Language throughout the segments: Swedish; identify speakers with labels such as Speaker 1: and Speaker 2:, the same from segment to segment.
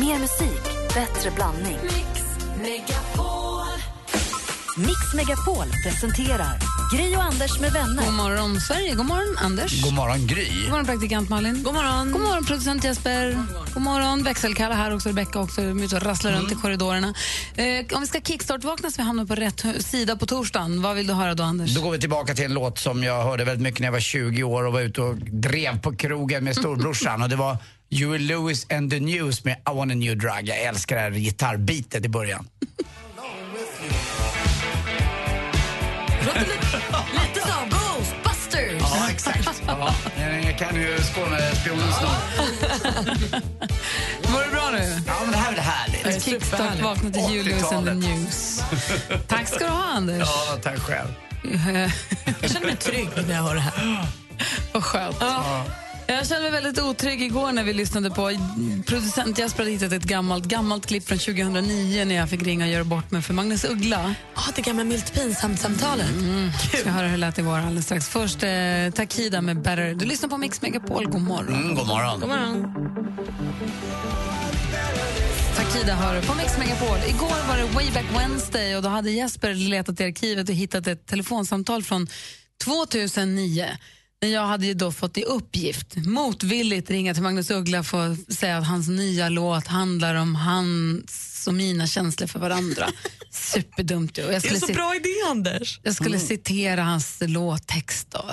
Speaker 1: Mer musik, bättre blandning.
Speaker 2: Mix Megapol.
Speaker 1: Mix Megapol presenterar Gry och Anders med vänner.
Speaker 3: God morgon, Sverige. God morgon, Anders.
Speaker 4: God morgon, Gry.
Speaker 3: God morgon, praktikant Malin. God morgon. God morgon, producent Jesper. God morgon, Mm. växelkalla här också. Rebecka också. Vi är ute och rasslar runt i korridorerna. Eh, om vi ska kickstart-vakna så vi hamnar på rätt hu- sida på torsdagen. Vad vill du höra då, Anders?
Speaker 4: Då går vi tillbaka till en låt som jag hörde väldigt mycket när jag var 20 år och var ute och drev på krogen med storbrorsan. Och det var Huey Lewis and the News med I want a new drug. Jag älskar det här gitarrbitet i början.
Speaker 2: Låter lite, lite så Ghostbusters.
Speaker 4: Ja, exakt. Ja. Jag kan ju Skånespionen snart.
Speaker 3: Var det bra nu?
Speaker 4: Ja, men det här är väl härligt.
Speaker 3: Kickstart-vakna till Julius and the
Speaker 4: 80-talet.
Speaker 3: News. Tack ska du ha, Anders.
Speaker 4: Ja, tack själv.
Speaker 2: Jag känner mig trygg när jag hör det här.
Speaker 3: Vad skönt. Jag kände mig väldigt otrygg igår när vi lyssnade på producent Jesper hade hittat ett gammalt, gammalt klipp från 2009 när jag fick ringa och göra bort mig för Magnus Uggla.
Speaker 2: Ah, det gamla milt pinsamt-samtalet.
Speaker 3: Vi ska höra hur det lät igår alldeles strax. Först eh, Takida med Better. Du lyssnar på Mix Megapol. God morgon.
Speaker 4: Mm, god morgon.
Speaker 3: Takida hör på Mix Megapol. Igår var det Wayback Wednesday och då hade Jesper letat i arkivet och hittat ett telefonsamtal från 2009. När jag hade ju då fått i uppgift, motvilligt, ringa till Magnus Uggla för att säga att hans nya låt handlar om hans och mina känslor för varandra. Superdumt ju. Och jag skulle sit-
Speaker 2: idé, Anders.
Speaker 3: Jag skulle
Speaker 4: Mm.
Speaker 5: Mm.
Speaker 3: citera hans låttext. Då.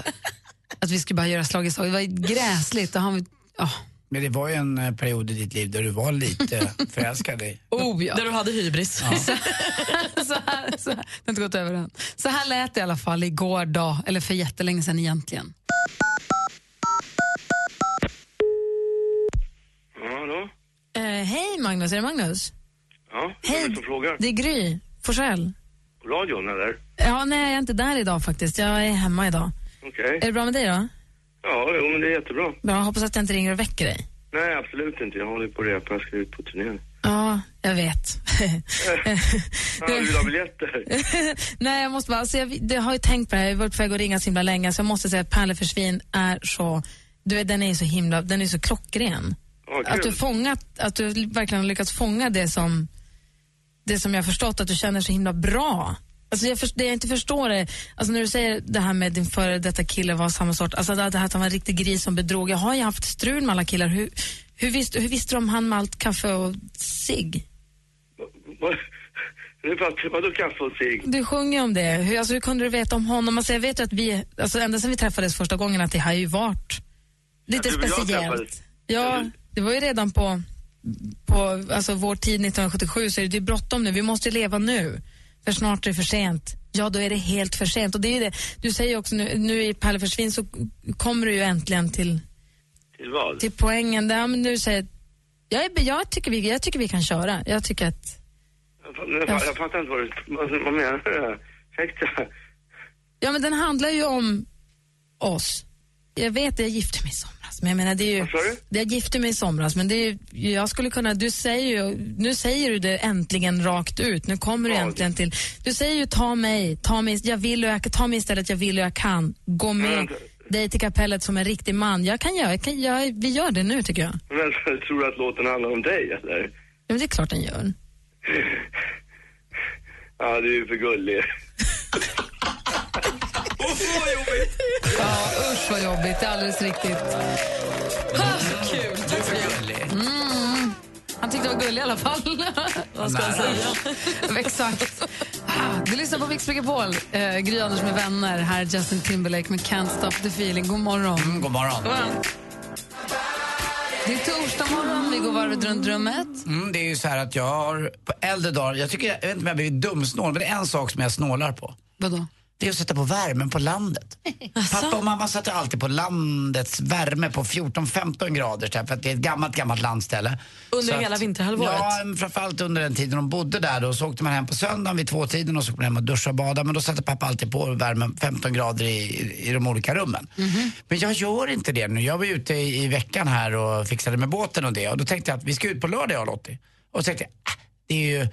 Speaker 3: Att vi skulle bara göra slag i slag. Det var gräsligt. Och han, oh,
Speaker 4: Men det var ju en eh, period i ditt liv där du var lite förälskad i.
Speaker 3: oh ja.
Speaker 2: Där du hade hybris.
Speaker 3: så här, så här, det har inte gått över än. Så här lät det i alla fall igår dag, eller för jättelänge sedan egentligen.
Speaker 6: Ja, hallå?
Speaker 3: Eh, Hej Magnus, är det Magnus?
Speaker 6: Ja, vem är det som frågar?
Speaker 3: det är Gry Forsell.
Speaker 6: På Radion eller?
Speaker 3: Ja, nej, jag är inte där idag faktiskt. Jag är hemma idag.
Speaker 6: Okej.
Speaker 3: det bra med dig då?
Speaker 6: Ja, jo, men det är jättebra.
Speaker 3: Bra, hoppas att jag inte ringer och väcker dig.
Speaker 6: Nej, absolut inte. Jag håller på att repa. Jag ska ut på turné.
Speaker 3: Ja, jag vet.
Speaker 6: Ja, du vill ha biljetter?
Speaker 3: Nej, jag måste bara, alltså jag, jag har ju tänkt på det här, jag har varit på väg att ringa så himla länge så jag måste säga att Pärle för svin är så, du vet den är ju så himla, den är ju så klockren.
Speaker 6: Ja,
Speaker 3: Att du
Speaker 6: kul.
Speaker 3: fångat, att du verkligen har lyckats fånga det som, det som jag har förstått att du känner så himla bra. Alltså jag, först- det jag inte förstår är, alltså när du säger det här med din före detta kille var samma sort, alltså det det här att han var en riktig gris som bedrog. Jag har ju haft strul med alla killar. Hur, hur, visste, hur visste du om han malt kaffe och cigg?
Speaker 6: Vad- Nu fattar jag. Vadå kaffe och cigg?
Speaker 3: Du sjunger ju om det. Hur, alltså, hur kunde du veta om honom? Alltså, jag vet ju att vi, alltså, ända sedan vi träffades första gången att det har ju varit lite
Speaker 6: Ja, du och jag
Speaker 3: speciellt.
Speaker 6: träffades.
Speaker 3: Ja, det var ju redan på, på alltså, vår tid 1977 så är det, det är bråttom nu. Vi måste ju leva nu, för snart är det för sent. Ja, då är det helt för sent. Och det är ju det. Du säger ju också nu, nu i Pärle försvinn så kommer du ju äntligen till,
Speaker 6: Till vad?
Speaker 3: till poängen. Där, men du säger, jag, är, jag, tycker vi, jag tycker vi kan köra. Jag tycker att
Speaker 6: Jag, fa- jag, fa- jag fattar inte vad du... Vad, vad menar du? Ursäkta.
Speaker 3: Ja, men den handlar ju om oss. Jag vet, jag gifte mig i somras, men jag menar det är ju...
Speaker 6: Vad sa du?
Speaker 3: Jag gifte mig i somras, men det är ju, jag skulle kunna... Du säger ju, nu säger du det äntligen rakt ut. Nu kommer du
Speaker 6: Ja,
Speaker 3: äntligen till... Du säger ju ta mig, ta mig, jag vill och jag, ta mig istället, jag vill och jag kan. Gå med
Speaker 6: vänta.
Speaker 3: dig till kapellet som en riktig man. Jag kan göra, jag kan, jag, vi gör det nu tycker jag. Ja,
Speaker 6: Men vänta, tror du att låten handlar om dig eller?
Speaker 3: men det är klart den gör.
Speaker 6: Ja, du är ju för gullig.
Speaker 3: Ja, usch vad jobbigt. Det är alldeles riktigt.
Speaker 2: Ah, Kul. Tack för det.
Speaker 3: Mm. Han tyckte det var gullig i alla fall.
Speaker 2: Vad ska jag säga?
Speaker 3: Exakt. Ah, Du lyssnar på Mix Megapol. Eh, Gry Anders med vänner. Här är Justin Timberlake med Can't Stop The Feeling. God morgon.
Speaker 4: Mm, god morgon.
Speaker 3: Det är torsdag morgon. Vi går varvet runt rummet.
Speaker 4: Mm, det är ju så här att jag har på äldre dagar, jag, tycker, jag vet inte om jag har blivit dumsnål, men det är en sak som jag snålar på.
Speaker 3: Vadå?
Speaker 4: Det är att sätta på värmen på landet. Alltså. Pappa och mamma satte alltid på landets värme på 14-15 grader så här, för att det är ett gammalt, gammalt landställe.
Speaker 2: Under
Speaker 4: Så
Speaker 2: hela vinterhalvåret?
Speaker 4: Ja, men framförallt under den tiden de bodde där då. Så åkte man hem på söndagen vid tvåtiden och så åkte man hem och duscha och bada. Men då satte pappa alltid på värmen 15 grader i, i de olika rummen. Men jag gör inte det nu. Jag var ute i, i veckan här och fixade med båten och det. Och då tänkte jag att vi ska ut på lördag jag och Lottie. Och så tänkte jag, ah, det är ju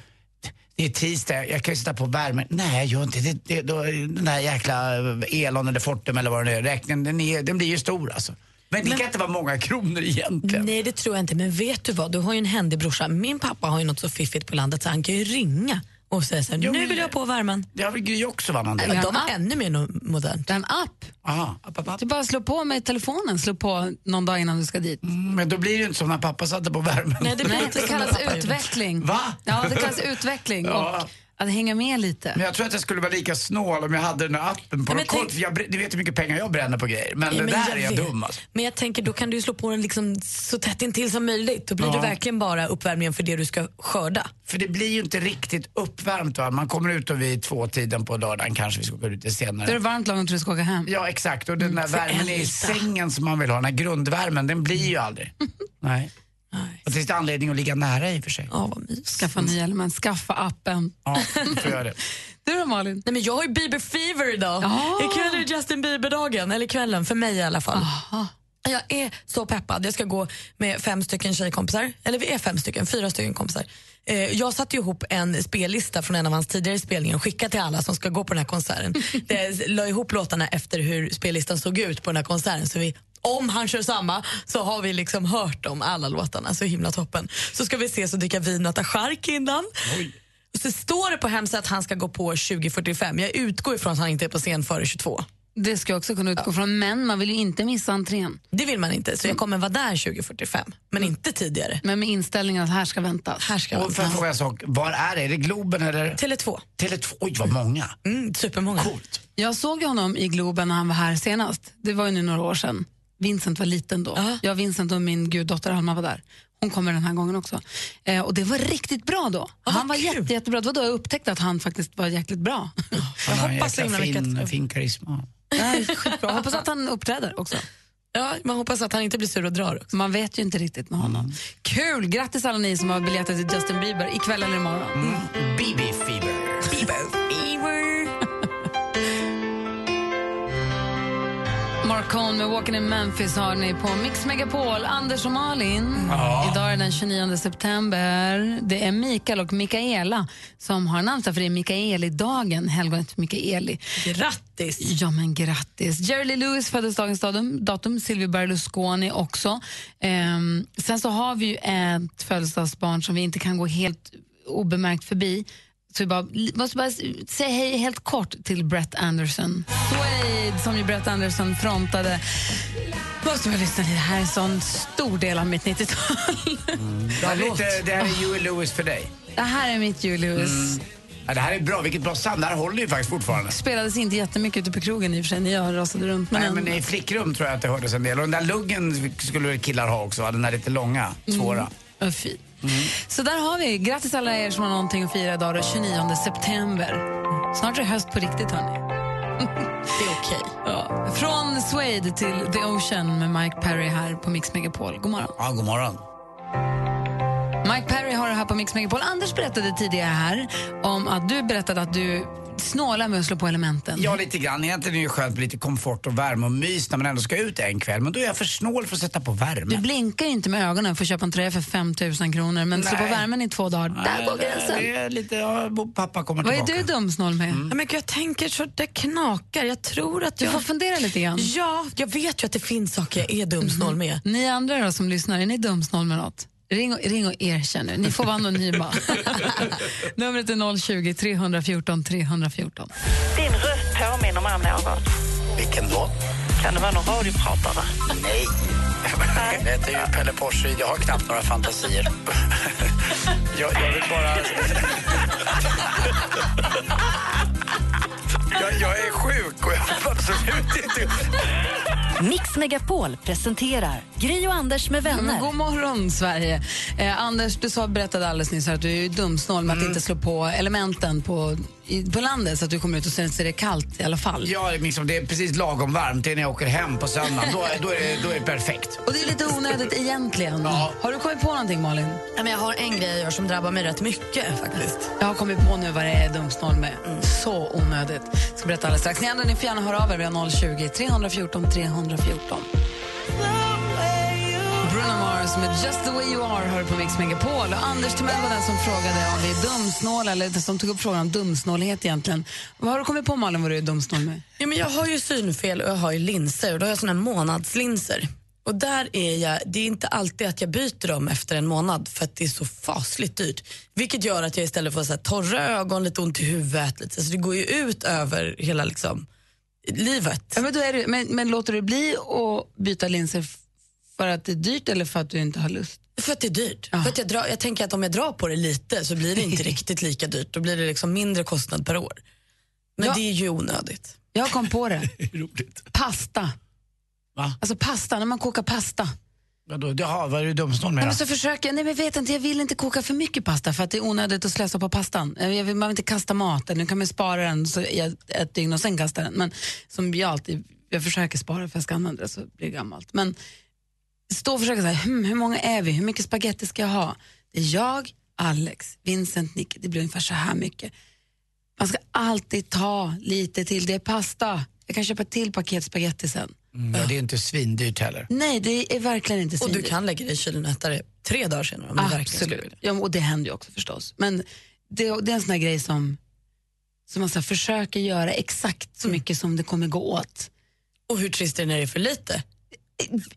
Speaker 4: det är tisdag, jag kan ju sätta på värmen. Nej, jag gör inte det. det då, den där jäkla Elon eller Fortum eller vad det nu är, räkningen, den, är, den blir ju stor alltså. Men det kan inte vara många kronor egentligen.
Speaker 5: Nej, det tror jag inte. Men vet du vad? Du har ju en händig brorsa. Min pappa har ju något så fiffigt på landet så han kan ju ringa och säga så här,
Speaker 4: Jo,
Speaker 5: nu
Speaker 4: men-
Speaker 5: vill jag på värmen.
Speaker 4: Det har väl Gry också va?
Speaker 5: Men
Speaker 4: Amanda?
Speaker 5: de var ännu mer no- modernt.
Speaker 3: Det är en app.
Speaker 4: Aha.
Speaker 3: Du bara slå på med telefonen, slå på någon dag innan du ska dit.
Speaker 4: Mm, Men då blir det ju inte som när pappa satte på värmen.
Speaker 5: Nej, det, blir
Speaker 3: Nej,
Speaker 5: inte
Speaker 3: det
Speaker 5: som
Speaker 3: kallas
Speaker 5: när pappa gjorde.
Speaker 3: utveckling.
Speaker 4: Va?
Speaker 3: Ja, det kallas utveckling
Speaker 4: Ja.
Speaker 3: och att hänga med
Speaker 4: Men
Speaker 3: lite.
Speaker 4: jag tror att jag skulle vara lika snål om jag hade den här appen på
Speaker 5: men
Speaker 4: något kort.
Speaker 5: tänk-
Speaker 4: För jag, br- ni vet hur mycket pengar jag bränner på grejer. Men det
Speaker 5: Nej,
Speaker 4: där är jag
Speaker 5: vet.
Speaker 4: dum alltså.
Speaker 5: Men jag tänker, då kan du ju slå på den liksom så tätt intill som möjligt. Då blir det verkligen bara uppvärmningen för det du ska skörda.
Speaker 4: För det blir ju inte riktigt uppvärmt va. Man kommer ut och vid två tiden på lördagen kanske vi ska gå ut
Speaker 3: Då
Speaker 4: lite
Speaker 3: är det
Speaker 4: senare.
Speaker 3: varmt lagom till du ska åka hem. Mm,
Speaker 4: Ja exakt och den där värmen i
Speaker 5: Elsa.
Speaker 4: sängen som man vill ha, den här grundvärmen, den blir ju aldrig. Nej.
Speaker 5: Nej.
Speaker 4: Och det finns anledning att ligga nära i och för sig.
Speaker 5: Ja, vad mysigt.
Speaker 3: Skaffa en ny hjälm, men skaffa appen.
Speaker 4: Ja, får göra det.
Speaker 3: Du då Malin?
Speaker 5: Nej, men jag har ju Bieber fever idag.
Speaker 3: Ah.
Speaker 5: Ikväll är Justin Bieber-dagen, eller kvällen för mig i alla fall. Jag är så peppad. Jag ska gå med fem stycken tjejkompisar. Eller vi är fem stycken, fyra stycken kompisar. Eh, jag satte ju ihop en spellista från en av hans tidigare spelningar och skickade till alla som ska gå på den här konserten. Det la ihop låtarna efter hur spellistan såg ut på den här konserten. Så vi, om han kör samma så har vi liksom hört om alla låtarna. Så himla toppen. Så ska vi ses och dricka vin och äta chark innan. Och så står det på hemsidan att han ska gå på 2045. Jag utgår ifrån att han inte är på scen före 22.
Speaker 3: Det ska jag också kunna utgå från, men man vill ju inte missa entrén.
Speaker 5: Det vill man inte, så
Speaker 4: Mm.
Speaker 5: jag kommer vara där 2045. Men inte tidigare.
Speaker 3: Men med inställningen att här ska väntas.
Speaker 5: Här ska
Speaker 4: Och för
Speaker 5: jag
Speaker 4: att
Speaker 5: vara.
Speaker 4: fråga en sak, var är det? Är det Globen eller?
Speaker 5: Tele2.
Speaker 4: Tele2? Oj vad många.
Speaker 5: Mm, supermånga.
Speaker 4: Coolt.
Speaker 3: Jag såg ju honom i Globen när han var här senast. Det var ju nu några år sedan. Vincent var liten då.
Speaker 5: Ja.
Speaker 3: Jag, Vincent och min guddotter Alma var där. Hon kommer den här gången också. Eh, och det var riktigt bra då. han var
Speaker 5: kul.
Speaker 3: jätte, jättebra. Det var då jag upptäckte att han faktiskt var jäkligt bra.
Speaker 4: Jag
Speaker 5: hoppas så himla mycket
Speaker 4: fin,
Speaker 5: att-
Speaker 4: fin karisma.
Speaker 3: Nej, skitbra. Jag hoppas att han uppträder också.
Speaker 5: Ja, man hoppas att han inte blir sur och drar. också.
Speaker 3: Man vet ju inte riktigt med honom. Mm. Kul! Grattis alla ni som har biljetter till Justin Bieber ikväll eller imorgon.
Speaker 4: BB Fever.
Speaker 3: Mark Cohn med Walking in Memphis har ni på Mix Megapol. Anders och Malin, idag är det den 29 september. Det är Mikael och Mikaela som har namnsdag för det är Mikaeli-dagen, helgonet Mikaeli.
Speaker 5: Grattis!
Speaker 3: Ja, men grattis. Jerry Lee Lewis föddes dagens datum, datum Silvio Berlusconi också. Ehm, sen så har vi ju ett födelsedagsbarn som vi inte kan gå helt obemärkt förbi. Så vi bara, li- måste bara s- säga hej helt kort till Brett Anderson. Suede, som ju Brett Anderson frontade. Måste bara lyssna lite, det här är en sån stor del av mitt 90-tal.
Speaker 4: Det här, är lite, det här är Huey Lewis för dig.
Speaker 3: Det här är mitt Jerry Lewis.
Speaker 4: Mm. Ja, det här är bra, vilket bra sound. Det här håller ju faktiskt fortfarande.
Speaker 3: Spelades inte jättemycket ute på krogen i och för sig när jag rasade runt.
Speaker 4: Nej,
Speaker 3: ändå.
Speaker 4: men I flickrum tror jag att det hördes en del. Och den där luggen skulle väl killar ha också, va? den där lite långa,
Speaker 3: Mm.
Speaker 4: svåra.
Speaker 3: Vad fint. Så där har vi. Grattis alla er som har någonting att fira idag den 29 september. Snart är det höst på riktigt, hörni.
Speaker 5: Det är okej.
Speaker 3: Ja. Från Suede till The Ocean med Mike Perry här på Mix Megapol. God morgon.
Speaker 4: Ja, god morgon.
Speaker 3: Mike Perry har det här på Mix Megapol. Anders berättade tidigare här om att du berättade att du snålar med att slå på elementen.
Speaker 4: Ja, lite grann. Egentligen är det ju skönt med lite komfort och värme och mys när man ändå ska ut en kväll. Men då är jag för snål för att sätta på
Speaker 3: Du
Speaker 4: värmen.
Speaker 3: blinkar ju inte med ögonen för att köpa en tröja för 5 000 kronor men slå på
Speaker 4: Nej.
Speaker 3: värmen i två dagar, där går gränsen.
Speaker 4: Det är lite, ja, bo- pappa kommer
Speaker 3: Vad är
Speaker 4: tillbaka. Mm.
Speaker 3: du dumsnål med?
Speaker 5: Ja, men gud, jag tänker så det knakar. Jag tror att
Speaker 3: Du
Speaker 5: jag...
Speaker 3: får fundera lite grann. Mhm.
Speaker 5: Ja, jag vet ju att det finns saker jag är dumsnål med.
Speaker 3: Ni andra då som lyssnar, är ni dumsnål med något? Ring och, ring och erkänn nu. Ni får vara anonyma. Numret är 020 314 314.
Speaker 7: Din röst påminner mig om någon.
Speaker 4: Vilken då?
Speaker 7: Kan det vara någon radiopratare?
Speaker 4: Nej. Jag heter ju Pelle Porsche. Jag har knappt några fantasier. Jag, jag vill bara... Jag, jag är sjuk och jag vill absolut inte...
Speaker 1: Mix Megapol presenterar Gry och Anders med vänner.
Speaker 3: God morgon, Sverige. Eh, Anders, du sa, berättade alldeles nyss här att du är ju dumsnål med att
Speaker 5: Mm.
Speaker 3: inte slå på elementen på, i, på landet så att du kommer ut och sen så är det kallt i alla fall.
Speaker 4: Ja, liksom, det är precis lagom varmt. Det är när jag åker hem på söndag. Då, då, är, det, då är det perfekt.
Speaker 3: Och det är lite onödigt egentligen.
Speaker 4: Ja.
Speaker 3: Har du kommit på någonting, Malin?
Speaker 5: Ja, men jag har en grej jag gör som drabbar mig rätt mycket faktiskt. Mm.
Speaker 3: Jag har kommit på nu vad det är dumsnål med. Så onödigt. Jag ska berätta alldeles strax. Ni andra ni får gärna höra av er. Vi har 020 314 314. Bruno Mars med Just the way you are hör på Mix Megapol. Och Anders Timell var den som frågade om vi är dumsnåla, eller som tog upp frågan om dumsnålhet egentligen. Vad har du kommit på Malin vad du är dumsnål med?
Speaker 5: Ja, men jag har ju synfel och jag har ju linser. Och då har jag såna här månadslinser. Och Och där är jag, det är inte alltid att jag byter dem efter en månad för att det är så fasligt dyrt. Vilket gör att jag istället får så här, torra ögon, lite ont i huvudet. Lite. Så det går ju ut över hela liksom, livet.
Speaker 3: Ja, men, då är det, men, men låter du bli att byta linser f- för att det är dyrt eller för att du inte har lust?
Speaker 5: För att det är dyrt. För att jag, drar, jag tänker att om jag drar på det lite så blir det inte riktigt lika dyrt. Då blir det liksom mindre kostnad per år. Men
Speaker 3: Ja.
Speaker 5: det är ju onödigt.
Speaker 3: Jag kom på det.
Speaker 4: Roligt.
Speaker 3: Pasta.
Speaker 4: Va?
Speaker 3: Alltså pasta, när man kokar pasta.
Speaker 4: Vadå? Jaha, vad är du dumsnål med
Speaker 3: Men
Speaker 4: då?
Speaker 3: så försöker jag, nej men jag vet inte, jag vill inte koka för mycket pasta för att det är onödigt att slösa på pastan. Eh, Jag vill, man vill inte kasta maten, nu kan man ju spara den så i ett, ett dygn och sen kasta den. Men som jag alltid, jag försöker spara för jag ska använda det så blir det gammalt. Men stå och försöka säga, hmm, hur många är vi, hur mycket spaghetti ska jag ha? Det är jag, Alex, Vincent, Nick, det blir ungefär så här mycket. Man ska alltid ta lite till, det är pasta. Jag kan köpa ett till paket spaghetti sen.
Speaker 4: Mm, ja, det är inte svindyrt heller.
Speaker 3: Nej, det är verkligen inte
Speaker 5: Och du
Speaker 3: svindyrt.
Speaker 5: kan lägga det i kylen och äta det tre dagar senare om du verkligen skulle vilja.
Speaker 3: Absolut. Ja, och det händer ju också förstås. Men det, det är en sån här grej som, som man så här, försöker göra exakt så
Speaker 5: Mm.
Speaker 3: mycket som det kommer gå åt.
Speaker 5: Och hur trist är det när det är för lite?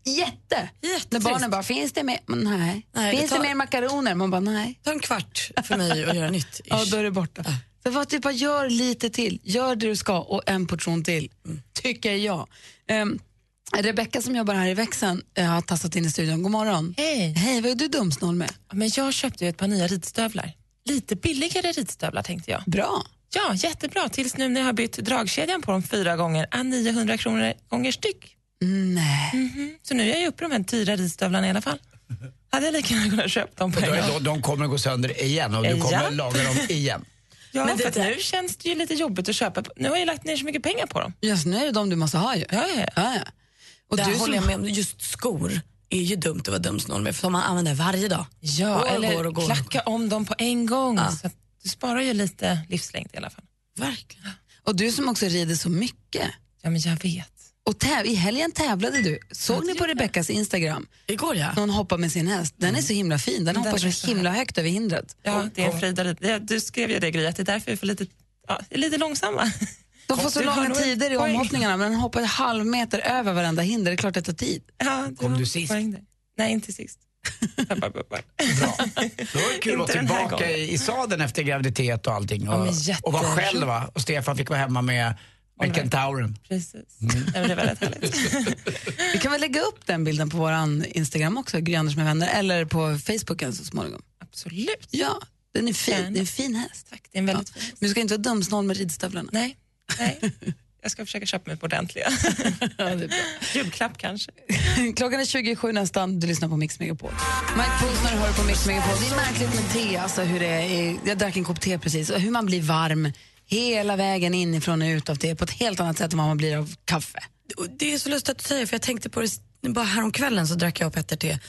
Speaker 3: Jätte! När
Speaker 5: Jättetrist.
Speaker 3: barnen bara, finns det mer, Men nej.
Speaker 5: Nej,
Speaker 3: finns
Speaker 5: det tar-
Speaker 3: det mer makaroner? Man bara, nej.
Speaker 5: Ta en kvart för mig att göra nytt. ish.
Speaker 3: Ja, då är det borta. Så vad, typ, bara gör lite till, gör det du ska och en portion till, tycker jag. Um, Rebecka som jobbar här i växeln eh, har tassat in i studion. God morgon.
Speaker 8: Hej.
Speaker 3: Hej, vad är du dumsnål med?
Speaker 8: Men jag köpte ju ett par nya ridstövlar. Lite billigare ridstövlar tänkte jag.
Speaker 3: Bra.
Speaker 8: Ja, jättebra. Tills nu när jag har bytt dragkedjan på dem fyra gånger. Ah, 900 kronor gånger styck.
Speaker 3: Nej.
Speaker 8: Mhm. Så nu är jag ju uppe i de här dyra ridstövlarna i alla fall. Hade jag lika gärna kunnat köpa dem på en
Speaker 4: Då är-
Speaker 8: gång.
Speaker 4: då- De kommer gå sönder igen och du
Speaker 8: Ja.
Speaker 4: kommer laga dem igen.
Speaker 8: Ja,
Speaker 5: Men
Speaker 8: men
Speaker 5: det
Speaker 8: för att nu känns det ju lite jobbigt att köpa. Nu har jag ju lagt ner så mycket pengar på dem.
Speaker 3: Just nu är det de du måste ha ju.
Speaker 8: Ja, ja, ja.
Speaker 3: Ja, ja. Och
Speaker 5: Där
Speaker 3: du som
Speaker 5: håller jag med om, just skor är ju dumt att vara dumsnål med för man använder varje dag.
Speaker 8: ja
Speaker 5: Går,
Speaker 8: eller
Speaker 5: går och går.
Speaker 8: klacka om dem på en gång. Så att du sparar ju lite livslängd i alla fall.
Speaker 5: Verkligen.
Speaker 3: Och du som också rider så mycket.
Speaker 8: Ja, men jag vet.
Speaker 3: Och täv- I helgen tävlade du. Såg ni på Rebeckas Instagram?
Speaker 5: Igår ja.
Speaker 3: när Hon hoppar med sin häst. Den är så himla fin. Den hoppar
Speaker 8: är
Speaker 3: så
Speaker 8: så här.
Speaker 3: himla högt över hindret.
Speaker 8: Ja, det är en fröjd. att- det- Du skrev ju det, Gry, att det är därför vi får lite, ja, lite långsamma.
Speaker 3: De får så
Speaker 8: Du har
Speaker 3: långa
Speaker 8: nog ett
Speaker 3: tider i
Speaker 8: poäng.
Speaker 3: omhoppningarna men den hoppar en halv meter över varenda hinder. Det är klart det tar tid.
Speaker 8: Ja, det
Speaker 4: Kom
Speaker 8: var
Speaker 4: du sist?
Speaker 8: poäng där. Nej, inte sist. Peppar, peppar.
Speaker 4: Bra. Då är det kul att vara
Speaker 8: Inte den här
Speaker 4: tillbaka
Speaker 8: gången.
Speaker 4: i, i sadeln efter graviditet och allting. Och,
Speaker 8: men jätte-
Speaker 4: och vara själv va? Och Stefan fick vara hemma med, med kentauren.
Speaker 8: Precis. Nej, men det var rätt härligt.
Speaker 3: Vi kan väl lägga upp den bilden på vår Instagram också, Gry Anders med vänner, eller på Facebooken så småningom.
Speaker 8: Absolut.
Speaker 3: Ja, den är fin.
Speaker 8: Gärna.
Speaker 3: Det är en fin häst.
Speaker 8: Tack, det är en
Speaker 3: Ja.
Speaker 8: väldigt fin häst.
Speaker 3: Men du ska inte vara dumsnål med ridstövlarna.
Speaker 8: Nej, nej. Jag ska försöka köpa mig på ordentliga. Julklapp kanske.
Speaker 3: Klockan är 27 nästan, du lyssnar på Mix Megapol. Mike Posner hör på Mix Megapol. Det är märkligt med te, alltså hur det är. Jag drack en kopp te precis, och hur man blir varm hela vägen inifrån och ut av te på ett helt annat sätt än vad man blir av kaffe.
Speaker 5: Och Det är så lustigt att du säger för jag tänkte på det s- bara häromkvällen så drack jag och Petter te.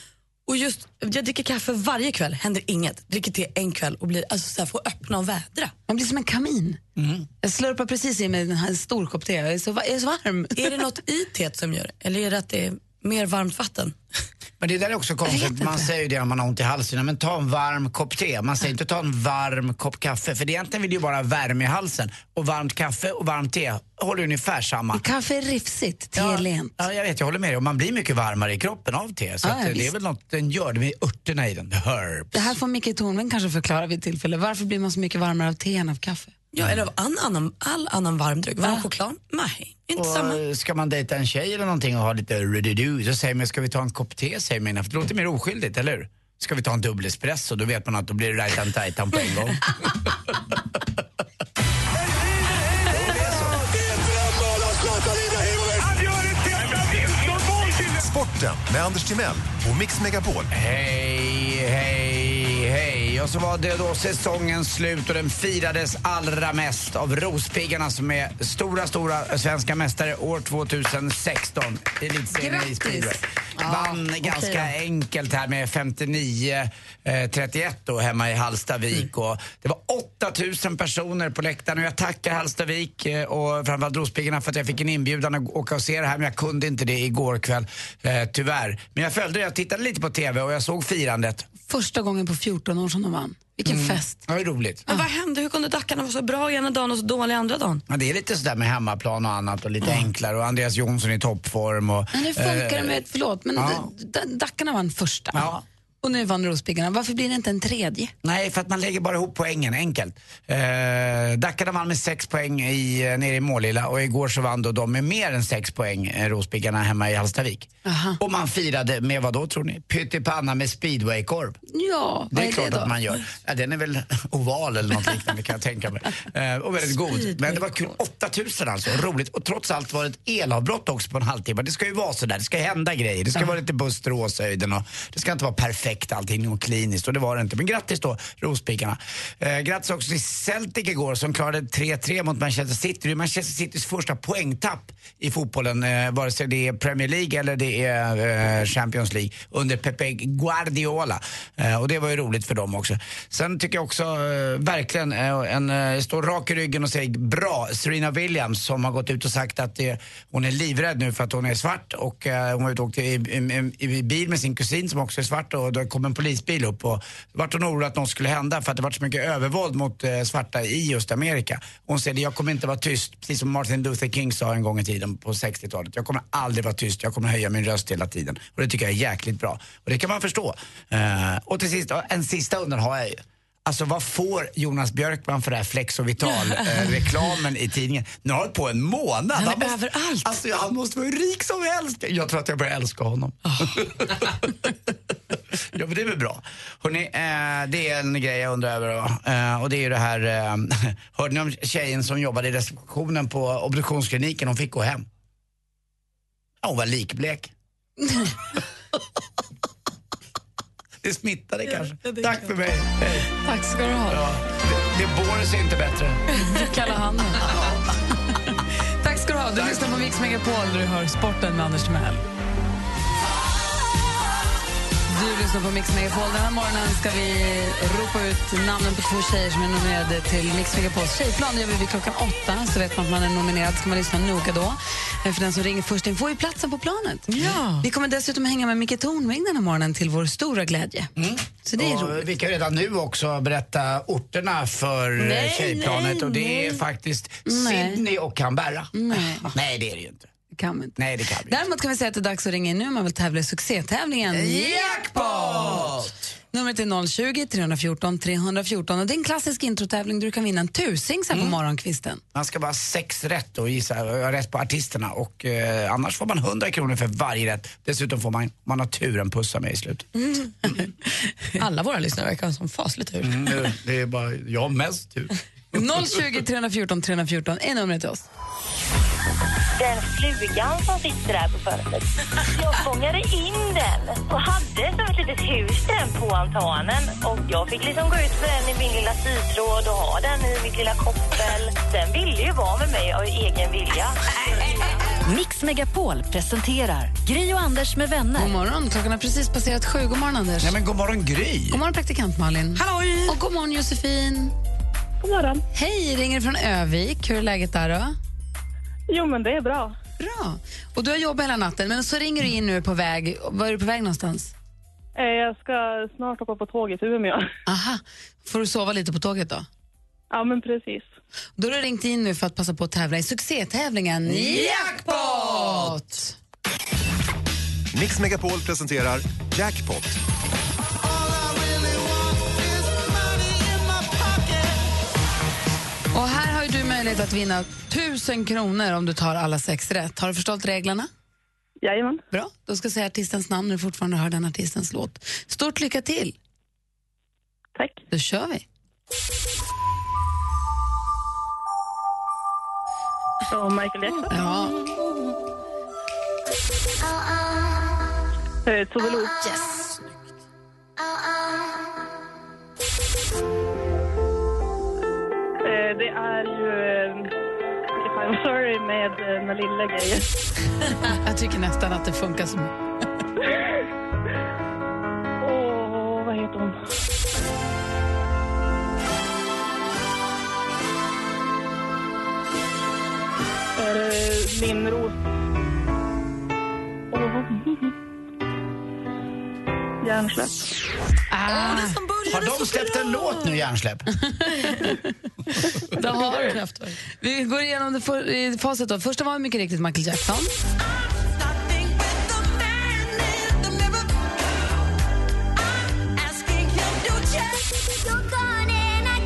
Speaker 5: Och just, jag dricker kaffe varje kväll, händer inget. Dricker te en kväll och blir, alltså så här, får öppna och vädra.
Speaker 3: Man blir som en kamin.
Speaker 5: Mm.
Speaker 3: Jag slurpar precis i mig en här- en stor kopp te, jag är så, va- jag är så varm.
Speaker 5: Är det något i teet som gör det? Eller är det att det är mer varmt vatten?
Speaker 4: Men det där är också konstigt. Man säger ju det om man har ont i halsen. Men ta en varm kopp te. Man säger inte ta en varm kopp kaffe. För det egentligen vill ju bara ha värme i halsen. Och varmt kaffe och varmt te håller ungefär samma.
Speaker 3: Kaffe är rifsigt, te är
Speaker 4: Ja,
Speaker 3: lent.
Speaker 4: ja, jag vet, jag håller med dig. Och man blir mycket varmare i kroppen av te. Så
Speaker 3: Ja,
Speaker 4: att,
Speaker 3: ja,
Speaker 4: eh, det är
Speaker 3: visst.
Speaker 4: väl något den gör. Det är örterna i den. The herbs.
Speaker 3: Det här får Micke Tornving kanske förklara vid ett tillfälle. Varför blir man så mycket varmare av te än av kaffe?
Speaker 5: Ja, eller av all annan, all annan varm dryck. Varm choklad? Nej, inte samma.
Speaker 4: Och ska man dejta en tjej eller någonting och ha lite rudidu så säger man ska vi ta en kopp te säger man innan, för det låter mer oskyldigt, eller hur? Ska vi ta en dubbel espresso då vet man att då blir det rajtan tajtan på en gång.
Speaker 9: Sporten med Anders Timell och Mix Megapol.
Speaker 4: hej, hej, hej. Och så var det då säsongens slut och den firades allra mest av Rospiggarna som är stora, stora svenska mästare år 2016. Elitserien i
Speaker 3: Grattis.
Speaker 4: speedway. Vann ganska enkelt här med 59-31 då hemma i Hallstavik.
Speaker 3: Mm.
Speaker 4: Och det var 8000 personer på läktaren och jag tackar Hallstavik eh, och framförallt Rospiggarna för att jag fick en inbjudan att åka och se det här men jag kunde inte det igår kväll eh, tyvärr. Men jag följde det, jag tittade lite på TV och jag såg firandet. Mm.
Speaker 3: Första gången på 14 år som de vann. Vilken
Speaker 5: Mm.
Speaker 3: fest.
Speaker 4: Ja, det är roligt.
Speaker 5: Men vad hände? Hur kunde Dackarna vara så bra ena dagen och så dåliga andra dagen?
Speaker 4: Ja, det är lite sådär med hemmaplan och annat och lite enklare och Andreas Jonsson i toppform och...
Speaker 3: Men hur funkar det
Speaker 4: eh,
Speaker 3: med, förlåt, men
Speaker 4: ja.
Speaker 3: d- d- Dackarna vann första
Speaker 4: Ja.
Speaker 3: och nu vann Rospiggarna. Varför blir det inte en tredje?
Speaker 4: Nej, för att man lägger bara ihop poängen, enkelt. Eh, Dackarna vann med sex poäng i, eh, nere i Målilla och igår så vann då de med mer än sex poäng, eh, Rospiggarna, hemma i Hallstavik. Och man firade med vad då tror ni? Pyttipanna med speedwaykorv.
Speaker 3: Ja, vad
Speaker 4: Det är,
Speaker 3: är
Speaker 4: klart
Speaker 3: det då?
Speaker 4: att man gör. Ja, den är väl oval eller något liknande kan jag tänka mig. Eh, och väldigt god. Men det var kul. 8000 alltså, roligt. Och trots allt var det ett elavbrott också på en halvtimme. Det ska ju vara sådär, det ska hända grejer. Det ska vara lite Buster och Åshöjden och det ska inte vara perfekt allting och kliniskt och det var det inte. Men grattis då, Rospiggarna. Eh, grattis också till Celtic igår som klarade 3-3 mot Manchester City. Det är Manchester Citys första poängtapp i fotbollen, eh, vare sig det är Premier League eller det är eh, Champions League under Pepe Guardiola. Eh, och det var ju roligt för dem också. Sen tycker jag också eh, verkligen, eh, en, eh, står rak i ryggen och säger bra, Serena Williams som har gått ut och sagt att eh, hon är livrädd nu för att hon är svart och eh, hon var ute och åkte i, i, i, i bil med sin kusin som också är svart och då kom en polisbil upp och vart hon orolig att något skulle hända för att det varit så mycket övervåld mot eh, svarta i just Amerika. Hon säger jag kommer inte vara tyst, precis som Martin Luther King sa en gång i tiden på 60-talet. Jag kommer aldrig vara tyst, jag kommer höja min röst hela tiden. Och det tycker jag är jäkligt bra. Och det kan man förstå. Eh, och till sist, en sista undran har jag ju. Alltså vad får Jonas Björkman för det här eh, Flex och Vital-reklamen i tidningen? Nu har han hållit på en månad. Han måste, överallt. Alltså, ja, han måste vara hur rik som helst. Jag tror att jag börjar älska honom.
Speaker 3: Ah.
Speaker 4: Ja, men det är väl bra. Hörrni, eh, det är en grej jag undrar över. då. Eh, och det är ju det här, eh, hörde ni om tjejen som jobbade i receptionen på obduktionskliniken? Hon fick gå hem. Ja, hon var likblek. det smittade kanske. Tack för mig. Hej.
Speaker 3: Tack ska du ha.
Speaker 4: Ja, det, det bårar sig inte bättre.
Speaker 3: Kalla handen. Tack ska du ha. Du lyssnar på Mix Megapol där du hör sporten med Anders Timell. Du lyssnar på Mix Megapol. Den här morgonen ska vi ropa ut namnen på två tjejer som är nominerade till Mix Megapols tjejplan. Det gör vi vid klockan åtta, så vet man att man är nominerad. ska man lyssna noga då. Eh, För den som ringer först in får ju platsen på planet.
Speaker 5: Ja.
Speaker 3: Vi kommer dessutom hänga med Micke Tornving den här morgonen till vår stora glädje. Så det är roligt.
Speaker 4: Och vi kan redan nu också berätta orterna för eh,
Speaker 3: Nej,
Speaker 4: tjejplanet och det är faktiskt
Speaker 3: Nej.
Speaker 4: Sydney och Canberra.
Speaker 3: Nej.
Speaker 4: Nej, det är det ju inte.
Speaker 3: Kan vi inte.
Speaker 4: Nej, det kan vi
Speaker 3: Däremot kan vi säga att det är dags att ringa in nu om man vill tävla i succétävlingen
Speaker 4: Jackpot!
Speaker 3: Numret är 020-314 314 och det är en klassisk introtävling där du kan vinna en tusing sen på morgonkvisten.
Speaker 4: Man ska bara ha sex rätt och gissa ha rätt på artisterna och eh, annars får man 100 kronor för varje rätt. Dessutom får man, om man har tur, en pussa med i slutet.
Speaker 5: Alla våra lyssnare verkar ha sån faslig tur.
Speaker 4: Mm, det är bara, jag har mest tur.
Speaker 3: 020 314 314 är numret till oss.
Speaker 7: Den flugan som sitter där på fönstret. Jag fångade in den och hade som ett litet hus den på altanen. Och jag fick liksom gå ut med den i min lilla sytråd och ha den i mitt lilla koppel. Den ville ju vara med mig av egen vilja.
Speaker 1: Mix Megapol presenterar Gri och Anders med
Speaker 3: God
Speaker 1: vänner.
Speaker 3: morgon, klockan har precis passerat sju. God morgon Anders.
Speaker 4: Nej men god morgon Gry!
Speaker 3: God morgon praktikant Malin.
Speaker 5: Halloj!
Speaker 3: Och god morgon Josefin.
Speaker 10: God morgon.
Speaker 3: Hej, ringer från Övik. Hur är läget där då?
Speaker 10: Jo, men det är bra.
Speaker 3: Bra. Och du har jobbat hela natten men så ringer du in nu på väg. Var är du på väg någonstans?
Speaker 10: Eh, Jag ska snart hoppa på tåget till Umeå.
Speaker 3: Aha. Får du sova lite på tåget då?
Speaker 10: Ja, men precis.
Speaker 3: Då har du ringt in nu för att passa på att tävla i succétävlingen Jackpot!
Speaker 9: Mix Megapol presenterar Jackpot.
Speaker 3: Och här har ju du möjlighet att vinna 1000 kronor om du tar alla sex rätt. Har du förstått reglerna?
Speaker 10: Jajamän.
Speaker 3: Bra. Då ska jag säga artistens namn när du fortfarande hör den artistens låt. Stort lycka till!
Speaker 10: Tack.
Speaker 3: Då kör vi!
Speaker 10: Och Michael Jackson.
Speaker 3: Ja,
Speaker 10: Eh, Tove Lo.
Speaker 3: Ah, yes!
Speaker 10: Eh, Det är ju... eh, If I'm sorry med eh, den lilla grejen.
Speaker 3: Jag tycker nästan att det funkar som...
Speaker 10: Åh, vad heter hon? Eh, Linnros. Åh. Järnsläpp.
Speaker 3: Ah,
Speaker 5: Som börjar
Speaker 4: Har har de släppt en låt nu, Järnsläpp?
Speaker 3: Där har du det. Vi går igenom det för, i facit. Då. Första var mycket riktigt Michael Jackson.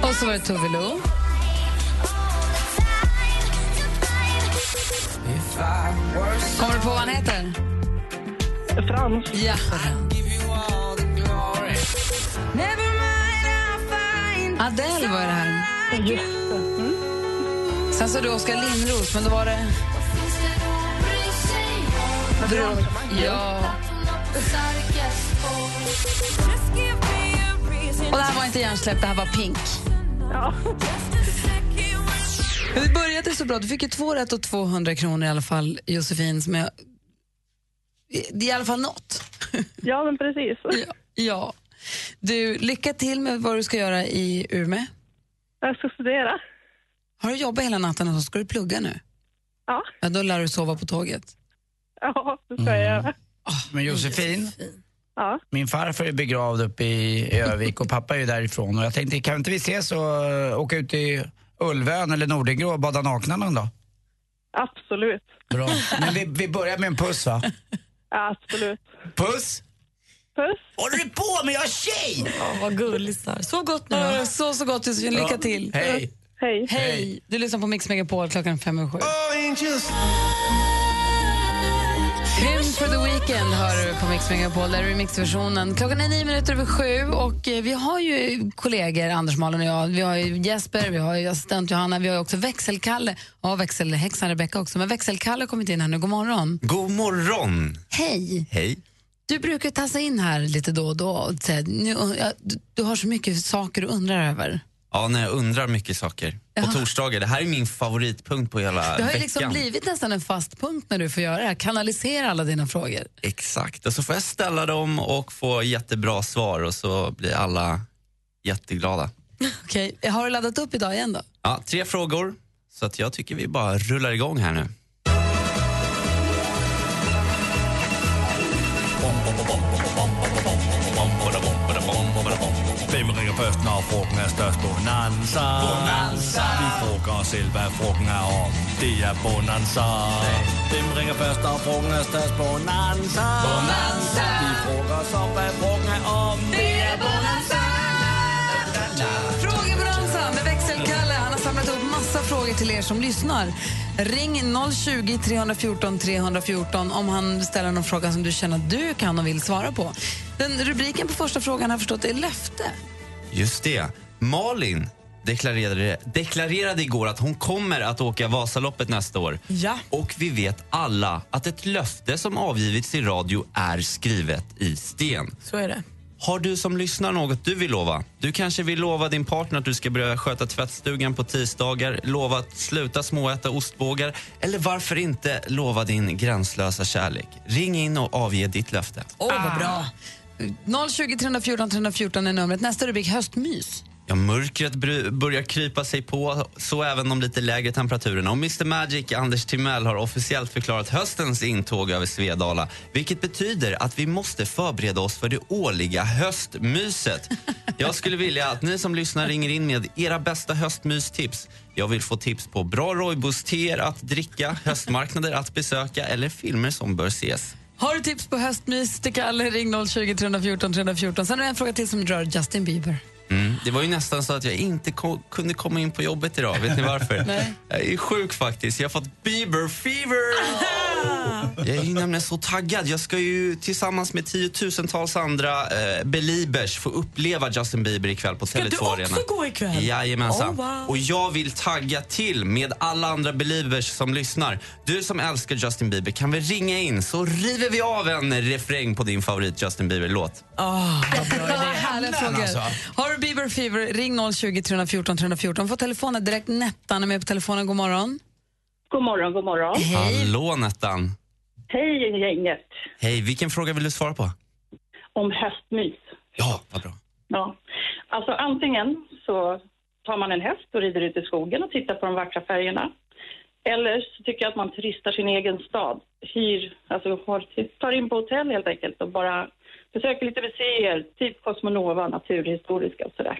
Speaker 3: Och så var det Tove Lo. Kommer du på vad han heter?
Speaker 10: Frans.
Speaker 3: Ja. Adele var det här. Sen så du Oskar Lindros, men då var det... Dröm. Ja. Och det här var inte hjärnsläpp, det här var Pink. Men det började så bra. Du fick ju två rätt och 200 kronor i alla fall, Josefin. Som jag... Det är i alla fall något.
Speaker 10: Ja, men precis.
Speaker 3: Ja. Du, lycka till med vad du ska göra i Umeå.
Speaker 10: Jag ska studera.
Speaker 3: Har du jobbat hela natten och så ska du plugga nu?
Speaker 10: Ja,
Speaker 3: Ja, då lär du sova på tåget. Mm.
Speaker 10: ja det ska jag göra.
Speaker 4: Mm. Men Josefin,
Speaker 10: Ja.
Speaker 4: min farfar är begravd uppe i Övik och pappa är ju därifrån. Och jag tänkte, kan inte vi ses och eh, åka ut i Ulvön eller Nordingrå och bada nakna någon dag?
Speaker 10: Absolut.
Speaker 4: Bra. Men vi, vi börjar med en puss, va?
Speaker 10: Ja, absolut.
Speaker 4: Puss!
Speaker 10: Puss.
Speaker 4: Håller du på med? Jag har tjej!
Speaker 5: Oh, vad gullisar. Så gott nu då.
Speaker 3: Ja. Så, så gott Josefin. Lycka till.
Speaker 4: Hej!
Speaker 10: Hej.
Speaker 3: Hej! Du lyssnar på Mix Megapol klockan fem och sju. Hymn for the Weekend hör du på Mix Megapol, där är remixversionen. Klockan är nio minuter över sju och eh, vi har ju kollegor, Anders, Malin och jag. Vi har ju Jesper, vi har ju assistent Johanna, vi har ju också växelkalle. Ja, växelhäxan Rebecka också. Men växelkalle har kommit in här nu. God morgon.
Speaker 11: God morgon!
Speaker 3: Hej!
Speaker 11: Hej.
Speaker 3: Du brukar tassa in här lite då och då och säga nu, ja, du, du har så mycket saker du undrar över.
Speaker 11: Ja, när jag undrar mycket saker. På torsdagar. Det här är min favoritpunkt på hela
Speaker 3: Det har ju
Speaker 11: veckan.
Speaker 3: liksom blivit nästan en fast punkt när du får göra det här. Kanalisera alla dina frågor.
Speaker 11: Exakt. Och så får jag ställa dem och få jättebra svar och så blir alla jätteglada.
Speaker 3: Okej, har du laddat upp idag igen då?
Speaker 11: Ja, tre frågor. Så att jag tycker vi bara rullar igång här nu.
Speaker 12: Vem ringer först när frågan är störst? Bonanza. Vi frågar oss själva vad frågan är om. Det är bonanza. Vem ringer först när frågan är störst? Bonanza. Vi frågar oss om vad frågan är om.
Speaker 3: Frågebonanza med växelkalle. Han har samlat ihop massa frågor till er som lyssnar. Ring 020 314 314 om han ställer någon fråga som du känner att du kan och vill svara på. Den rubriken på första frågan har jag förstått är löfte.
Speaker 11: Just det. Malin deklarerade, deklarerade igår att hon kommer att åka Vasaloppet nästa år.
Speaker 5: Ja.
Speaker 11: Och vi vet alla att ett löfte som avgivits i radio är skrivet i sten.
Speaker 5: Så är det.
Speaker 11: Har du som lyssnar något du vill lova? Du kanske vill lova din partner att du ska börja sköta tvättstugan på tisdagar, lova att sluta småäta ostbågar eller varför inte lova din gränslösa kärlek? Ring in och avge ditt löfte.
Speaker 5: Åh, vad bra.
Speaker 3: Ah. 020 314 314 är numret. Nästa rubrik, höstmys.
Speaker 11: Ja, mörkret bry- börjar krypa sig på, så även de lite lägre temperaturerna. Och Mr Magic, Anders Timell, har officiellt förklarat höstens intåg över Svedala. Vilket betyder att vi måste förbereda oss för det årliga höstmyset. Jag skulle vilja att ni som lyssnar ringer in med era bästa höstmystips. Jag vill få tips på bra rojbos-teer att dricka, höstmarknader att besöka eller filmer som bör ses.
Speaker 3: Har du tips på höstmys till Kalle, ring 020 314 314. Sen har jag en fråga till som rör Justin Bieber.
Speaker 11: Mm. Det var ju nästan så att jag inte ko- kunde komma in på jobbet idag. Vet ni varför?
Speaker 3: Nej.
Speaker 11: Jag är sjuk faktiskt. Jag har fått Bieber fever. Jag är ju nämligen så taggad. Jag ska ju tillsammans med tiotusentals andra eh, Beliebers få uppleva Justin Bieber ikväll på
Speaker 5: Ska du
Speaker 11: Tele2 Arena.
Speaker 5: också gå ikväll?
Speaker 11: Jajamensan.
Speaker 5: Oh, wow.
Speaker 11: Och jag vill tagga till med alla andra believers som lyssnar. Du som älskar Justin Bieber, kan vi ringa in så river vi av en refräng på din favorit Justin Bieber-låt.
Speaker 3: Härliga frågor. Har du Bieber fever, ring 020 314 314. Få telefonen direkt. Nettan är med på telefonen. God morgon.
Speaker 10: God morgon, god morgon.
Speaker 11: Hallå Nettan.
Speaker 10: Hej gänget.
Speaker 11: Hej, vilken fråga vill du svara på?
Speaker 10: Om höstmys.
Speaker 11: Ja, vad bra.
Speaker 10: Ja. Alltså antingen så tar man en häst och rider ut i skogen och tittar på de vackra färgerna. Eller så tycker jag att man turistar sin egen stad. Hyr, alltså har- tar in på hotell helt enkelt och bara Besöker lite museer, typ Cosmonova, Naturhistoriska och sådär.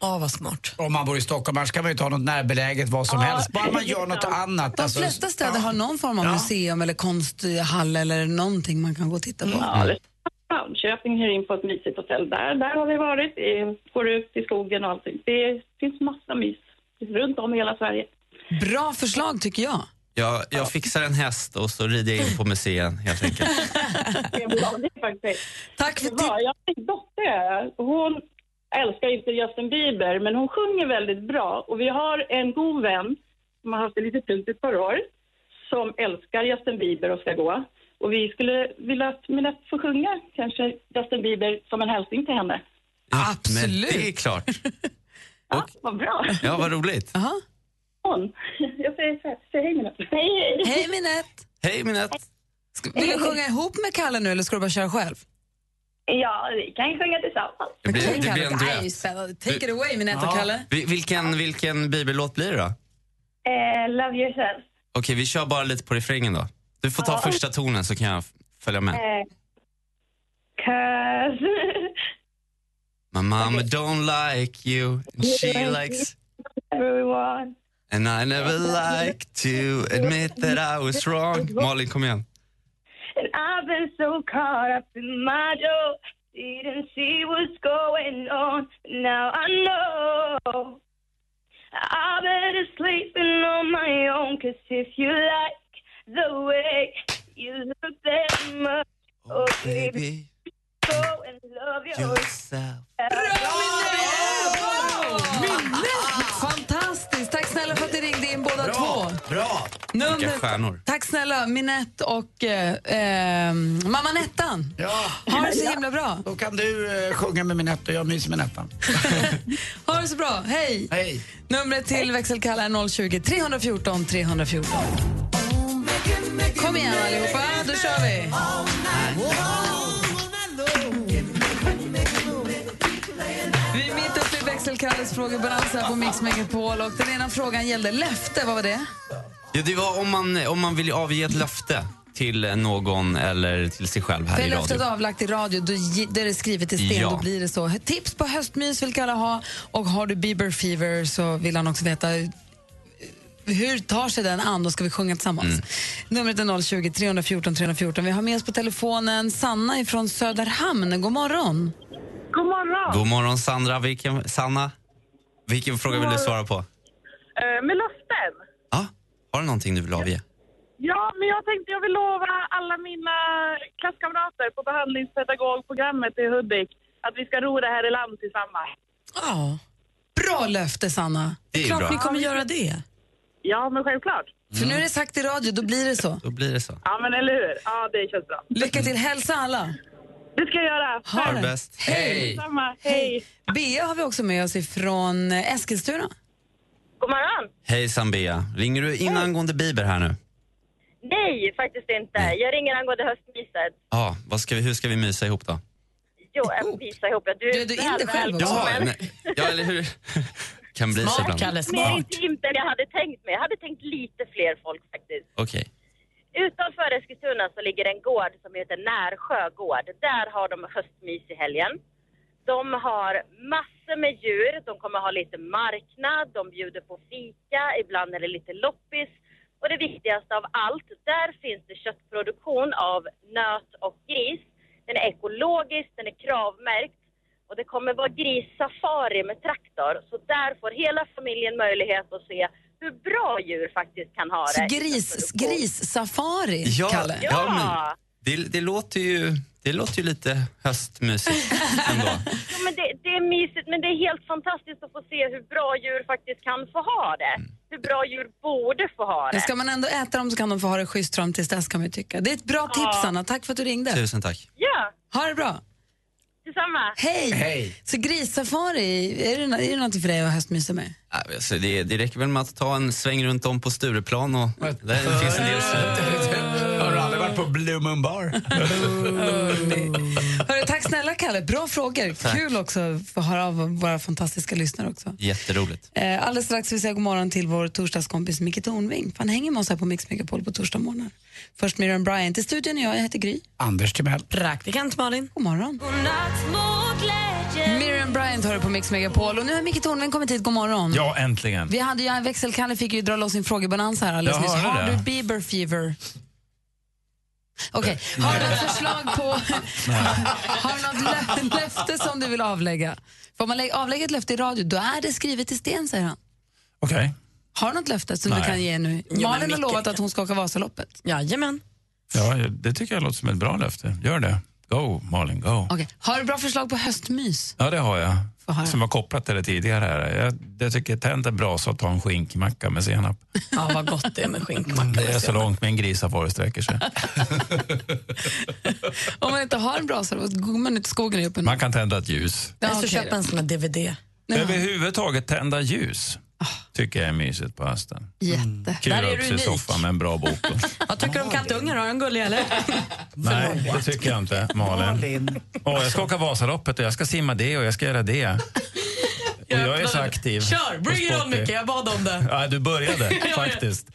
Speaker 5: Ja, vad smart.
Speaker 4: Om man bor i Stockholm, annars kan man ju ta något närbeläget, vad som
Speaker 3: Ja.
Speaker 4: helst. Bara man gör något annat.
Speaker 3: De
Speaker 4: alltså.
Speaker 3: flesta städer har någon form av
Speaker 4: Ja.
Speaker 3: museum eller konsthall eller någonting man kan gå och
Speaker 11: Mm.
Speaker 3: titta på.
Speaker 10: Mm. Ja, eller Malmköping hyr in på ett mysigt hotell där. Där har vi varit. Eh, Går ut i skogen och allting. Det finns massa mys runt om i hela Sverige.
Speaker 3: Bra förslag tycker jag.
Speaker 11: Jag, jag fixar en häst och så rider jag in på museet helt enkelt.
Speaker 10: Det är bra, det är faktiskt.
Speaker 3: Tack för
Speaker 10: det. var- Jag har en dotter. Hon älskar inte Justin Bieber, men hon sjunger väldigt bra. Och vi har en god vän som har haft det lite tungt ett par år som älskar Justin Bieber och ska gå. Och vi skulle vilja att Minette får sjunga kanske Justin Bieber som en hälsning till henne.
Speaker 11: Absolut. Men det är klart.
Speaker 10: Vad bra!
Speaker 11: Ja, vad roligt.
Speaker 10: Hon. Jag säger så här, säg hej Minette. Hej,
Speaker 3: Hej Minette!
Speaker 11: Hej Minette!
Speaker 3: Vill du sjunga ihop med Kalle nu eller ska du bara köra själv?
Speaker 10: Ja, vi kan sjunga tillsammans.
Speaker 11: Det blir,
Speaker 3: Okej,
Speaker 11: det blir
Speaker 3: Kalle.
Speaker 11: en
Speaker 3: Aj,
Speaker 11: duett.
Speaker 3: spännande. Take it away Minette och Kalle.
Speaker 11: Vi- Vilken, vilken bibellåt blir det då?
Speaker 10: Eh, love yourself.
Speaker 11: Okej, vi kör bara lite på refrängen då. Du får ta
Speaker 10: Ja.
Speaker 11: första tonen så kan jag f- följa med.
Speaker 10: Eh, cause...
Speaker 11: My mama don't like you, and she likes...
Speaker 10: Everyone.
Speaker 11: And I never like to admit that I was wrong. Malin, kom igen.
Speaker 7: And I've been so caught up in my dough, didn't see what's going on. Now I know I better sleeping on my own. Cause if you like the way you look that much, oh baby, go and love yourself.
Speaker 3: Fantastiskt! Tack snälla för att du ringde in båda två.
Speaker 11: Bra! Vilka
Speaker 3: Numret-
Speaker 11: stjärnor.
Speaker 3: Tack snälla Minette och eh, eh, mamma Nettan. Ha det så himla bra.
Speaker 4: Då kan du eh, sjunga med Minette och jag myser med Nettan.
Speaker 3: Ha det så bra. Hej!
Speaker 4: Hej.
Speaker 3: Numret till växelkalla är 020 314 314. Kom igen allihopa, då kör vi! Vi är mitt uppe i växelkalles frågebalans här på Mix Megapol och den ena frågan gällde löfte, vad var det?
Speaker 11: Ja, det var om man, om man vill avge ett löfte till någon eller till sig själv här
Speaker 3: För är
Speaker 11: i
Speaker 3: löftet
Speaker 11: radio.
Speaker 3: avlagt i radio, då, ge- då är det skrivet i sten,
Speaker 11: Ja.
Speaker 3: då blir det så. Tips på höstmys vill Kalle ha och har du Bieber fever så vill han också veta eh, hur tar sig den an? Då ska vi sjunga tillsammans.
Speaker 11: Mm.
Speaker 3: Numret är 020 314 314. Vi har med oss på telefonen Sanna ifrån Söderhamn. God morgon.
Speaker 13: God morgon.
Speaker 11: God morgon Sandra. Vilken, Sanna, vilken fråga vill du svara på?
Speaker 13: Eh, med löften.
Speaker 11: Har du någonting du vill avge?
Speaker 13: Ja, men jag tänkte jag vill lova alla mina klasskamrater på behandlingspedagogprogrammet i Hudik att vi ska ro det här i land tillsammans.
Speaker 3: Ja. Bra löfte, Sanna.
Speaker 11: Det är ju bra.
Speaker 3: göra det.
Speaker 13: Ja, men självklart.
Speaker 3: För nu är det sagt i radio, då blir det så.
Speaker 11: Då blir det så.
Speaker 13: Ja, men eller hur? Ja, det känns bra.
Speaker 3: Lycka till. Hälsa alla.
Speaker 13: Det ska jag göra.
Speaker 11: Ha det bäst. Hej.
Speaker 13: Samma. Hej.
Speaker 3: Bea har vi också med oss ifrån eh, Eskilstuna.
Speaker 13: God morgon.
Speaker 11: Hejsan Bea. Ringer du in angående Bieber här nu?
Speaker 13: Nej, faktiskt inte. Jag ringer angående höstmyset.
Speaker 11: Ja, vad ska vi, hur ska vi mysa ihop då?
Speaker 13: Jo, jag visar ihop. Du, du, du
Speaker 3: in dig själv också?
Speaker 11: Ja, nej, ja eller hur? kan bli så ibland.
Speaker 13: Mer
Speaker 11: Okej.
Speaker 13: intimt än jag hade tänkt mig. Jag hade tänkt lite fler folk faktiskt. Utanför Eskilstuna så ligger en gård som heter Närsjö gård. Där har de höstmys i helgen. De har massor med djur, de kommer ha lite marknad, de bjuder på fika, ibland är det lite loppis. Och det viktigaste av allt, där finns det köttproduktion av nöt och gris. Den är ekologisk, den är kravmärkt och det kommer vara grissafari med traktor. Så där får hela familjen möjlighet att se hur bra djur faktiskt kan ha det.
Speaker 3: Gris, grissafari,
Speaker 11: Ja,
Speaker 3: Kalle.
Speaker 11: ja, men det, det, låter ju, det låter ju lite höstmysigt ändå.
Speaker 13: Ja, men det, det är mysigt, men det är helt fantastiskt att få se hur bra djur faktiskt kan få ha det. Hur bra djur borde få ha
Speaker 3: Mm.
Speaker 13: det.
Speaker 3: Men Ska man ändå äta dem så kan de få ha det schysst fram tills dess kan man ju tycka. Det är ett bra tips Sanna, tack för att du ringde.
Speaker 11: Tusen tack.
Speaker 13: Ja,
Speaker 3: Ha det bra.
Speaker 13: detsamma.
Speaker 3: Hej! Så grissafari, är det, är det någonting för dig att höstmysa med?
Speaker 11: Ja, Alltså, det, det räcker väl med att ta en sväng runt om på Stureplan och där det finns en del... Har du aldrig varit
Speaker 14: här på Blue Moon Bar.
Speaker 3: Hörru, tack snälla Kalle, bra frågor.
Speaker 11: Tack.
Speaker 3: Kul också att få höra av våra fantastiska lyssnare också.
Speaker 11: Jätteroligt.
Speaker 3: Eh, alldeles strax vill vi säga god morgon till vår torsdagskompis Micke Tornving. Han hänger med oss här på Mix Megapol på torsdag morgon. Först Miriam Bryant i studion och jag, jag heter Gry.
Speaker 14: Anders Timell.
Speaker 3: Praktikant Malin. God morgon. Miriam Bryant hör på Mix Megapol och nu har Micke Tornving kommit hit. God morgon.
Speaker 15: Ja, äntligen.
Speaker 3: Vi hade ju, växelkalle fick ju dra loss sin frågebonanza här alldeles
Speaker 15: Jag
Speaker 3: nyss.
Speaker 15: hörde
Speaker 3: Har
Speaker 15: det.
Speaker 3: du Bieber fever? Okej, har du ett förslag på... har du något lö- löfte som du vill avlägga? Får man lä- avlägga ett löfte i radio, då är det skrivet i sten, säger han.
Speaker 15: Okej.
Speaker 3: Har du något löfte som du
Speaker 15: Nej.
Speaker 3: kan ge nu?
Speaker 15: men
Speaker 3: Malin har
Speaker 15: Micke
Speaker 3: lovat att hon ska åka Vasaloppet. Jajamän.
Speaker 15: Ja, det tycker jag låter som ett bra löfte. Gör det. Go, Malin, go.
Speaker 3: Okej. Har du bra förslag på höstmys?
Speaker 15: Ja, det har jag.
Speaker 3: Få höra.
Speaker 15: Som var kopplat till det tidigare. Här. Jag, jag tycker tänd en brasa och ta en skinkmacka med senap.
Speaker 5: Ja, vad gott det är med skink.
Speaker 15: Det är så långt min grisafar sträcker sig.
Speaker 3: Om man inte har en brasa, då går man ut i skogen och upp en...
Speaker 15: Man kan tända ett ljus.
Speaker 5: Eller så köper man sån här DVD.
Speaker 15: Överhuvudtaget tända ljus tycker jag är mysigt på hösten.
Speaker 3: Jätte.
Speaker 15: Kura upp sig i soffan med en bra bok.
Speaker 5: Vad tycker du om kattungar? Har de gulliga eller?
Speaker 15: Nej, det tycker jag inte, Malin. Åh, jag ska åka Vasaloppet och jag ska simma det och jag ska göra det. Och jag är så aktiv.
Speaker 5: Kör,
Speaker 15: och
Speaker 5: bring it on
Speaker 15: sportig.
Speaker 5: Micke, jag bad om det.
Speaker 15: Ja, du började
Speaker 5: Ja, ja.
Speaker 15: faktiskt.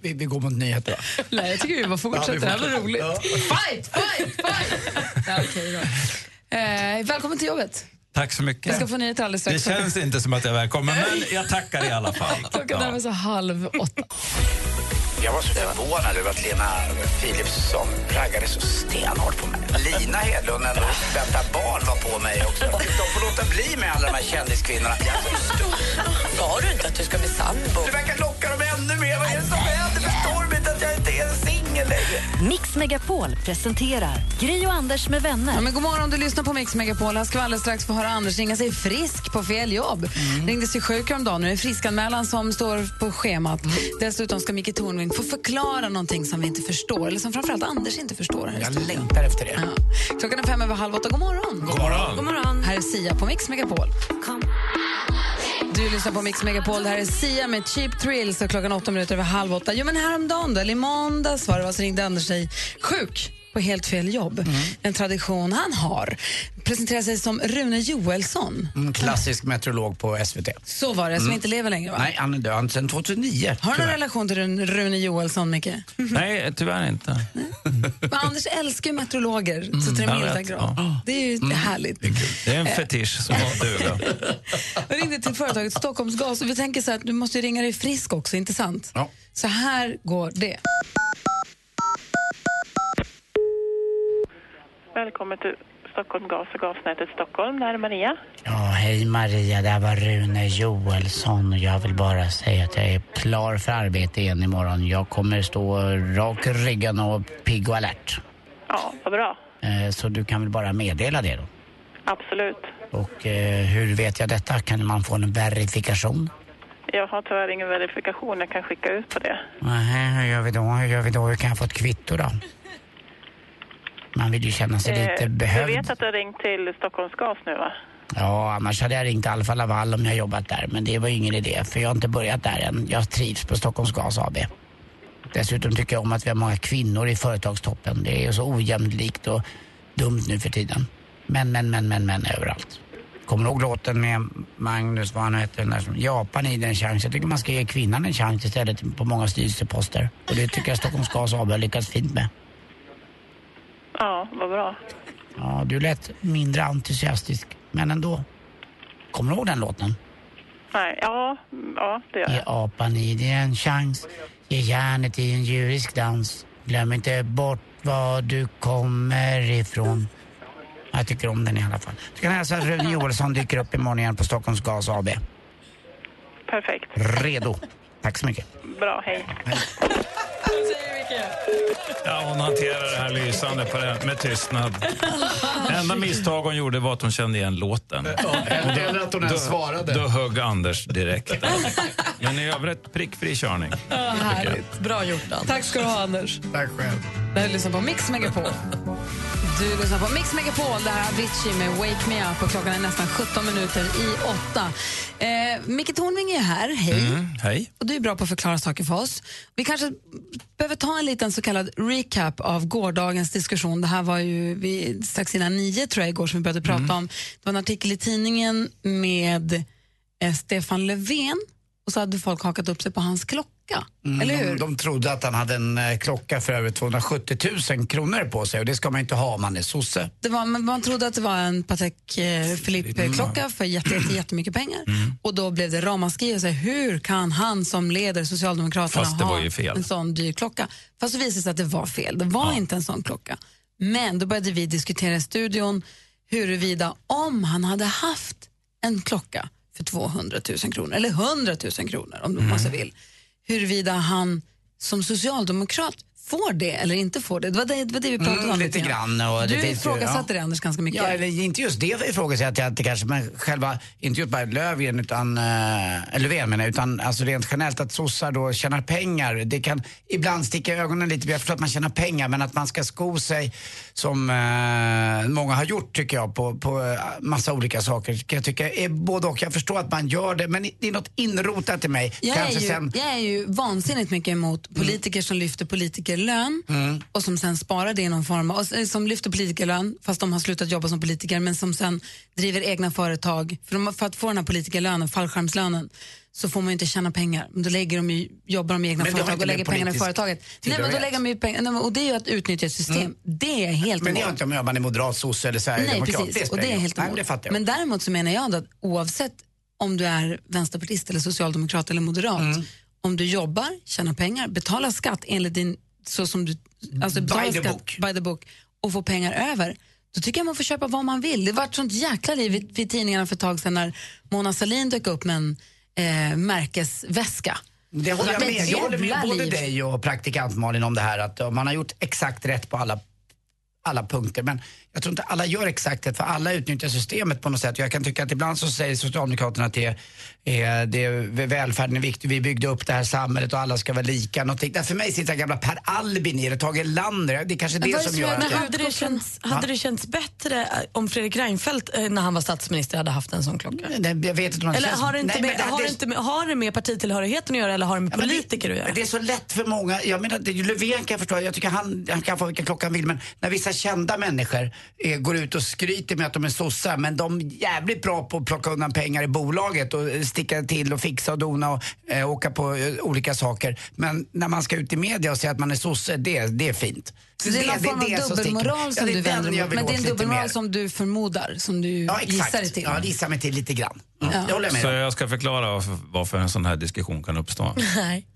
Speaker 14: vi, vi går mot nyheter.
Speaker 3: Nej, jag tycker vi bara fortsätter.
Speaker 14: Ja, vi
Speaker 3: det här
Speaker 14: fortsätter.
Speaker 3: var roligt. Fight, fight, fight! ja, okej då. Eh, välkommen till jobbet.
Speaker 15: Tack så mycket.
Speaker 3: Jag ska få nyheter alldeles
Speaker 15: det
Speaker 3: strax.
Speaker 15: känns inte som att jag är välkommen, men jag tackar i alla fall.
Speaker 3: Klockan närmar sig halv åtta.
Speaker 14: Jag var så förvånad över att Lena Philipsson raggade så stenhårt på mig. Lina Hedlund, ändå vänta barn, var på mig också. De får låta bli med alla de här kändiskvinnorna. Jag är så stor.
Speaker 5: Sa du inte att du ska bli sambo?
Speaker 14: Du verkar locka dem ännu mer. Vad är det som händer? Förstår de inte att jag inte är singel längre?
Speaker 13: Mix Megapol presenterar Gri och Anders med vänner.
Speaker 3: Ja, men god morgon, du lyssnar på Mix Megapol. Här ska vi alldeles strax få höra Anders ringa sig frisk på fel jobb.
Speaker 14: Mm.
Speaker 3: Ringde sig sjuk häromdagen. Nu är det friskanmälan som står på schemat.
Speaker 14: Mm.
Speaker 3: Dessutom ska Micke Tornving få förklara någonting som vi inte förstår, eller som framförallt Anders inte förstår. här i
Speaker 14: Jag
Speaker 3: studion.
Speaker 14: längtar efter det.
Speaker 3: Klockan är fem över halv åtta. God morgon!
Speaker 14: God morgon.
Speaker 3: God morgon. Här är Sia på Mix Megapol. Du lyssnar på Mix Megapol. Det här är Sia med Cheap Thrills och klockan åtta minuter över halv åtta. Jo, men häromdagen då, eller i måndags var det, va, så ringde Anders sig sjuk på helt fel jobb.
Speaker 15: Mm.
Speaker 3: En tradition han har. Presenterar sig som Rune Joelsson.
Speaker 14: En Mm, klassisk meteorolog på SVT.
Speaker 3: Så var det, som
Speaker 14: Mm.
Speaker 3: inte lever längre va?
Speaker 14: Nej, han är död sedan 2009.
Speaker 3: Har du någon
Speaker 14: tyvärr.
Speaker 3: relation till Rune- Rune Joelsson, Micke?
Speaker 15: Nej, tyvärr inte.
Speaker 3: Men Anders älskar ju meteorologer så till den
Speaker 15: jag
Speaker 3: milda
Speaker 15: Mm, vet.
Speaker 3: grad.
Speaker 15: Ja. Mm.
Speaker 3: Det är ju härligt. Eh.
Speaker 15: Det är en fetisch som har duga.
Speaker 3: Jag ringde till företaget Stockholmsgas och vi tänker så här, du måste ju ringa dig frisk också, inte sant? Så här går det.
Speaker 16: Välkommen till Stockholm Gas och gasnätet Stockholm. Det här är Maria.
Speaker 4: Ja, hej Maria, det här var Rune Joelsson och jag vill bara säga att jag är klar för arbete igen imorgon. Jag kommer stå rak i ryggen och pigg och alert.
Speaker 16: Ja, vad bra.
Speaker 4: Eh, Så du kan väl bara meddela det då?
Speaker 16: Absolut.
Speaker 4: Och eh, hur vet jag detta? Kan man få en verifikation?
Speaker 16: Jag har tyvärr ingen verifikation jag kan skicka ut på det.
Speaker 4: Nej, hur gör vi då? Hur gör vi då? Hur kan jag få ett kvitto då? Man vill ju känna sig lite
Speaker 16: Eh, du
Speaker 4: behövd.
Speaker 16: vet att du har ringt till Stockholms Gas nu va?
Speaker 4: Ja, annars hade jag ringt Alfa Laval om jag jobbat där. Men det var ju ingen idé, för jag har inte börjat där än. Jag trivs på Stockholms Gas AB. Dessutom tycker jag om att vi har många kvinnor i företagstoppen. Det är ju så ojämlikt och dumt nu för tiden. Män, män, män, män, män överallt. Kommer du ihåg låten med Magnus, vad han heter, den där som Japan i den chans. Jag tycker man ska ge kvinnan en chans istället på många styrelseposter. Och det tycker jag Stockholms Gas AB har lyckats fint med.
Speaker 16: Ja, vad bra.
Speaker 4: Ja, du lät mindre entusiastisk, men ändå. Kommer du ihåg den låten?
Speaker 16: Nej, ja, mm, ja det gör
Speaker 4: Ge
Speaker 16: jag.
Speaker 4: apan i dig en chans. Ge järnet i en djurisk dans. Glöm inte bort var du kommer ifrån. Jag tycker om den i alla fall. Du kan hälsa att Rune Joelsson dyker upp imorgon igen på Stockholms Gas AB.
Speaker 16: Perfekt.
Speaker 4: Redo. Tack så mycket.
Speaker 16: Bra, hej.
Speaker 15: Ja, hon hanterar det här lysande på det, med tystnad. Enda misstag hon gjorde var att hon kände igen låten.
Speaker 14: Eller att hon ens svarade.
Speaker 15: Då högg Anders direkt. Men i övrigt prickfri körning.
Speaker 3: härligt.
Speaker 5: Bra gjort, Anders.
Speaker 3: Tack ska du ha, Anders.
Speaker 14: Tack själv.
Speaker 3: Det här lyssnar på Mix Megapol. Du lyssnar på Mix Megapol, det här är Avicii med Wake Me Up och klockan är nästan 17 minuter i åtta. Eh, Micke Tornving är här, hej.
Speaker 5: Mm.
Speaker 15: Mm, Hej.
Speaker 3: Och du är bra på att förklara saker för oss. Vi kanske behöver ta en liten så kallad recap av gårdagens diskussion. Det här var ju vid, strax innan nio tror jag igår som vi började prata
Speaker 4: Mm.
Speaker 3: om. Det var en artikel i tidningen med eh, Stefan Löfven och så hade folk hakat upp sig på hans klocka.
Speaker 4: Mm,
Speaker 3: eller
Speaker 4: De,
Speaker 3: hur?
Speaker 4: de trodde att han hade en eh, klocka för över 270 000 kronor på sig och det ska man inte ha om man är sosse.
Speaker 3: Det var, man, man trodde att det var en Patek eh, Philippe-klocka
Speaker 4: Mm.
Speaker 3: för jätte, jätte, jättemycket pengar. Och då blev det ramaskri och så här, hur kan han som leder Socialdemokraterna
Speaker 15: Fast det
Speaker 3: ha
Speaker 15: var ju fel.
Speaker 3: en sån dyr klocka? Fast det visade det sig att det var fel, det var inte en sån klocka. Men då började vi diskutera i studion huruvida om han hade haft en klocka för 200 000 kronor, eller 100 000 kronor om man så
Speaker 4: Mm.
Speaker 3: vill, huruvida han som socialdemokrat får det eller inte får det. Det var det, det, var det vi pratade
Speaker 4: Mm,
Speaker 3: om
Speaker 4: lite grann. Och det
Speaker 3: du
Speaker 4: finns ju-
Speaker 3: ifrågasatte
Speaker 4: ja.
Speaker 3: det Anders ganska mycket.
Speaker 4: Ja, eller inte just det ifrågasätter jag inte kanske, men själva, inte just bara Löfven utan, eh, eller Löfven menar jag, utan alltså rent generellt att sossar då tjänar pengar. Det kan ibland sticka i ögonen lite, jag förstår att man tjänar pengar, men att man ska sko sig som eh, många har gjort tycker jag på, på eh, massa olika saker kan jag tycka är både och. Jag förstår att man gör det, men det är något inrotat i mig.
Speaker 3: Jag är,
Speaker 4: kanske
Speaker 3: ju,
Speaker 4: sen...
Speaker 3: jag är ju vansinnigt mycket emot politiker som lyfter politikerlön
Speaker 4: Mm.
Speaker 3: och som sen sparar det i någon form, och, s- eh, som lyfter politikerlön fast de har slutat jobba som politiker men som sen driver egna företag. För, de, för att få den här politikerlönen, fallskärmslönen, så får man ju inte tjäna pengar. Men Då lägger de ju, jobbar de i egna
Speaker 4: Men det har
Speaker 3: företag
Speaker 4: inte
Speaker 3: och lägger
Speaker 4: med
Speaker 3: pengarna i
Speaker 4: politisk
Speaker 3: företaget. Nej, men då
Speaker 4: tillhörighet.
Speaker 3: lägger de ju pengar, nej, men- och det är ju att utnyttja ett system.
Speaker 4: Mm.
Speaker 3: Det är jag helt
Speaker 4: Men det
Speaker 3: emot.
Speaker 4: har inte om man är moderat, sosse eller
Speaker 3: Nej,
Speaker 4: sverigedemokrat.
Speaker 3: precis. Och
Speaker 4: spelar
Speaker 3: det är
Speaker 4: ingen
Speaker 3: helt
Speaker 4: roll. Nej,
Speaker 3: emot.
Speaker 4: det fattar jag.
Speaker 3: Men däremot så menar jag att oavsett om du är vänsterpartist eller socialdemokrat eller moderat,
Speaker 4: Mm.
Speaker 3: om du jobbar, tjänar pengar, betalar skatt enligt din, så som du, alltså
Speaker 4: By
Speaker 3: betalar
Speaker 4: the
Speaker 3: skatt
Speaker 4: book.
Speaker 3: by the book och får pengar över, då tycker jag man får köpa vad man vill. Det var ett sånt jäkla liv vid, vid tidningarna för ett tag sedan när Mona Sahlin dök upp med en eh, märkesväska.
Speaker 4: Det håller jag
Speaker 3: var ett
Speaker 4: med. Jag håller med
Speaker 3: jävla
Speaker 4: både
Speaker 3: liv.
Speaker 4: dig och praktikant Malin om det här att eh, man har gjort exakt rätt på alla, alla punkter. Men jag tror inte alla gör exakt rätt för alla utnyttjar systemet på något sätt. Jag kan tycka att ibland så säger Socialdemokraterna att det är, eh, det är, välfärden är viktig, vi byggde upp det här samhället och alla ska vara lika. Någonting. Där för mig sitter gamla Per Albin i det, Tage Erlander. Det är kanske det som gör att
Speaker 5: Men
Speaker 4: jag-
Speaker 5: hade, det känts, hade det känts bättre eh, om Fredrik Reinfeldt eh, när han var statsminister hade haft en sån klocka?
Speaker 4: jag vet inte om det
Speaker 5: eller
Speaker 4: känns-
Speaker 5: har det, inte
Speaker 4: Nej,
Speaker 5: med,
Speaker 4: men det-
Speaker 5: har, det,
Speaker 4: det-
Speaker 5: inte med, har det med partitillhörigheten att göra eller har det med
Speaker 4: men det-
Speaker 5: politiker att göra?
Speaker 4: Det är så lätt för många. Jag menar, det, Löfven kan jag förstå. Jag tycker han, han kan få vilken klocka han vill. Men när vissa kända människor eh, går ut och skryter med att de är sossar men de är jävligt bra på att plocka undan pengar i bolaget och eh, sticka till och fixa och dona och eh, åka på eh, olika saker. Men när man ska ut i media och säga att man är sosse, det, det är fint.
Speaker 3: Så det är någon form av
Speaker 4: som sticker.
Speaker 3: dubbelmoral som
Speaker 4: Ja, det
Speaker 3: du
Speaker 4: är den
Speaker 3: vänder
Speaker 4: jag
Speaker 3: dig mot. Men
Speaker 4: vill
Speaker 3: det är
Speaker 4: åt
Speaker 3: en
Speaker 4: lite mer.
Speaker 3: dubbelmoral som du förmodar, som du
Speaker 4: Ja,
Speaker 3: gissar dig
Speaker 4: exakt.
Speaker 3: till.
Speaker 4: Ja, det gissar mig till lite grann. Mm.
Speaker 3: Ja.
Speaker 4: Det håller jag med
Speaker 15: Så
Speaker 4: om.
Speaker 15: jag ska förklara varför- varför en sån här diskussion kan uppstå.
Speaker 3: Nej.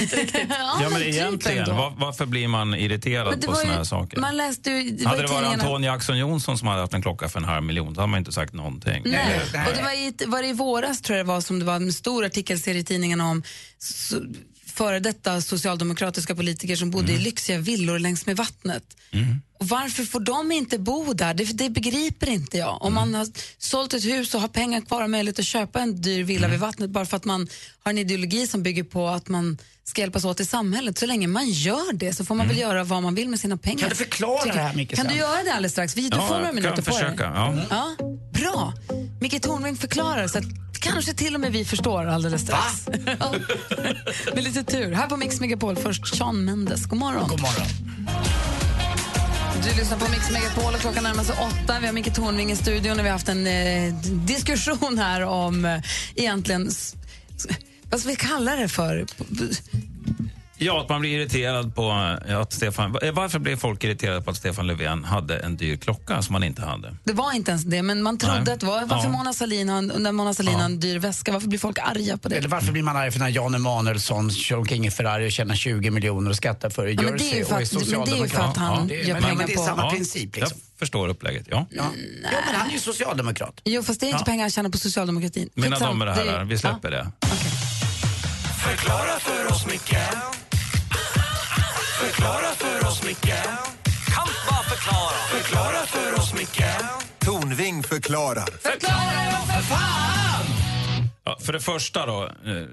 Speaker 3: Inte riktigt. ja,
Speaker 15: Ja, men
Speaker 3: typ
Speaker 15: egentligen,
Speaker 3: ändå.
Speaker 15: var, varför blir man
Speaker 3: Men
Speaker 15: irriterad
Speaker 3: det
Speaker 15: på
Speaker 3: var
Speaker 15: såna
Speaker 3: ju-
Speaker 15: här saker?
Speaker 3: Man läste ju, det var
Speaker 15: hade
Speaker 3: ju
Speaker 15: det varit
Speaker 3: tidningarna.
Speaker 15: Antonia Axson Johnson som hade haft en klocka för en halv miljon, då hade man inte sagt någonting.
Speaker 3: Nej. Och det var, i, var det i våras tror jag det var som det var en stor artikelserie i tidningarna om so, före detta socialdemokratiska politiker som bodde i lyxiga villor längs med vattnet. Och varför får de inte bo där? Det, det begriper inte jag. Om
Speaker 4: Mm.
Speaker 3: man har sålt ett hus och har pengar kvar och möjlighet att köpa en dyr villa
Speaker 4: Mm.
Speaker 3: vid vattnet bara för att man har en ideologi som bygger på att man ska hjälpas åt i samhället. Så länge man gör det så får man väl göra vad man vill med sina pengar.
Speaker 4: Mm. Kan du förklara
Speaker 3: Tycker-
Speaker 4: det här, Micke,
Speaker 3: Kan du
Speaker 4: sen?
Speaker 3: göra det alldeles strax? Vi, du
Speaker 15: Ja,
Speaker 3: får några
Speaker 15: jag
Speaker 3: minuter
Speaker 15: kan
Speaker 3: på dig.
Speaker 15: försöka, ja.
Speaker 3: Ja, bra. Micke Tornving förklarar så att kanske till och med vi förstår alldeles strax. Ja. Med lite tur. Här på Mix Megapol först Sean Mendes. God morgon.
Speaker 4: God morgon.
Speaker 3: Du lyssnar på Mix Megapol och klockan närmar sig åtta. Vi har Micke Tornving i studion och vi har haft en eh, d- diskussion här om eh, egentligen s- s- vad ska vi kalla det för? P- p-
Speaker 15: Ja, att man blir irriterad på att Stefan... eh, Varför blev folk irriterade på att Stefan Löfven hade en dyr klocka som han inte hade?
Speaker 3: Det var inte ens det, men man trodde
Speaker 15: Nej.
Speaker 3: att det var... Varför
Speaker 15: Ja.
Speaker 3: Mona Sahlin har en, när Mona Sahlin har en dyr väska, varför blir folk arga på det?
Speaker 4: Eller varför blir man arg för när Jan Emanuelsson kör omkring i Ferrari och tjänar 20 miljoner och skattar för det i
Speaker 3: Ja, men det är ju
Speaker 4: Jersey
Speaker 3: för
Speaker 4: och är
Speaker 3: att- men det är ju för att
Speaker 4: socialdemokrat?
Speaker 3: han
Speaker 4: Ja,
Speaker 3: gör
Speaker 4: det- men-
Speaker 3: pengar
Speaker 4: men Det är
Speaker 3: på-
Speaker 4: samma
Speaker 3: Ja.
Speaker 4: princip liksom.
Speaker 15: Jag förstår upplägget, ja.
Speaker 4: Ja. ja, men han är ju socialdemokrat.
Speaker 3: Jo, fast det är inte
Speaker 15: Ja.
Speaker 3: pengar jag tjänar på socialdemokratin.
Speaker 15: Mina
Speaker 3: Skitsam,
Speaker 15: damer och
Speaker 3: det-
Speaker 15: herrar, vi släpper det.
Speaker 12: Förklara för oss, Micke. Förklara för oss, Micke. Kan bara förklara. Förklara för oss, Micke.
Speaker 9: Tornving förklarar.
Speaker 15: Ja, för det första då, eh,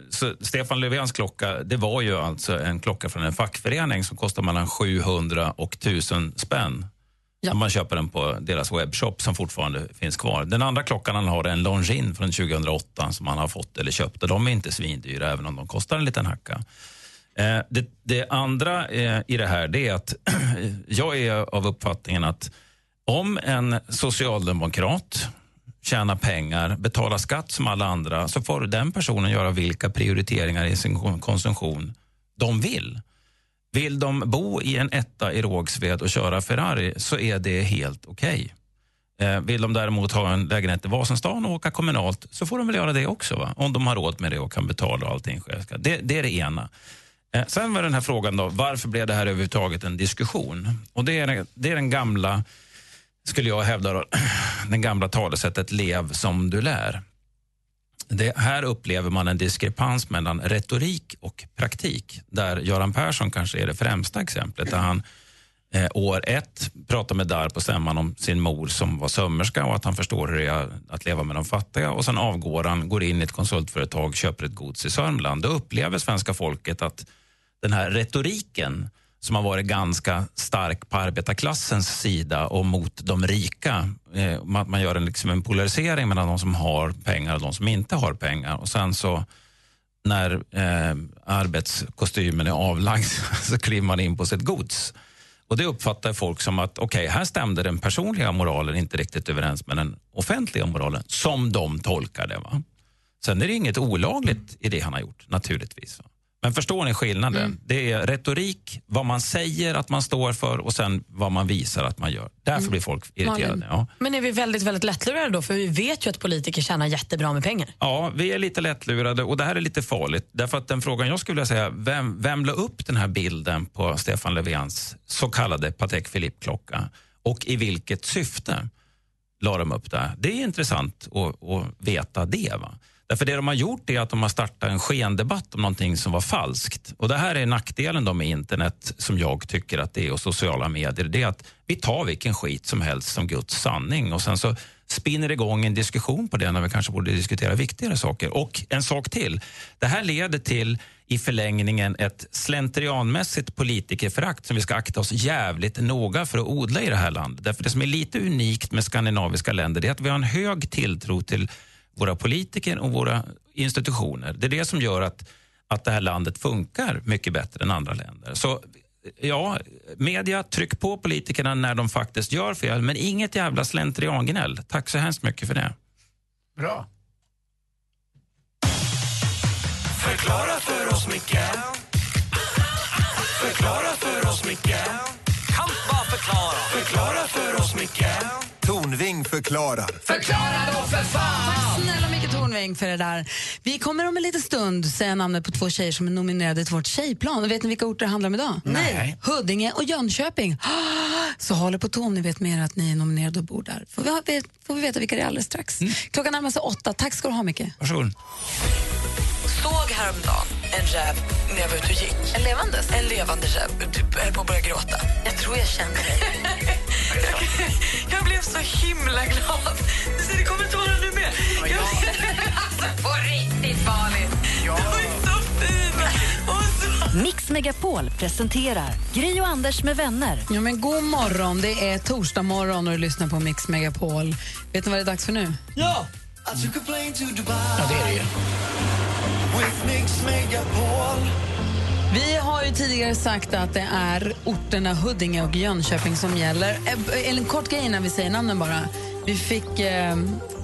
Speaker 15: så Stefan Löfvens klocka, det var ju alltså en klocka från en fackförening som kostar mellan 700 och 1000 spänn.
Speaker 3: Ja.
Speaker 15: Om man köper den på deras webbshop som fortfarande finns kvar. Den andra klockan han har är en Longines från 2008 som han har fått eller köpt. Och de är inte svindyra även om de kostar en liten hacka. Eh, det, det andra eh, i det här det är att jag är av uppfattningen att om en socialdemokrat tjänar pengar, betalar skatt som alla andra så får den personen göra vilka prioriteringar i sin kon- konsumtion de vill. Vill de bo i en etta i Rågsved och köra Ferrari så är det helt okej. Eh, Vill de däremot ha en lägenhet i Vasastan och åka kommunalt så får de väl göra det också. Va? Om de har råd med det och kan betala och allting själv. Det, det är det ena. Eh, Sen var den här frågan då, varför blev det här överhuvudtaget en diskussion? Och det är, den- det är den gamla, skulle jag hävda, då, den gamla talesättet lev som du lär. Det här upplever man en diskrepans mellan retorik och praktik. Där Göran Persson kanske är det främsta exemplet. Där han eh, år ett pratar med Dar på stämman om sin mor som var sömmerska och att han förstår hur det är att leva med de fattiga. Och sen avgår han, går in i ett konsultföretag, köper ett gods i Sörmland. Då upplever svenska folket att den här retoriken som har varit ganska stark på arbetarklassens sida och mot de rika. Eh, man, man gör en, liksom en polarisering mellan de som har pengar och de som inte har pengar. Och sen så när eh, arbetskostymen är avlagd så kliver man in på sitt gods. Och det uppfattar folk som att okej, här stämde den personliga moralen inte riktigt överens med den offentliga moralen, som de tolkar det. Va? Sen är det inget olagligt i det han har gjort, naturligtvis. va. Men förstår ni skillnaden? Det är retorik, vad man säger att man står för och sen vad man visar att man gör. Därför blir folk irriterade.
Speaker 5: Malin.
Speaker 15: Ja.
Speaker 5: Men är vi väldigt, väldigt lättlurade då? För vi vet ju att politiker tjänar jättebra med pengar.
Speaker 15: Ja, vi är lite lättlurade och det här är lite farligt. Därför att den frågan jag skulle vilja säga, vem, vem la upp den här bilden på Stefan Löfvens så kallade Patek Philippe-klocka? Och i vilket syfte la de upp det? här? Det är intressant att, att veta det. Va? Därför det de har gjort är att de har startat en skendebatt om någonting som var falskt. Och det här är nackdelen då med internet som jag tycker att det är och sociala medier. Det är att vi tar vilken skit som helst som Guds sanning och sen så spinner det igång en diskussion på det när vi kanske borde diskutera viktigare saker. Och en sak till. Det här leder till i förlängningen ett slentrianmässigt politikerförakt som vi ska akta oss jävligt noga för att odla i det här landet. Därför det som är lite unikt med skandinaviska länder det är att vi har en hög tilltro till våra politiker och våra institutioner. Det är det som gör att, att det här landet funkar mycket bättre än andra länder. Så ja, media, tryck på politikerna när de faktiskt gör fel, men inget jävla slentriangnäll. Tack så hemskt mycket för det.
Speaker 4: Bra.
Speaker 12: Förklara för oss, Micke Förklara för oss, Micke Kan bara förklara Förklara för oss, Micke
Speaker 9: Tornving förklarar.
Speaker 12: Förklara då för fan!
Speaker 3: Snälla Micke Tornving för det där. Vi kommer om en liten stund säga namnet på två tjejer som är nominerade till vårt tjejplan. Och vet ni vilka orter det handlar om idag?
Speaker 4: Nej.
Speaker 3: Huddinge och Jönköping. Ah, Så håll er på tå om ni vet mer att ni är nominerade och bor där. Får vi, ha- vet- får vi veta vilka det är alldeles strax. Klockan närmar sig åtta. Tack ska du ha Micke.
Speaker 15: Varsågod.
Speaker 17: Såg häromdagen en räv när jag var ute och gick. En levandes? En levande räv. Typ höll på att börja gråta. Jag tror jag känner dig. jag blev så himla glad. Så det kommer inte vara nu mer. Jag... alltså, på riktigt, Malin. Ja.
Speaker 1: Mix Megapol presenterar Gri och Anders med vänner.
Speaker 3: Ja, men god morgon, det är torsdag morgon och du lyssnar på Mix Megapol. Vet ni vad det är dags för nu?
Speaker 12: Ja! I took a plane to Dubai Ja, det är det ju. With Mix Megapol
Speaker 3: Vi har ju tidigare sagt att det är orterna Huddinge och Jönköping som gäller. Eh, En kort grej innan vi säger namnen bara. Vi fick eh,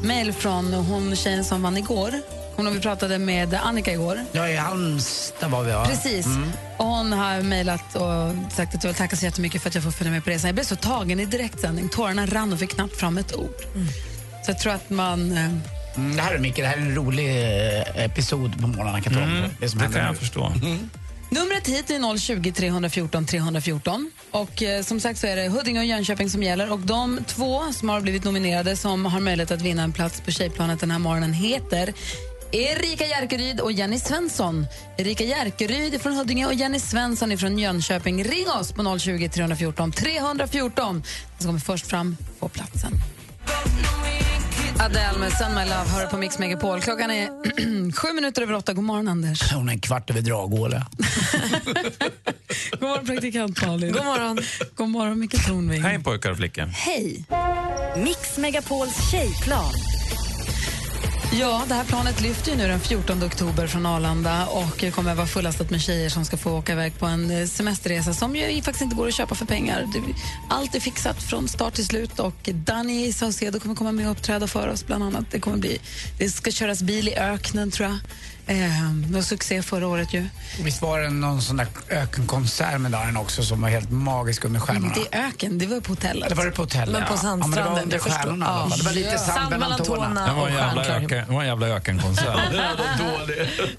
Speaker 3: mejl från hon tjejen som vann igår. Hon har vi pratade med Annika igår.
Speaker 4: Ja, i Halmstad var vi va?
Speaker 3: Precis.
Speaker 4: Mm.
Speaker 3: Och hon har mejlat och sagt att jag vill tacka så jättemycket för att jag får följa med på resan. Jag blev så tagen i direktsändning. Tårarna rann och fick knappt fram ett ord. Så jag tror att man... eh,
Speaker 4: Mm, det här är Micke, det här är en rolig eh, episod på morgonen. Kan jag tala om
Speaker 15: Mm,
Speaker 4: som
Speaker 15: det
Speaker 4: händer
Speaker 15: kan jag
Speaker 4: nu.
Speaker 15: förstå.
Speaker 3: Numret hit är 020 314 314. Och eh, som sagt så är det Huddinge och Jönköping som gäller. Och de två som har blivit nominerade som har möjlighet att vinna en plats på Tjejplanet den här morgonen heter Erika Jerkeryd och Jenny Svensson. Erika Jerkeryd är från Huddinge och Jenny Svensson är från Jönköping. Ring oss på 020 314 314. Den som kommer först fram får platsen. Adele med Send My Love hör på Mix Megapol. Klockan är sju minuter över åtta. God morgon, Anders.
Speaker 4: Hon är en kvart över Dragåla.
Speaker 3: God morgon, praktikant Malin.
Speaker 5: God morgon.
Speaker 3: God morgon, Micke Tornving.
Speaker 15: Hej pojkar och flickor.
Speaker 3: Hej.
Speaker 1: Mix Megapols tjejplan.
Speaker 3: Ja, det här planet lyfter ju nu den 14 oktober från Arlanda och kommer vara fullastat med tjejer som ska få åka iväg på en eh, semesterresa som ju faktiskt inte går att köpa för pengar. Det- Allt är fixat från start till slut och Danny Saucedo kommer komma med och uppträda för oss bland annat. Det, kommer bli, det ska köras bil i öknen tror jag. Eh, det var succé förra året ju.
Speaker 4: Visst var det någon sån där ökenkonsert med Darin också som var helt magisk under stjärnorna?
Speaker 3: Det är öken, det var på hotellet.
Speaker 4: Det var det på hotellet,
Speaker 3: Men på
Speaker 4: ja.
Speaker 3: sandstranden.
Speaker 4: Ja, men det var under
Speaker 3: jag förstår.
Speaker 4: stjärnorna i alla fall. Det var lite
Speaker 3: Ja.
Speaker 4: sand mellan tårna.
Speaker 15: Det var en jävla, öken, det var en jävla ökenkonsert.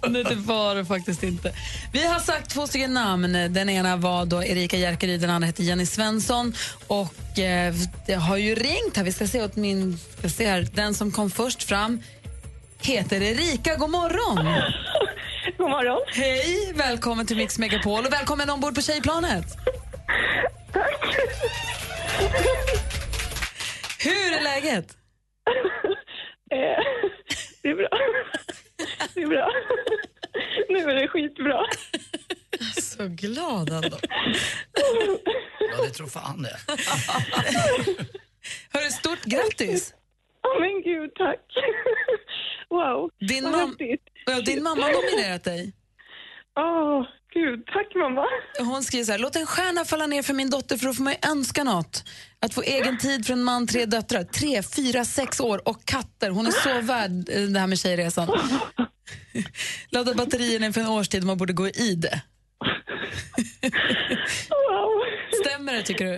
Speaker 3: Nej, det var det faktiskt inte. Vi har sagt två stycken namn. Den ena var då Erika Jerkeryd, den andra hette Jenny Svensson. Och eh, det har ju ringt här. Vi ska se åt min... Ska se här. Den som kom först fram heter Erika. God morgon!
Speaker 18: God morgon.
Speaker 3: Hej! Välkommen till Mix Megapol och välkommen ombord på tjejplanet. Tack. Hur är läget?
Speaker 18: Eh, det är bra. Det är bra. Nu är det skitbra.
Speaker 5: Så glad ändå.
Speaker 4: Ja, det tror fan det.
Speaker 3: Hörru, stort grattis!
Speaker 18: Ja, men gud, tack. Wow.
Speaker 3: Din,
Speaker 18: Vad
Speaker 3: mam-
Speaker 18: häftigt.
Speaker 3: ja, din mamma har nominerat dig.
Speaker 18: Åh, gud. Tack, mamma.
Speaker 3: Hon skriver så här, låt en stjärna falla ner för min dotter för då får man ju önska något. Att få egen tid för en man, tre döttrar, tre, fyra, sex år och katter. Hon är så värd eh, det här med tjejresan. Ladda batterierna inför en årstid man borde gå i det. Stämmer det tycker du?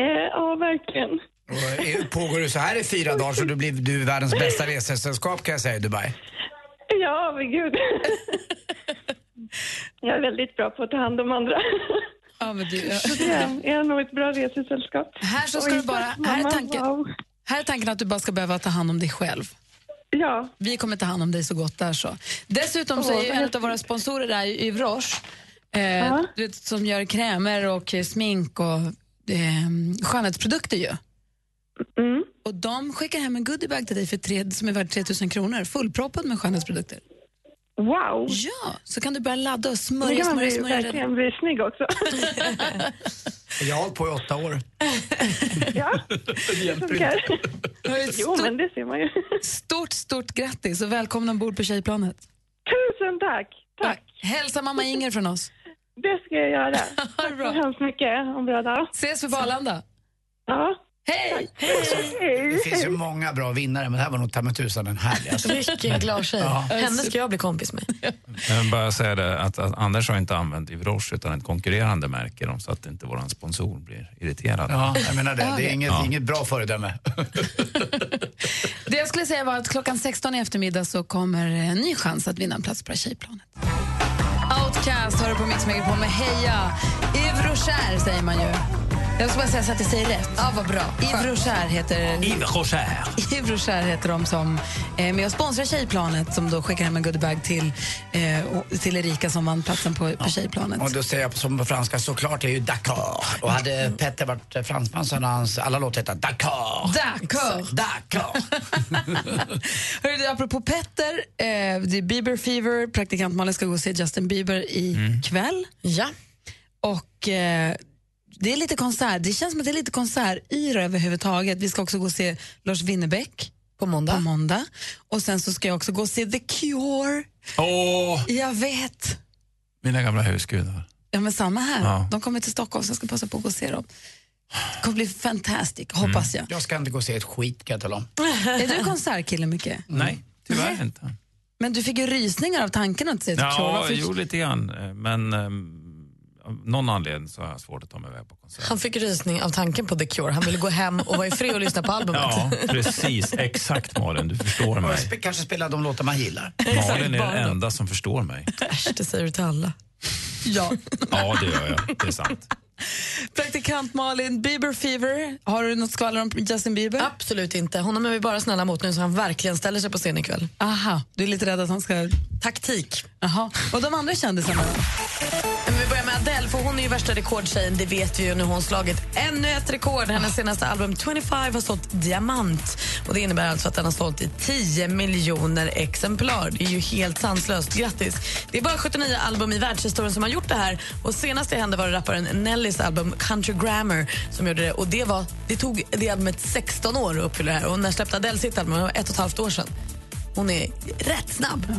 Speaker 18: Eh, ja, verkligen.
Speaker 4: Och eh, pågår du så här i fyra dagar så du blir du är världens bästa resesällskap kan jag säga i Dubai.
Speaker 18: Ja, men gud. Jag är väldigt bra på att ta hand om andra.
Speaker 3: Ja, men du,
Speaker 18: Så det är, jag är nog ett bra resesällskap.
Speaker 3: Här så ska
Speaker 18: Oj,
Speaker 3: du bara,
Speaker 18: tack,
Speaker 3: här är
Speaker 18: mamma.
Speaker 3: tanken.
Speaker 18: Wow.
Speaker 3: Här är tanken att du bara ska behöva ta hand om dig själv.
Speaker 18: Ja.
Speaker 3: Vi kommer ta hand om dig så gott där så. Dessutom så
Speaker 18: Åh,
Speaker 3: är ju
Speaker 18: vad
Speaker 3: en
Speaker 18: häftigt.
Speaker 3: av våra sponsorer där i Roche, eh, du vet, som gör krämer och eh, smink och eh, skönhetsprodukter ju.
Speaker 18: Mm.
Speaker 3: Och de skickar hem en goodiebag till dig för tre, som är värd 3000 kronor, fullproppad med skönhetsprodukter.
Speaker 18: Wow!
Speaker 3: Ja, så kan du börja ladda och
Speaker 18: Nu
Speaker 3: smörja,
Speaker 18: kan man
Speaker 3: smörja,
Speaker 18: bli,
Speaker 3: smörja.
Speaker 18: verkligen bli snygg också.
Speaker 4: Jag har hållit på i åtta år.
Speaker 18: Funkar. Jo, men det ser man ju.
Speaker 3: Stort, stort grattis och välkomna ombord på Tjejplanet.
Speaker 18: Tusen tack! Tack!
Speaker 3: Hälsa mamma Inger från oss.
Speaker 18: Det ska jag göra. Tack så hemskt mycket. Ha en bra dag.
Speaker 3: Ses vi på Arlanda?
Speaker 18: Ja.
Speaker 3: Hej!
Speaker 4: Det finns ju många bra vinnare men det här var nog ta mig tusan den härligaste.
Speaker 5: Vilken glad tjej.
Speaker 4: Ja.
Speaker 5: Henne ska jag bli kompis med.
Speaker 15: Jag vill bara säga det, att, att Anders har inte använt Ivroche utan ett konkurrerande märke då, så att inte vår sponsor blir irriterad.
Speaker 4: Ja, jag menar det. Det är
Speaker 3: Okej.
Speaker 4: inget,
Speaker 15: Ja.
Speaker 4: inget bra föredöme.
Speaker 3: Det jag skulle säga var att klockan 16 i eftermiddag så kommer en ny chans att vinna en plats på det här tjejplanet. Outcast hör du på Mix Megapol med Heja! Yves Rocher säger man ju. Jag ska bara säga så att jag säger rätt. Ja, vad bra. Yves Rocher heter...
Speaker 15: Rocher.
Speaker 3: Yves Rocher heter de som är med och sponsrar Tjejplanet som då skickar hem en goodiebag till, eh, och- till Erika som vann platsen på, på Tjejplanet.
Speaker 4: Och då säger jag som på franska, såklart är ju Dakar. Och hade Petter varit fransman så hade hans alla låtar hetat Dakar.
Speaker 3: Dakar!
Speaker 4: Dakar!
Speaker 3: Alltså. Hörru, du, apropå Petter, eh, det är Bieber Fever. Praktikant Malin ska gå och se Justin Bieber ikväll. kväll.
Speaker 5: Mm. Ja.
Speaker 3: Och eh, det är lite konsert. Det känns som att det är lite konsertyra överhuvudtaget. Vi ska också gå och se Lars Winnerbäck
Speaker 5: på måndag.
Speaker 3: på måndag. Och sen så ska jag också gå och se The Cure.
Speaker 15: Åh,
Speaker 3: Jag vet.
Speaker 15: mina gamla husgudar.
Speaker 4: Mm.
Speaker 3: Ja, men samma här.
Speaker 15: Ja.
Speaker 3: De kommer till Stockholm så jag ska passa på att gå och se dem. Det kommer bli fantastiskt, hoppas
Speaker 15: Mm.
Speaker 3: jag.
Speaker 4: Mm. Jag ska inte gå och se ett skit kan jag tala om.
Speaker 3: Är du konsertkille mycket?
Speaker 15: Nej, tyvärr inte.
Speaker 3: Men du fick ju rysningar av tanken att se The Cure.
Speaker 15: Ja,
Speaker 3: Varför-
Speaker 15: jo, lite grann. eh, Men um, av någon anledning så har jag svårt att ta mig iväg på konsert.
Speaker 5: Han fick rysning av tanken på The Cure. Han ville gå hem och vara i fred och lyssna på albumet.
Speaker 15: Ja, precis. Exakt Malin, du förstår
Speaker 4: Och
Speaker 15: mig.
Speaker 4: spe- kanske spela de låtar man gillar.
Speaker 15: Malin är den enda som förstår mig.
Speaker 5: Äsch, det säger du till alla.
Speaker 3: Ja.
Speaker 15: Ja, det gör jag. Det är sant.
Speaker 3: Praktikant Malin, Bieber fever. Har du något skvaller om Justin Bieber?
Speaker 5: Absolut inte. Honom är vi bara snälla mot nu så han verkligen ställer sig på scen ikväll.
Speaker 3: Aha, du är lite rädd att han ska...
Speaker 5: Taktik.
Speaker 3: Aha. Och de andra kändisarna då?
Speaker 5: Men vi börjar med Adele, för hon är ju värsta rekordtjejen. Det vet vi ju nu har hon slagit ännu ett rekord. Hennes senaste album 25 har sålt diamant. Och Det innebär alltså att den har sålt i 10 miljoner exemplar. Det är ju helt sanslöst. Grattis! Det är bara 79 album i världshistorien som har gjort det här. Och Senast det hände var det rapparen Nellys album Country Grammar som gjorde det. Och Det, var, det tog det albumet 16 år att uppfylla det här. Och när släppte Adele sitt album? Det var ett och ett halvt år sedan. Hon är rätt snabb.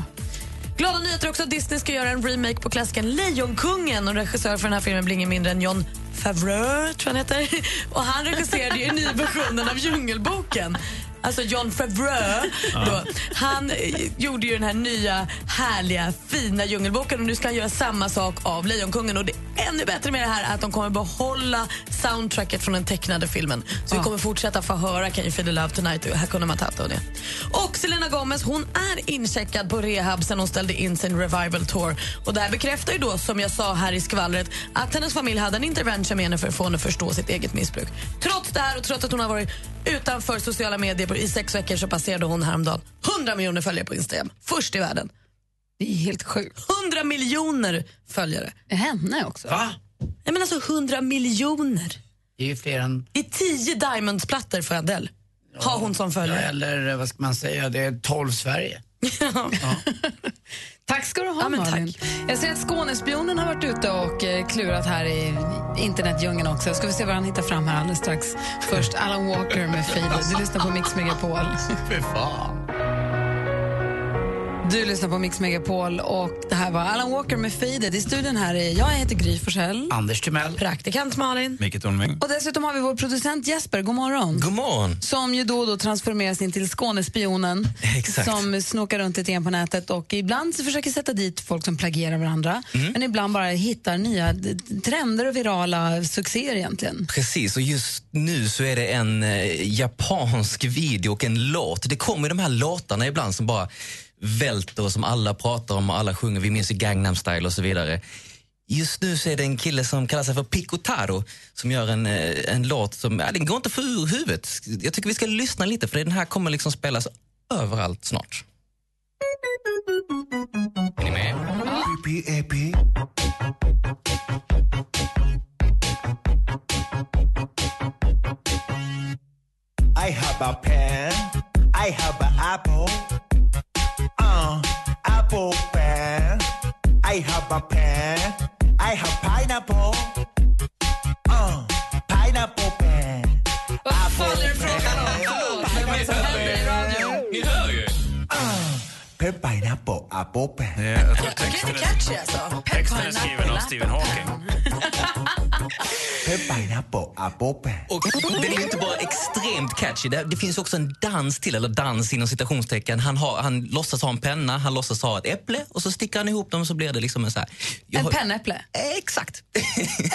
Speaker 5: Glada nyheter också. Disney ska göra en remake på klassikern Lejonkungen. Och regissör för den här filmen blir ingen mindre än John Favreau, tror jag han heter. Och han regisserade ju nyversionen av Djungelboken. Alltså John Favreau. Då.
Speaker 2: Ja.
Speaker 5: Han eh, gjorde ju den här nya, härliga, fina Djungelboken och nu ska han göra samma sak av Lejonkungen. Och det är ännu bättre med det här att de kommer behålla soundtracket från den tecknade filmen. Så vi kommer fortsätta få höra Can you feel the love tonight? Och Hakuna Matata och det. Och Selena Gomez, hon är incheckad på rehab sen hon ställde in sin revival tour. Och det här bekräftar ju då, som jag sa här i skvallret, att hennes familj hade en intervention med henne för att få henne att förstå sitt eget missbruk. Trots det här och trots att hon har varit utanför sociala medier på- i sex veckor så passerade hon häromdagen 100 miljoner följare på Instagram. Först i världen.
Speaker 3: Det är helt sjukt.
Speaker 5: 100 miljoner följare.
Speaker 3: Henne också?
Speaker 4: Va?
Speaker 5: Nej men alltså 100 miljoner.
Speaker 4: Det är ju fler än...
Speaker 5: Det är 10 diamondsplattor för Adele. Har hon som
Speaker 4: Ja,
Speaker 5: följare.
Speaker 4: eller eh, vad ska man säga, det är 12 Sverige.
Speaker 3: Tack ska du ha, Malin. Jag ser att Skånespionen har varit ute och eh, klurat här i internetdjungeln också. Ska vi se vad han hittar fram här alldeles strax. Först Alan Walker med Faded. Du lyssnar på Mix Megapol.
Speaker 4: Fy fan.
Speaker 3: Du lyssnar på Mix Megapol och det här var Alan Walker med Faded. I studion här är jag, jag heter Gry Forssell.
Speaker 4: Anders Timell.
Speaker 3: Praktikant Malin.
Speaker 15: Micke Tornving.
Speaker 3: Och dessutom har vi vår producent Jesper, god morgon.
Speaker 19: God morgon.
Speaker 3: Som ju då och då transformeras in till Skånespionen.
Speaker 19: Exakt.
Speaker 3: Som snokar runt lite grann på nätet och ibland så försöker sätta dit folk som plagierar varandra.
Speaker 19: Mm.
Speaker 3: Men ibland bara hittar nya d- trender och virala succéer egentligen.
Speaker 19: Precis, och just nu så är det en eh, japansk video och en låt. Det kommer de här låtarna ibland som bara välter och som alla pratar om och alla sjunger. Vi minns ju Gangnam style och så vidare. Just nu så är det en kille som kallar sig för Pico Taro som gör en, eh, en låt som, ja, den går inte för ur huvudet. Jag tycker vi ska lyssna lite för den här kommer liksom spelas överallt snart. Är ni med?
Speaker 20: I have a pen. I have an apple. Uh, apple pen. I have a pen. I have pineapple. Uh, pineapple pen. Vad fan är det frågan om? Förlåt, men vad är det som händer i radion? Ni hör ju! Pen, pineapple, apple pen.
Speaker 5: Lite catchy alltså. Texten är skriven av
Speaker 15: Stephen Hawking.
Speaker 20: Pen, pineapple, apple pen.
Speaker 19: Och den är ju inte bara extremt catchy. Det, det finns också en dans till, eller dans inom citationstecken. Han, har, han låtsas ha en penna, han låtsas ha ett äpple och så stickar han ihop dem och så blir det liksom en så här... Jag
Speaker 3: En
Speaker 19: har-
Speaker 3: pennäpple.
Speaker 19: Exakt.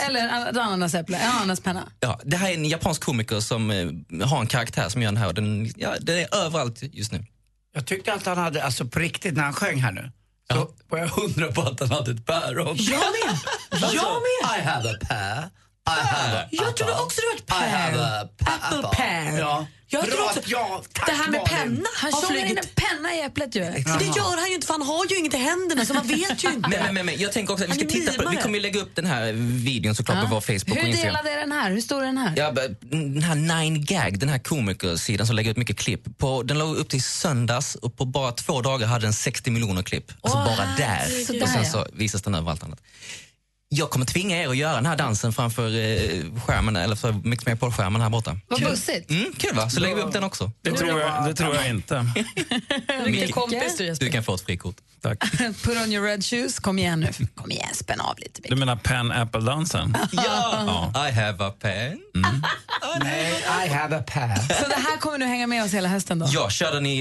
Speaker 3: Eller ett ananasäpple, en ananaspenna.
Speaker 19: Ja, det här är en japansk komiker som eh, har en karaktär som gör den här och den, ja, den är överallt just nu.
Speaker 4: Jag tyckte att han hade, alltså på riktigt när han sjöng här nu, så var jag hundra på att han hade ett päron.
Speaker 2: Jag med. Jag med.
Speaker 4: I have a pear. I have a
Speaker 5: Jag trodde också det var ett
Speaker 4: I have
Speaker 5: pear.
Speaker 4: a apple.
Speaker 5: Apple pear.
Speaker 4: Ja.
Speaker 5: Jag
Speaker 4: Bra
Speaker 5: tror
Speaker 4: att
Speaker 5: också...
Speaker 4: jag- tack,
Speaker 5: det här med
Speaker 4: Malin.
Speaker 5: penna
Speaker 3: Han
Speaker 5: har
Speaker 3: tjockar in
Speaker 5: flugit.
Speaker 3: en penna i äpplet ju.
Speaker 5: Men Det gör han ju inte för han har ju inget i händerna så man vet ju inte.
Speaker 19: Men, men, men, men jag tänker också att vi
Speaker 5: Han
Speaker 19: ska
Speaker 5: är
Speaker 19: titta på, vi
Speaker 5: mimare.
Speaker 19: kommer ju lägga upp den här videon såklart på vår Facebook och
Speaker 3: Hur
Speaker 19: Instagram.
Speaker 3: delad är den här? Hur stor är den här?
Speaker 19: Ja, b- den här 9gag, den här komikersidan som lägger ut mycket klipp. På, den låg upp till söndags och på bara två dagar hade den 60 miljoner klipp. Alltså
Speaker 3: Åh,
Speaker 19: bara där.
Speaker 3: herregud.
Speaker 19: och sen
Speaker 3: Sådär,
Speaker 19: så visas den överallt annat. Jag kommer tvinga er att göra den här dansen framför eh, skärmen, eller för Mix Megapol-skärmen här borta.
Speaker 3: Vad bussigt.
Speaker 19: Mm, kul va? Så lägger vi upp den också.
Speaker 15: Det tror jag, det tror jag inte.
Speaker 19: Micke, Du kan få ett frikort.
Speaker 15: Tack.
Speaker 3: Put on your red shoes. Kom igen nu. Kom igen, spänn av lite.
Speaker 15: Du menar Pan-Apple-dansen?
Speaker 19: Ja! I have a pen.
Speaker 4: Nej, I have a pear.
Speaker 3: Så det här kommer du hänga med oss hela hösten då?
Speaker 19: Ja, kör den i,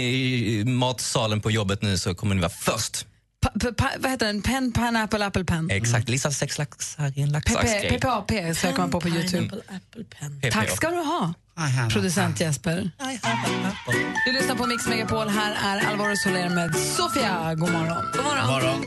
Speaker 19: i matsalen på jobbet nu så kommer ni vara först.
Speaker 3: Pa, pa, pa, vad heter den? Pen, pineapple, apple pen.
Speaker 19: Exakt, Lisa sex laxar i en
Speaker 3: PP,
Speaker 19: laxaxgrej.
Speaker 3: PPAP söker man på på Youtube. Tack ska du ha, producent Jesper. Du lyssnar på Mix Megapol. Här är Alvaro Soler med Sofia. God morgon. God
Speaker 5: morgon.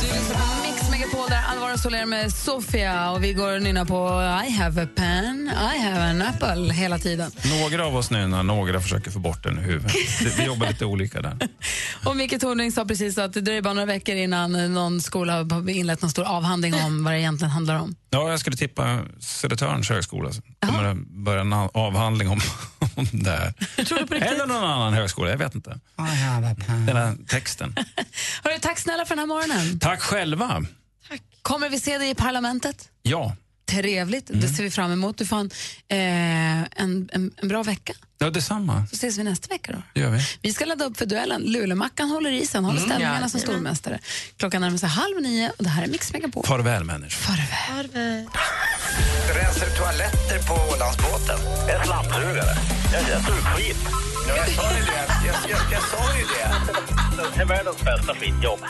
Speaker 3: Du lyssnar på Mix Megapol där Alvaro Sara Soler med Sofia och vi går och nynnar på I have a pen, I have an apple hela tiden.
Speaker 15: Några av oss nynnar, några försöker få bort den i huvudet. Det- Vi jobbar lite olika där.
Speaker 3: Och Micke Tornving sa precis att det dröjer bara några veckor innan någon skola har inlett någon stor avhandling om vad det egentligen handlar om.
Speaker 15: Ja, jag skulle tippa Södertörns högskola. Kommer att börja en avhandling om, om det här. Eller någon annan högskola, jag vet inte.
Speaker 21: I have a pen.
Speaker 15: Den här texten.
Speaker 3: Hörru, tack snälla för den här morgonen.
Speaker 15: Tack själva.
Speaker 3: Kommer vi se dig i parlamentet?
Speaker 15: Ja.
Speaker 3: Trevligt, det
Speaker 15: Mm.
Speaker 3: ser vi fram emot. Du får en, eh, en, en, en bra vecka.
Speaker 15: ja, detsamma.
Speaker 3: Så ses vi nästa vecka då.
Speaker 15: Det gör vi.
Speaker 3: Vi ska ladda upp för duellen. Lulemackan håller i sen, håller
Speaker 15: Mm.
Speaker 3: ställningarna
Speaker 15: Ja,
Speaker 3: som
Speaker 15: det är det.
Speaker 3: stormästare. Klockan närmar sig halv nio och det här är Mix Megapol.
Speaker 15: Farväl människor.
Speaker 3: Farväl.
Speaker 20: Rensar du toaletter på Ålandsbåten? En slamsugare. Jag, jag tog skit. Ja, jag sa ju det. Jag, jag, jag sa ju det. Det är världens bästa skitjobb.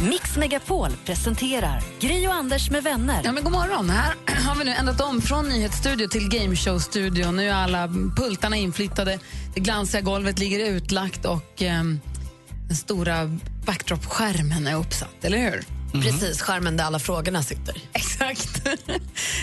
Speaker 1: Mix Megapol presenterar Gri och Anders med vänner.
Speaker 3: Ja, men god morgon. Här har vi nu ändrat om från nyhetsstudio till gameshow-studio. Nu är alla pultarna inflyttade, det glansiga golvet ligger utlagt och ehm, den stora backdrop-skärmen är uppsatt, eller hur?
Speaker 5: Mm-hmm. Precis, skärmen där alla frågorna sitter.
Speaker 3: Exakt.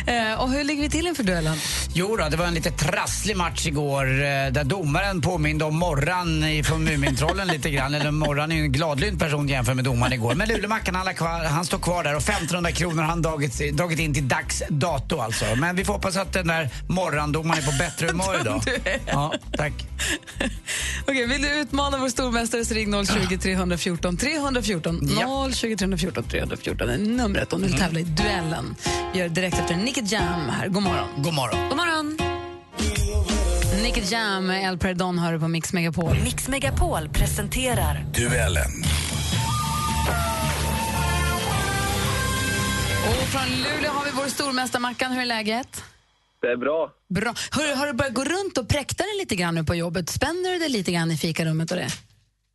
Speaker 3: Eh, och hur ligger vi till inför duellen?
Speaker 21: Jo då, det var en lite trasslig match igår eh, där domaren påminde om Morran från Mumintrollen lite grann. Eller Morran är ju en gladlynt person jämfört med domaren igår. Men Lulemackan, han, la kvar- han står kvar där och 1500 kronor har han dragit, dragit in till dags dato alltså. Men vi får hoppas att den där Morran-domaren är på bättre humör idag.
Speaker 3: Du är.
Speaker 21: Ja, tack.
Speaker 3: Okej, vill du utmana vår stormästare så ring 020 314 314. 020 314 314 är numret om du vill tävla i duellen. Vi gör det direkt efter Nicky Jam här. God morgon.
Speaker 21: God morgon.
Speaker 3: God morgon. Nicky Jam med El Perdon hör du på Mix Megapol.
Speaker 1: Mix Megapol presenterar
Speaker 12: Duellen.
Speaker 3: Och från Luleå har vi vår stormästare Mackan. Hur är läget?
Speaker 14: Det är bra.
Speaker 3: Bra. Hör, har du börjat gå runt och präkta dig lite grann nu på jobbet? Spänner du dig lite grann i fikarummet och det?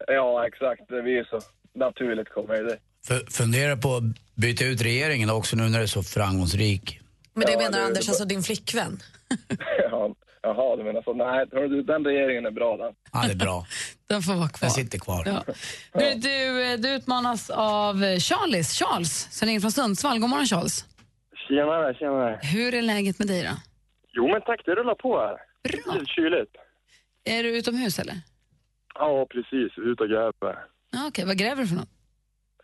Speaker 14: Ja, exakt. Det blir ju så. Naturligt kommer det.
Speaker 4: F- fundera på att byta ut regeringen också nu när du är så framgångsrik.
Speaker 5: Men det
Speaker 14: Ja,
Speaker 5: menar
Speaker 14: det-
Speaker 5: Anders, alltså din flickvän?
Speaker 14: Ja, Jaha, du menar så. Nej, hör du, den regeringen är bra den.
Speaker 4: Ja, det är bra.
Speaker 3: Den får vara kvar.
Speaker 4: Den sitter kvar.
Speaker 3: Ja. Du, du, eh, du utmanas av eh, Charles, Charles som ringer från Sundsvall. God morgon Charles.
Speaker 14: Tjenare, tjenare.
Speaker 3: Hur är läget med dig då?
Speaker 14: Jo, men tack. Det rullar på här. Bra. Det är kyligt.
Speaker 3: Är du utomhus eller?
Speaker 14: Ja, precis. Ut och gräver.
Speaker 3: Ja, Okej, vad gräver du för något?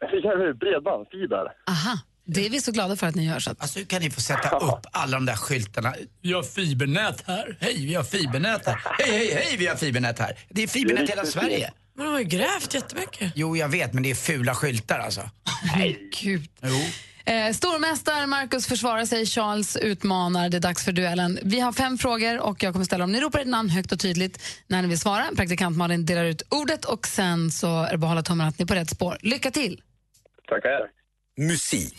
Speaker 14: Jag gräver bredband, fiber.
Speaker 3: Aha, det är vi så glada för att ni gör. Så att...
Speaker 4: Alltså hur kan ni få sätta upp alla de där skyltarna? Vi har fibernät här. Hej, vi har fibernät här. Hej, hej, hej, vi har fibernät här. Det är fibernät i hela Sverige.
Speaker 5: Men de har ju grävt jättemycket.
Speaker 4: Jo, jag vet, men det är fula skyltar alltså.
Speaker 3: Nej. Gud.
Speaker 4: Jo.
Speaker 3: Eh, stormästare Marcus försvarar sig, Charles utmanar. Det är dags för duellen. Vi har fem frågor och jag kommer ställa dem. Ni ropar ett namn högt och tydligt när ni vill svara. Praktikant Malin delar ut ordet och sen så är det bara att hålla tummarna att ni är på rätt spår. Lycka till!
Speaker 14: Tackar.
Speaker 12: Musik.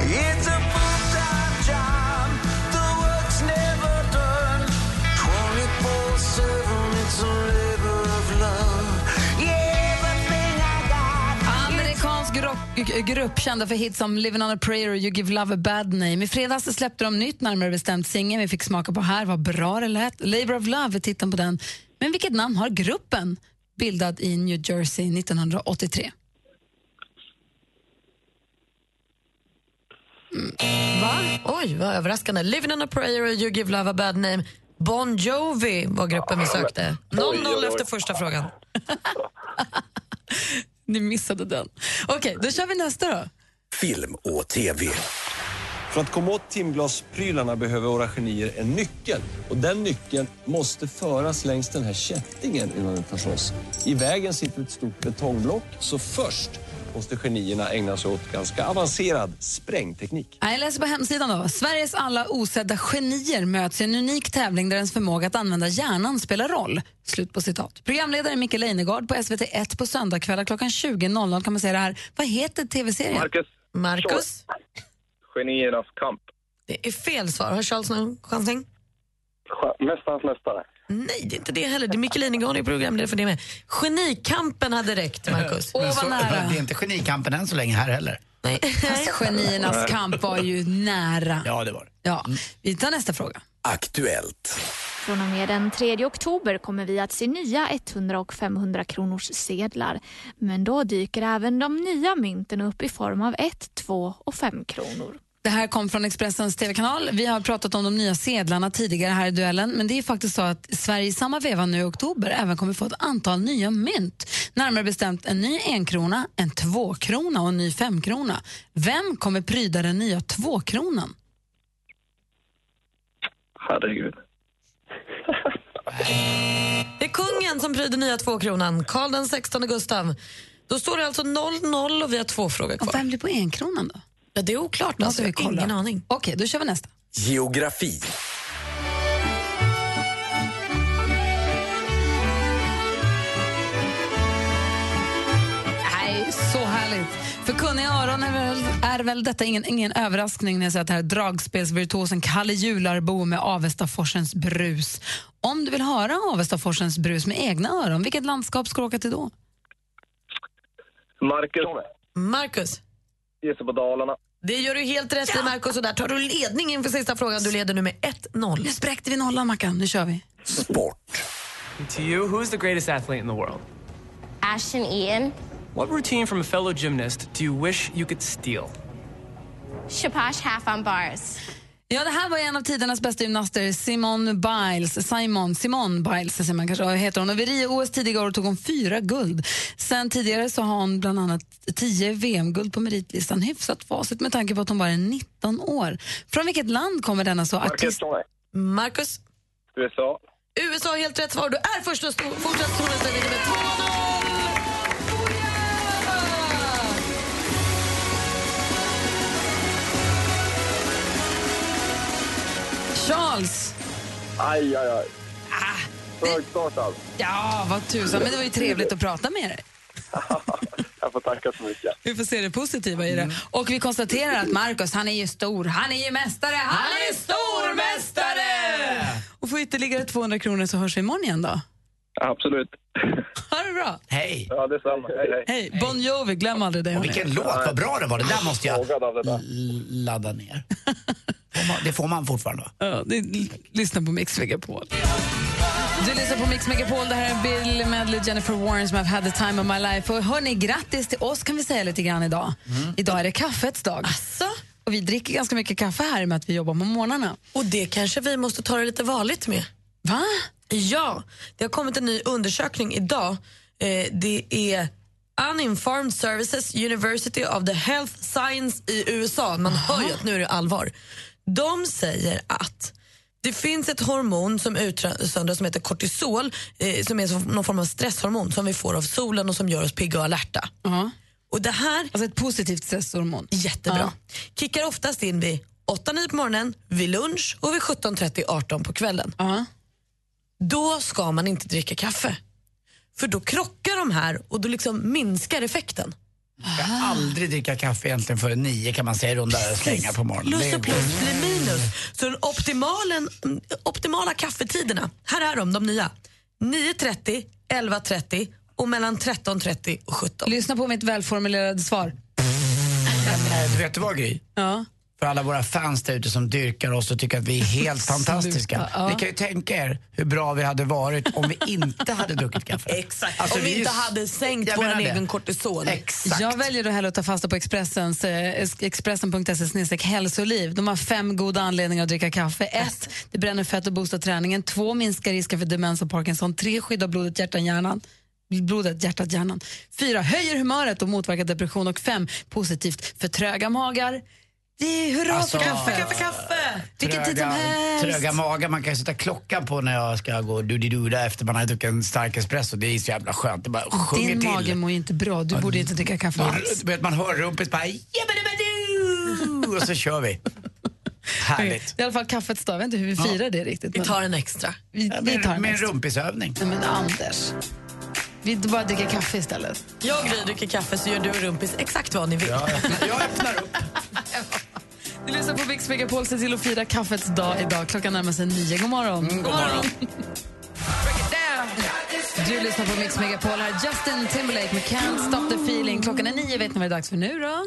Speaker 20: It's a full-time job. The work's never done. 24-7, it's a labor of love. Yeah, everything I got.
Speaker 3: Amerikansk rockgrupp grupp kända för hits som Living on a prayer och You give love a bad name. I fredags släppte de nytt, närmare bestämt singeln vi fick smaka på här. Vad bra det lät. Labour of love är titeln på den. Men vilket namn har gruppen bildad i New Jersey 1983?
Speaker 5: Va? Oj, vad överraskande. Living on a prayer, you give love a bad name. Bon Jovi var gruppen vi sökte. 0-0 efter första frågan.
Speaker 3: Ni missade den. Okej, då kör vi nästa då.
Speaker 12: Film och TV.
Speaker 22: För att komma åt timglasprylarna behöver våra genier en nyckel. Och den nyckeln måste föras längs den här kättingen innan den tas loss. I vägen sitter ett stort betongblock, så först måste genierna ägna sig åt ganska avancerad sprängteknik.
Speaker 3: Nej, Jag läser på hemsidan då. Sveriges alla osedda genier möts i en unik tävling där ens förmåga att använda hjärnan spelar roll. Slut på citat. Programledare Micke Leijnegard på SVT1 på söndagkvällar klockan 20.00 kan man säga det här. Vad heter tv-serien?
Speaker 14: Marcus.
Speaker 5: Marcus.
Speaker 14: Geniernas kamp.
Speaker 5: Det är fel svar. Har Charles någon chansning?
Speaker 14: Sch- Mästarnas mästare.
Speaker 5: Nej, det är inte det heller. Det är Micke Linegard i programledare för det med. Genikampen hade räckt, Marcus.
Speaker 4: Men så- Det är inte genikampen än så länge här heller.
Speaker 5: Nej.
Speaker 3: Fast geniernas kamp var ju nära.
Speaker 4: Ja, det Mm. var det.
Speaker 3: Ja. Vi tar nästa fråga.
Speaker 12: Aktuellt.
Speaker 6: Från och med den 3 oktober kommer vi att se nya 100 och 500 kronors sedlar. Men då dyker även de nya mynten upp i form av 1, 2 och 5 kronor.
Speaker 3: Det här kom från Expressens TV-kanal. Vi har pratat om de nya sedlarna tidigare här i duellen men det är faktiskt så att Sverige i samma veva nu i oktober även kommer få ett antal nya mynt. Närmare bestämt en ny enkrona, en tvåkrona och en ny femkrona. Vem kommer pryda den nya tvåkronan?
Speaker 14: Herregud.
Speaker 5: Det är kungen som pryder nya tvåkronan, Karl den 16 Gustav. Då står det alltså 0-0 och vi har två frågor kvar.
Speaker 3: Och vem blir på enkronan då?
Speaker 5: Ja, det är oklart.
Speaker 3: Måste
Speaker 5: Alltså,
Speaker 3: vi
Speaker 5: jag har
Speaker 3: kolla.
Speaker 5: ingen aning.
Speaker 3: Okej, då kör vi nästa.
Speaker 8: Geografi.
Speaker 3: Nej, så härligt. För kunniga öron är väl, är väl detta ingen, ingen överraskning när jag säger att det här är dragspelsvirtuosen Kalle Jularbo med Avestaforsens brus. Om du vill höra Avestaforsens brus med egna öron, vilket landskap ska du åka till då?
Speaker 14: Marcus.
Speaker 5: Marcus,
Speaker 14: Gissa på Dalarna.
Speaker 5: det gör du helt rätt i Marcus och där tar du ledning inför sista frågan. Du leder nu med 1-0.
Speaker 3: Nu spräckte vi nollan, Mackan. Nu kör vi.
Speaker 8: Sport.
Speaker 23: To you, who's the greatest athlete in the world?
Speaker 24: Ashton Eaton,
Speaker 23: What routine from a fellow gymnast do you wish you could steal?
Speaker 24: Shapash half on bars.
Speaker 3: Ja, det här var en av tidernas bästa gymnaster, Simon Biles. Simon, Simon Biles säger man kanske, heter hon. Och vid Rio-OS tidigare år tog hon fyra guld. Sen tidigare så har hon bland annat tio VM-guld på meritlistan. Hyfsat facit med tanke på att hon bara är 19 år. Från vilket land kommer denna så artist...
Speaker 5: Marcus?
Speaker 14: USA.
Speaker 5: USA har helt rätt svar. Du är först och stor. Fortsätt stora ställningen med 2-0!
Speaker 3: Charles! Ah,
Speaker 14: Aj, aj, aj. Trögstartad.
Speaker 3: Ja, vad tusan, men det var ju trevligt att prata med dig.
Speaker 14: Jag får tacka så mycket.
Speaker 3: Vi får se det positiva i
Speaker 4: Mm.
Speaker 3: det. Och vi konstaterar att Marcus, han är ju stor. Han är ju mästare. Han är stormästare! Och får ytterligare 200 kronor så hörs vi imorgon igen då.
Speaker 14: Absolut.
Speaker 3: Ha det bra.
Speaker 4: Hej!
Speaker 14: Ja, detsamma. Hej, hej.
Speaker 3: Hej, Bon Jovi, glöm aldrig det.
Speaker 4: Och vilken låt, vad bra den var. Det där måste jag l- ladda ner. Får man- Det får man fortfarande va?
Speaker 3: Ja, det, l- lyssna på Mix Megapol. Du lyssnar på Mix Megapol. Det här är Bill Medley, Jennifer Warren som har had the time of my life. Och hörni, grattis till oss kan vi säga lite grann idag.
Speaker 4: Mm.
Speaker 3: Idag är det kaffets dag. Och vi dricker ganska mycket kaffe här i och med att vi jobbar på morgnarna.
Speaker 5: Och det kanske vi måste ta det lite varligt med.
Speaker 3: Va?
Speaker 5: Ja, det har kommit en ny undersökning idag. Eh, det är Uninformed Services University of the Health Science i USA. Man hör ju att nu är det allvar. De säger att det finns ett hormon som utsöndras som heter kortisol eh, som är som någon form av stresshormon som vi får av solen och som gör oss pigga och alerta. Och det här,
Speaker 3: alltså ett positivt stresshormon?
Speaker 5: Jättebra. Kickar oftast in vid 8-9 på morgonen, vid lunch och vid 17.30-18 på kvällen. Då ska man inte dricka kaffe. För då krockar de här och då liksom minskar effekten.
Speaker 4: Jag
Speaker 3: Ah.
Speaker 4: kan aldrig dricka kaffe egentligen före nio kan man säga i runda slängar på morgonen.
Speaker 5: Plus
Speaker 4: Det
Speaker 5: och
Speaker 4: är-
Speaker 5: plus blir minus. Så den optimalen, optimala kaffetiderna, här är de, de nya. 9.30, 11.30 och mellan 13.30 och 17.
Speaker 3: Lyssna på mitt välformulerade svar.
Speaker 4: Du vet du vad Gry?
Speaker 3: Ja.
Speaker 4: För alla våra fans där ute som dyrkar oss och tycker att vi är helt fantastiska.
Speaker 3: ja.
Speaker 4: Ni kan ju tänka er hur bra vi hade varit om vi inte hade druckit kaffe. Alltså, Exakt.
Speaker 5: Om vi inte hade sänkt
Speaker 4: Jag
Speaker 5: vår
Speaker 4: menar det.
Speaker 5: egen kortisol.
Speaker 3: Jag väljer då hellre att ta fasta på Expressens, eh, Expressen.se snedstreck hälsoliv. De har fem goda anledningar att dricka kaffe. Ett, det bränner fett och boostar träningen. Två, minskar risken för demens och Parkinson. Tre, skyddar blodet, hjärtat, hjärnan. Blodet, hjärtat, hjärnan. Fyra, höjer humöret och motverkar depression. Och fem, positivt för tröga magar. Det är hurra
Speaker 4: Alltså,
Speaker 3: för kaffe!
Speaker 4: kaffe,
Speaker 5: kaffe!
Speaker 3: Vilken tid som helst!
Speaker 4: Tröga magar, man kan ju sätta klockan på när jag ska gå dudiduda efter man har druckit en stark espresso. Det är så jävla skönt. Det bara sjunger
Speaker 3: Din
Speaker 4: till.
Speaker 3: mage mår ju inte bra. Du borde inte dricka kaffe
Speaker 4: Man,
Speaker 3: alls.
Speaker 4: du vet, man hör rumpet bara "Jabbadabadoo!" och så kör vi. Härligt.
Speaker 3: Det är i alla fall kaffets dag. Jag vet inte hur vi firar det riktigt.
Speaker 5: Vi tar en extra.
Speaker 3: Vi,
Speaker 4: Ja,
Speaker 3: vi
Speaker 4: med-
Speaker 3: tar en
Speaker 4: med en
Speaker 3: extra.
Speaker 4: rumpisövning.
Speaker 3: Nej, men Anders. Vi bara dricker kaffe istället.
Speaker 5: Jag och Gry dricker kaffe så gör du och Rumpis exakt vad ni vill.
Speaker 3: Du lyssnar på Mix Megapol. Se till att fira kaffets dag idag. Klockan närmar sig nio. God morgon.
Speaker 5: Mm, god morgon.
Speaker 3: Du lyssnar på Mix Megapol. Här är Justin Timberlake med Can't Stop The Feeling. Klockan är nio. Vet ni vad det är dags för nu då?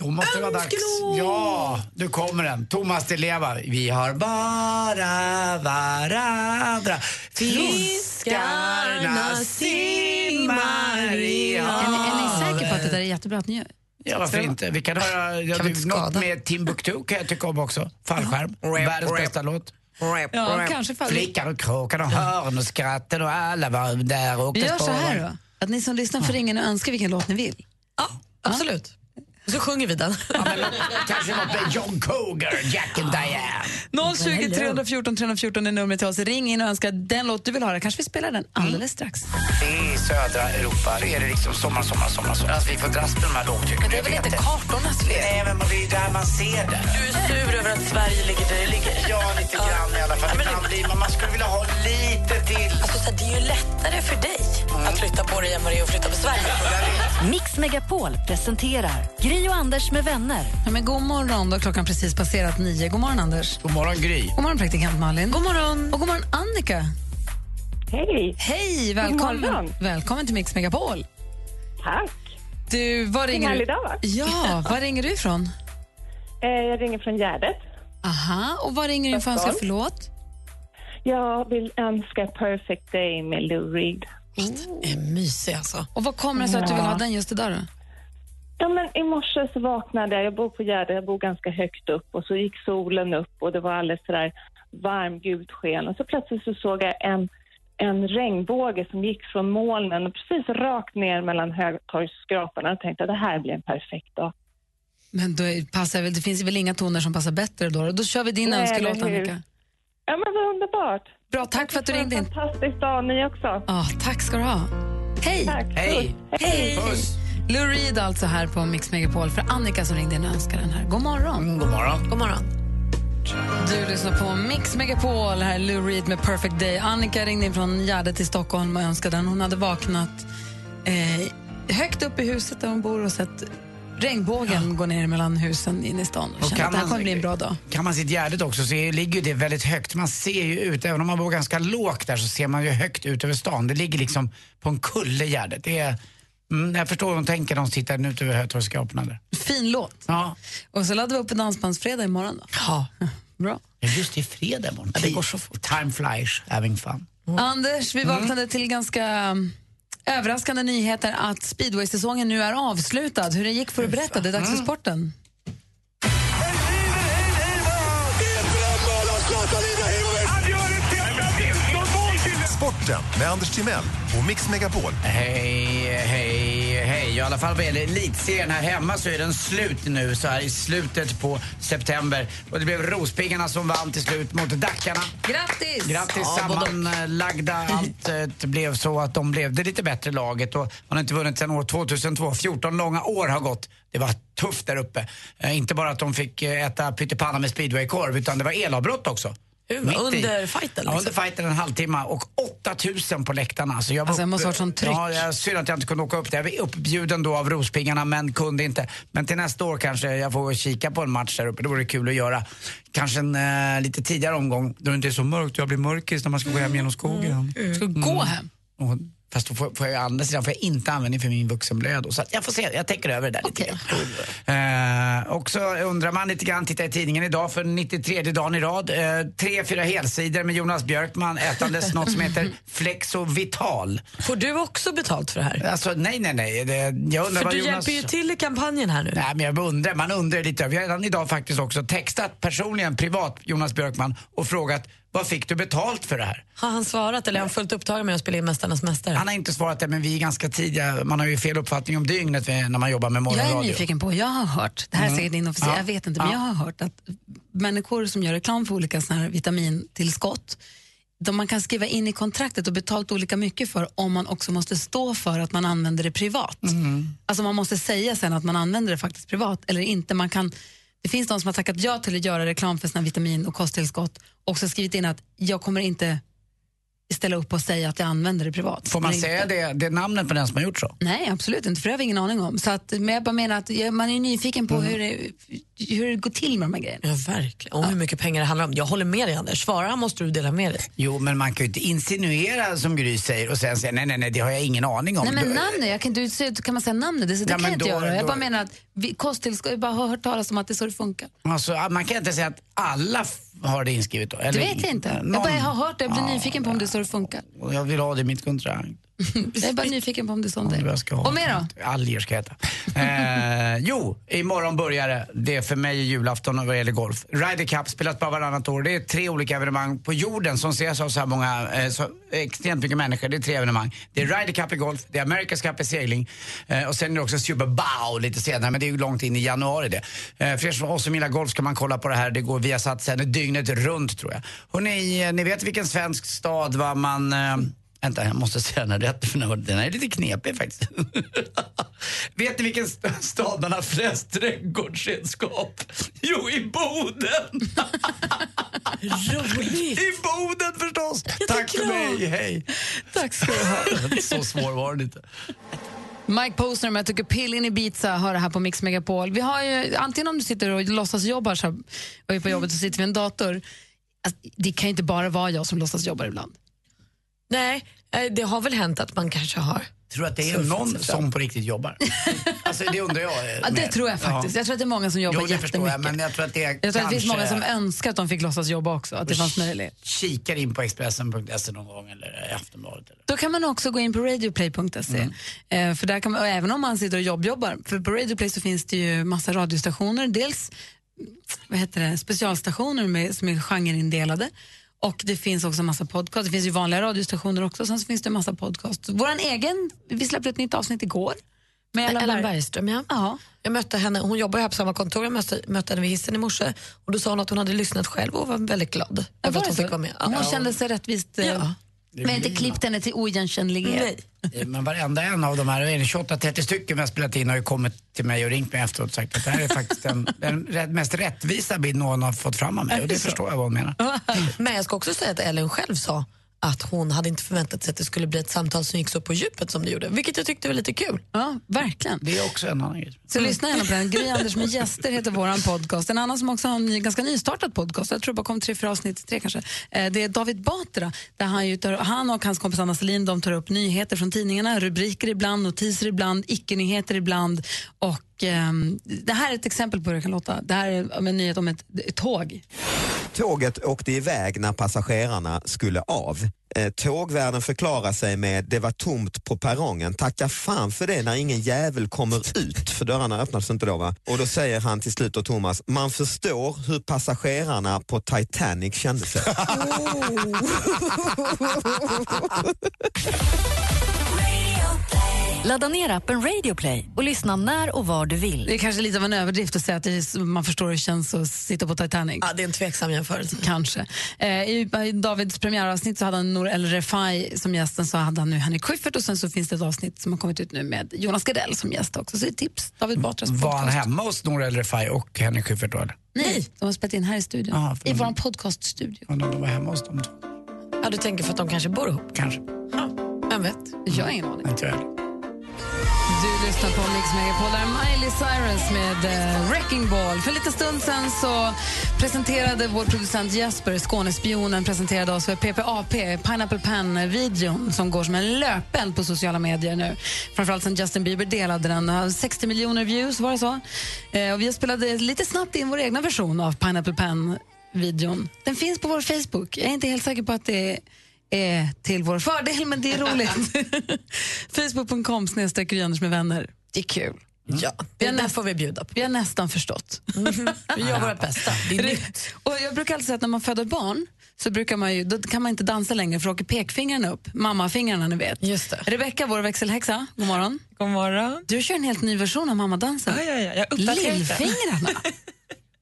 Speaker 4: Då måste det vara dags. Ja, nu kommer den. Thomas Di Leva. Vi har bara varandra. Fiskarna simmar i
Speaker 3: Är ni, är ni säker på att det
Speaker 4: havet.
Speaker 3: där är jättebra att ni gör?
Speaker 4: Ja, varför inte? Vi kan höra jag,
Speaker 3: Kan vi inte
Speaker 4: något
Speaker 3: skada?
Speaker 4: med Timbuktu kan jag tycka om också. Fallskärm. Världens
Speaker 3: rap.
Speaker 4: bästa låt.
Speaker 3: Ja, kanske fall-
Speaker 4: Flickan och kråkan och hörn och skratten och alla var där och
Speaker 3: Vi
Speaker 4: åkte
Speaker 3: gör så
Speaker 4: spårvagn.
Speaker 3: här då, att ni som lyssnar får ringa in och önska vilken låt ni vill. Ja, absolut.
Speaker 5: Så sjunger vi den.
Speaker 4: Kanske något med John Cougar, Jack and
Speaker 3: Ah.
Speaker 4: Diane.
Speaker 3: 020 314 314 är numret till oss. Ring in och önska den låt du vill höra. Kanske vi spelar den
Speaker 1: Mm.
Speaker 3: alldeles strax.
Speaker 4: I södra Europa är det liksom sommar, sommar, sommar. sommar. Alltså, vi får dras med de här lågtrycken. Men det är väl inte kartornas fel? Nej, men det är ju där man ser det.
Speaker 17: Du är sur över att Sverige ligger där det ligger.
Speaker 4: Ja, lite grann i alla fall. Ibland blir man- Man skulle vilja ha lite till.
Speaker 17: Alltså, så här, det är ju lättare för dig att flytta på dig än vad det är att flytta på Sverige.
Speaker 1: Mix Megapol presenterar Gri och Anders med vänner.
Speaker 3: Ja, men god morgon, då har klockan precis passerat nio. God morgon, Anders.
Speaker 4: God morgon, Gry.
Speaker 3: God morgon, praktikant Malin. God morgon. Och god morgon, Annika. Hej. Hej, välkommen.
Speaker 7: morgon.
Speaker 3: Välkommen till Mix Megapol.
Speaker 7: Tack.
Speaker 3: Du,
Speaker 7: Vilken
Speaker 3: vad ringer du?
Speaker 7: härlig dag, va?
Speaker 3: Ja, var ringer du ifrån?
Speaker 7: Eh, jag ringer från Gärdet.
Speaker 3: Aha, och vad ringer du inför önska för låt?
Speaker 7: Jag vill önska Perfect Day med Lou Reed.
Speaker 5: är mysig alltså.
Speaker 3: Och vad kommer det sig att du vill ha
Speaker 7: Ja.
Speaker 3: den just idag då?
Speaker 7: Ja, men I morse så vaknade jag. Jag bor på Gärdet, jag bor ganska högt upp. Och så gick solen upp och det var alldeles sådär varmgult sken. Och så plötsligt så såg jag en, en regnbåge som gick från molnen och precis rakt ner mellan Högtorgsskraporna. Och tänkte att det här blir en perfekt dag.
Speaker 3: Men då är- passar väl, det finns väl inga toner som passar bättre då. Då kör vi din
Speaker 7: Nej,
Speaker 3: önskelåt,
Speaker 7: eller hur?
Speaker 3: Annika.
Speaker 7: Ja, men vad underbart.
Speaker 3: Bra, tack för att du ringde in.
Speaker 7: en fantastisk dag ni också.
Speaker 3: Ja, tack ska du ha. Hej!
Speaker 7: Hej!
Speaker 3: Hej! Lou Reed alltså här på Mix Megapol för Annika som ringde in och önskade den här. God morgon!
Speaker 4: Mm, god morgon!
Speaker 3: God morgon! Du lyssnar på Mix Megapol, här är Lou Reed med Perfect Day. Annika ringde in från Gärdet till Stockholm och önskade den. Hon hade vaknat eh, högt upp i huset där hon bor och sett regnbågen gå ner mellan husen inne i stan. Och kände att det här kommer bli en bra dag.
Speaker 4: Kan man sitt Gärdet också så är- ligger ju det väldigt högt. Man ser ju ut, även om man bor ganska lågt där så ser man ju högt ut över stan. Det ligger liksom på en kulle Gärdet. Det är, mm, jag förstår hur de tänker, de sitter ute över Hötorgsskraporna där.
Speaker 3: Fin låt.
Speaker 4: Ja.
Speaker 3: Och så laddar vi upp en dansbandsfredag imorgon då.
Speaker 4: Ja.
Speaker 3: Bra.
Speaker 4: Just det, är fredag imorgon. det går så fort. Time flies, having fun.
Speaker 3: Anders, vi vaknade till ganska mm, överraskande nyheter att speedway-säsongen nu är avslutad. Hur det gick får du berätta, det är dags
Speaker 4: Mm.
Speaker 3: för sporten.
Speaker 9: Sporten med Anders Timell och Mix Megapol.
Speaker 4: Hej, hej, hej. Ja, I alla fall vad gäller elitserien här hemma så är den slut nu så här i slutet på september. Och det blev Rospiggarna som vann till slut mot Dackarna.
Speaker 3: Grattis!
Speaker 4: Grattis sammanlagda. Allt eh, det blev så att de blev det lite bättre laget och har inte vunnit sedan år 2002. 14 långa år har gått. Det var tufft där uppe. Eh, Inte bara att de fick eh, äta pyttipanna med speedwaykorv utan det var elavbrott också. Mitt i.
Speaker 5: under fighten,
Speaker 4: Ja,
Speaker 5: liksom.
Speaker 4: under fighten en halvtimme och 8000 på läktarna. Så jag var
Speaker 3: Alltså, det måste
Speaker 4: uppe-
Speaker 3: varit sånt tryck.
Speaker 4: Ja, jag, synd att jag inte kunde åka upp där. Jag var uppbjuden då av Rospiggarna men kunde inte. Men till nästa år kanske jag får kika på en match där uppe. Det vore kul att göra. Kanske en eh, lite tidigare omgång då det inte är så mörkt. Jag blir mörkis när man ska gå hem genom skogen.
Speaker 3: Mm. Ska du gå hem?
Speaker 4: Och, fast då får, får jag å andra sidan får jag inte användning för min vuxenblöja då. Så att jag får se, jag tänker över det där lite grann. Eh, och så undrar man lite grann, titta i tidningen idag för 93 dagen i rad. Eh, tre, fyra helsidor med Jonas Björkman ätandes något som heter Flexovital.
Speaker 5: Får du också betalt för det här?
Speaker 4: Alltså nej, nej, nej. Det, jag undrar
Speaker 5: För
Speaker 4: vad
Speaker 5: du
Speaker 4: Jonas...
Speaker 5: hjälper ju till i kampanjen här nu.
Speaker 4: Nej, men jag undrar, man undrar lite. Vi har redan idag faktiskt också textat personligen privat Jonas Björkman och frågat vad fick du betalt för det här?
Speaker 5: Har han svarat eller är han fullt upptagen med att spela in Mästarnas mästare?
Speaker 4: Han har inte svarat det, men vi är ganska tidiga. Man har ju fel uppfattning om dygnet eh, när man jobbar med
Speaker 3: Jag
Speaker 4: morgonradio.
Speaker 3: är nyfiken på, jag har hört, det här är
Speaker 4: Mm.
Speaker 3: säkert inofficiellt,
Speaker 4: Ja.
Speaker 3: jag vet inte, men
Speaker 4: Ja.
Speaker 3: jag har hört att människor som gör reklam för olika såna här vitamintillskott, de man kan skriva in i kontraktet och betalt olika mycket för om man också måste stå för att man använder det privat.
Speaker 4: mm.
Speaker 3: Alltså man måste säga sen att man använder det faktiskt privat eller inte. Man kan, det finns de som har tackat ja till att göra reklam för sina vitamin och kosttillskott och så skrivit in att jag kommer inte ställa upp och säga att jag använder det privat.
Speaker 4: Får man
Speaker 3: Eller
Speaker 4: säga
Speaker 3: inte.
Speaker 4: det, det är namnet på den som har gjort så? Mm.
Speaker 3: Nej, absolut inte, för det har vi ingen aning om. Så att, men jag bara menar att jag- man är ju nyfiken på hur det hur det går till med de här grejerna.
Speaker 5: Ja, verkligen. Och hur mycket pengar det handlar om. Jag håller med dig Anders. Svara måste du dela med dig.
Speaker 4: Jo, men man kan ju inte insinuera som Gry säger och sen säga nej, nej, nej, det har jag ingen aning om.
Speaker 3: Nej men
Speaker 4: Då-
Speaker 3: namnet, jag kan inte utse, kan man säga namnet? Det, det
Speaker 4: Ja,
Speaker 3: kan jag
Speaker 4: men
Speaker 3: inte
Speaker 4: då-
Speaker 3: göra. Jag
Speaker 4: då-
Speaker 3: bara menar att vi, kosttillskott, jag bara har hört talas om att det är så det funkar.
Speaker 4: Alltså, man kan inte säga att alla f- har det inskrivet då.
Speaker 3: Det
Speaker 4: eller-
Speaker 3: vet jag inte.
Speaker 4: Någon-
Speaker 3: Jag bara har hört det, jag blir
Speaker 4: Ja,
Speaker 3: nyfiken på om det är så det funkar.
Speaker 4: och jag vill ha det i mitt kontrakt.
Speaker 3: jag är bara nyfiken på om det är sånt det
Speaker 4: Det är vad
Speaker 3: är.
Speaker 4: jag ska ha.
Speaker 3: Och mer då?
Speaker 4: Alger ska jag heta. eh, jo, imorgon börjar det. Det är för mig julafton vad gäller golf. Ryder Cup spelas bara varannat år. Det är tre olika evenemang på jorden som ses av så här många, eh, så extremt mycket människor. Det är tre evenemang. Det är Ryder Cup i golf, det är America's Cup i segling eh, och sen är det också Super Bowl lite senare, men det är ju långt in i januari det. Eh, för er som, oss som gillar golf ska man kolla på det här. Det går via sen dygnet runt tror jag. Hörrni, eh, ni vet vilken svensk stad var man eh, Vänta, jag måste säga den här rätt för den här- den här är lite knepig faktiskt. Vet ni vilken st- stad man har flest trädgårdsredskap? Jo, i Boden!
Speaker 5: Roligt!
Speaker 4: I Boden förstås! Tack för mig, hej!
Speaker 3: Tack ska du ha.
Speaker 4: Så svår var den inte.
Speaker 3: Mike Posner med Jag tycker pill in Ibiza hör det här på Mix Megapol. Vi har ju, antingen om du sitter och låtsas jobbar så här, och är på jobbet så sitter vi i en dator. Alltså, det kan ju inte bara vara jag som låtsas jobbar ibland.
Speaker 5: Nej, eh, det har väl hänt att man kanske har.
Speaker 4: Tror du att det är
Speaker 5: Så
Speaker 4: någon
Speaker 5: fruktansvärt.
Speaker 4: som på riktigt jobbar? Alltså, det undrar jag. eh,
Speaker 3: Ja, det
Speaker 4: mer.
Speaker 3: tror jag faktiskt.
Speaker 4: Ja.
Speaker 3: Jag tror att det är många som jobbar
Speaker 4: jo, det förstår
Speaker 3: jättemycket.
Speaker 4: jag, men jag tror att det är
Speaker 3: Jag tror att det finns många som
Speaker 4: kanske-
Speaker 3: önskar att de fick låtsas jobba också, att det fanns möjlighet.
Speaker 4: Kikar in på Expressen.se någon gång eller i Aftonbladet. Eller.
Speaker 3: Då kan man också gå in på radioplay.se. Eh, för där kan man, och även om man sitter och jobbjobbar, för på radioplay så finns det ju massa radiostationer. Dels vad heter det, specialstationer med, som är genreindelade och det finns också massa podcast. Det finns ju vanliga radiostationer också, sen så finns det massa podcast. Vår egen, vi släppte ett nytt avsnitt igår. Med Ellen,
Speaker 5: Ellen
Speaker 3: Berg.
Speaker 5: Bergström, ja. Jag mötte henne, hon jobbar ju här på samma kontor, jag mötte, mötte henne vid hissen i morse och då sa hon att hon hade lyssnat själv och var väldigt glad över att hon fick vara med. Ja.
Speaker 3: Hon kände sig rättvist... eh, Men jag har inte klippt henne till oigenkännlighet.
Speaker 4: Eh, Men varenda en av de här, är det 28-30 stycken vi har spelat in, har ju kommit till mig och ringt mig efteråt och sagt att det här är faktiskt den, den rä- mest rättvisa bild någon har fått fram av mig. Och det förstår jag vad hon menar.
Speaker 5: Men jag ska också säga att Ellen själv sa att hon hade inte förväntat sig att det skulle bli ett samtal som gick så på djupet som det gjorde, vilket jag tyckte var lite kul.
Speaker 3: Ja, verkligen.
Speaker 4: Det är också en annan grej.
Speaker 3: Så lyssna gärna på den. Gry Anders med gäster heter våran podcast. En annan som också har en ny, ganska nystartad podcast, jag tror det bara kom tre, fyra avsnitt, tre kanske. Eh, Det är David Batra, där han, ju tar, han och hans kompis Anna Selin de tar upp nyheter från tidningarna, rubriker ibland, notiser ibland, icke-nyheter ibland. Och ehm, det här är ett exempel på hur det kan låta. Det här är om en nyhet om ett, ett tåg.
Speaker 8: Tåget åkte iväg när passagerarna skulle av. Eh, Tågvärden förklarar sig med det var tomt på perrongen. Tacka fan för det när ingen jävel kommer ut, för dörrarna öppnades inte då. Va? Och då säger han till slut och Thomas, man förstår hur passagerarna på Titanic kände sig.
Speaker 1: Oh. Ladda ner appen Radioplay och lyssna när och var du vill.
Speaker 3: Det är kanske lite av en överdrift att säga att det är, så- man förstår hur det känns att sitta på Titanic. Ja,
Speaker 5: det är en tveksam jämförelse.
Speaker 3: Kanske. Eh, I i Davids premiäravsnitt så hade han Nour El Refai som gäst, sen så hade han nu Henrik Schyffert och sen så finns det ett avsnitt som har kommit ut nu med Jonas Gardell som gäst också. Så det är tips. David Batras
Speaker 4: Var han
Speaker 3: podcast.
Speaker 4: hemma hos Nour El Refai och Henrik Schyffert då? eller?
Speaker 3: Nej, de har spelat in här i studion.
Speaker 4: Ja, Ah, för-
Speaker 3: I vår podcaststudio.
Speaker 4: Undrar om de var hemma hos dem två?
Speaker 5: Ja, du tänker för att de kanske bor ihop?
Speaker 4: Kanske.
Speaker 5: Ja, vem vet?
Speaker 3: Jag har ingen aning.
Speaker 4: Inte jag.
Speaker 3: Du lyssnar på Mix Megapol. Där är Miley Cyrus med eh, Wrecking Ball. För en liten stund sen så presenterade vår producent Jesper, Skånespionen, presenterade oss för PPAP, Pineapple Pen-videon som går som en löpeld på sociala medier nu. Framförallt sen Justin Bieber delade den. Den har 60 miljoner views, var det så? Eh, och vi spelade lite snabbt in vår egna version av Pineapple Pen-videon. Den finns på vår Facebook. Jag är inte helt säker på att det är till vår fördel, men det är roligt. Facebook.com snedstreck Gry Anders med vänner. Det är kul.
Speaker 5: Ja, det där får vi bjuda på. Mm.
Speaker 3: Vi har nästan förstått.
Speaker 5: Vi gör vårt bästa. Det är nytt.
Speaker 3: Och jag brukar alltid säga att när man föder barn så brukar man ju, då kan man inte dansa längre för då åker pekfingrarna upp, mammafingrarna ni vet.
Speaker 5: Just det.
Speaker 3: Rebecka, vår växelhäxa, god morgon.
Speaker 10: God morgon.
Speaker 3: Du kör en helt ny version av mammadansen.
Speaker 10: Ja, ja, ja, jag uppdaterar inte.
Speaker 3: Lillfingrarna.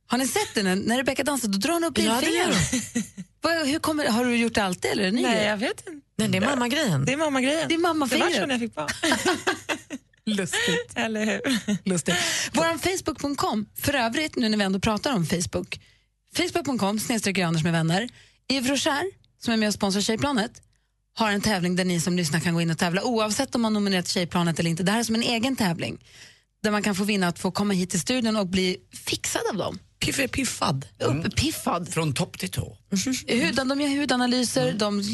Speaker 3: har ni sett det? När, när Rebecka dansar då drar hon upp
Speaker 10: Ja, det gör
Speaker 3: lillfingrarna. Vad- hur kommer, har du gjort det alltid eller är det ny
Speaker 10: Nej,
Speaker 3: grej?
Speaker 10: jag vet inte.
Speaker 5: Nej, det är mammagrejen.
Speaker 10: Det är mammagrejen.
Speaker 3: Det är mammafingret.
Speaker 10: Det var så när jag fick barn.
Speaker 3: Lustigt.
Speaker 10: Eller hur?
Speaker 3: Lustigt. Vår Facebook.com, för övrigt nu när vi ändå pratar om Facebook. Facebook.com snedstreck Gry Anders med vänner. Yves Rocher, som är med och sponsrar Tjejplanet, har en tävling där ni som lyssnar kan gå in och tävla oavsett om man nominerat Tjejplanet eller inte. Det här är som en egen tävling. där man kan få vinna att få komma hit till studion och bli fixad av dem.
Speaker 5: Piff, piffad.
Speaker 3: Uppiffad.
Speaker 4: Från topp till tå.
Speaker 5: Mm-hmm.
Speaker 3: Hudan, de gör hudanalyser,
Speaker 5: Mm.
Speaker 3: de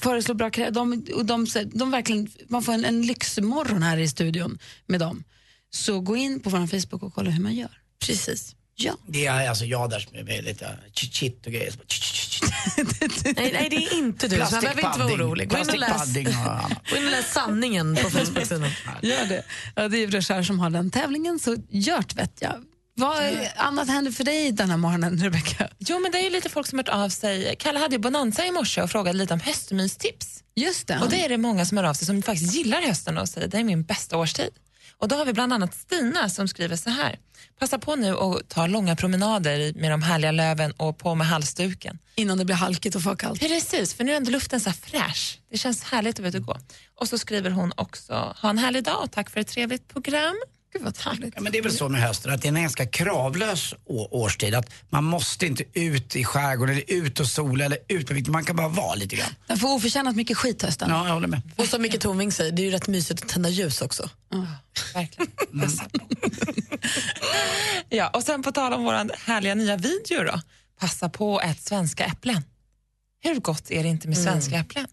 Speaker 3: föreslår bra krä- de, och de, de, de verkligen, Man får en, en lyxmorgon här i studion med dem. Så gå in på vår Facebook och kolla hur man gör. Precis. Ja.
Speaker 4: Det är alltså jag där som är med lite chit-chit och grejer. Så bara tch, tch, tch.
Speaker 5: Nej, nej, det är inte du. Så han behöver inte vara
Speaker 4: Plastikpadding.
Speaker 5: orolig. Gå in och läs,
Speaker 4: Plastikpadding och annat.
Speaker 5: gå in och läs sanningen på Facebook-sidan.
Speaker 3: Gör det. Ja, det är Bröskär som har den tävlingen, så gjort vet jag. Vad annat händer för dig den här morgonen, Rebecca?
Speaker 8: Jo, men det är ju lite folk som hört av sig. Kalle hade ju Bonanza i morse och frågade lite om höstmystips.
Speaker 3: Just det.
Speaker 8: Och det är det många som hör av sig som faktiskt gillar hösten och säger det är min bästa årstid. Och då har vi bland annat Stina som skriver så här. Passa på nu och ta långa promenader i- med de härliga löven och på med halsduken.
Speaker 3: Innan det blir halkigt och för kallt.
Speaker 8: Precis, för nu är ändå luften så här fräsch. Det känns härligt att vara ute och gå. Och så skriver hon också, ha en härlig dag och tack för ett trevligt program.
Speaker 3: Gud vad trevligt.
Speaker 4: Ja, men det är väl så med hösten, att det är en ganska kravlös å- årstid. Att man måste inte ut i skärgården, eller ut och sola, eller ut på vikt. Man kan bara vara lite grann.
Speaker 3: Den får oförtjänat mycket skit, hösten.
Speaker 4: Ja, jag håller med.
Speaker 5: Och som Micke Tornving säger, det är ju rätt mysigt att tända ljus också.
Speaker 8: Ja, och sen på tal om vår härliga nya video då. Passa på att äta svenska äpplen. Hur gott är det inte
Speaker 4: Mm.
Speaker 8: med svenska äpplen?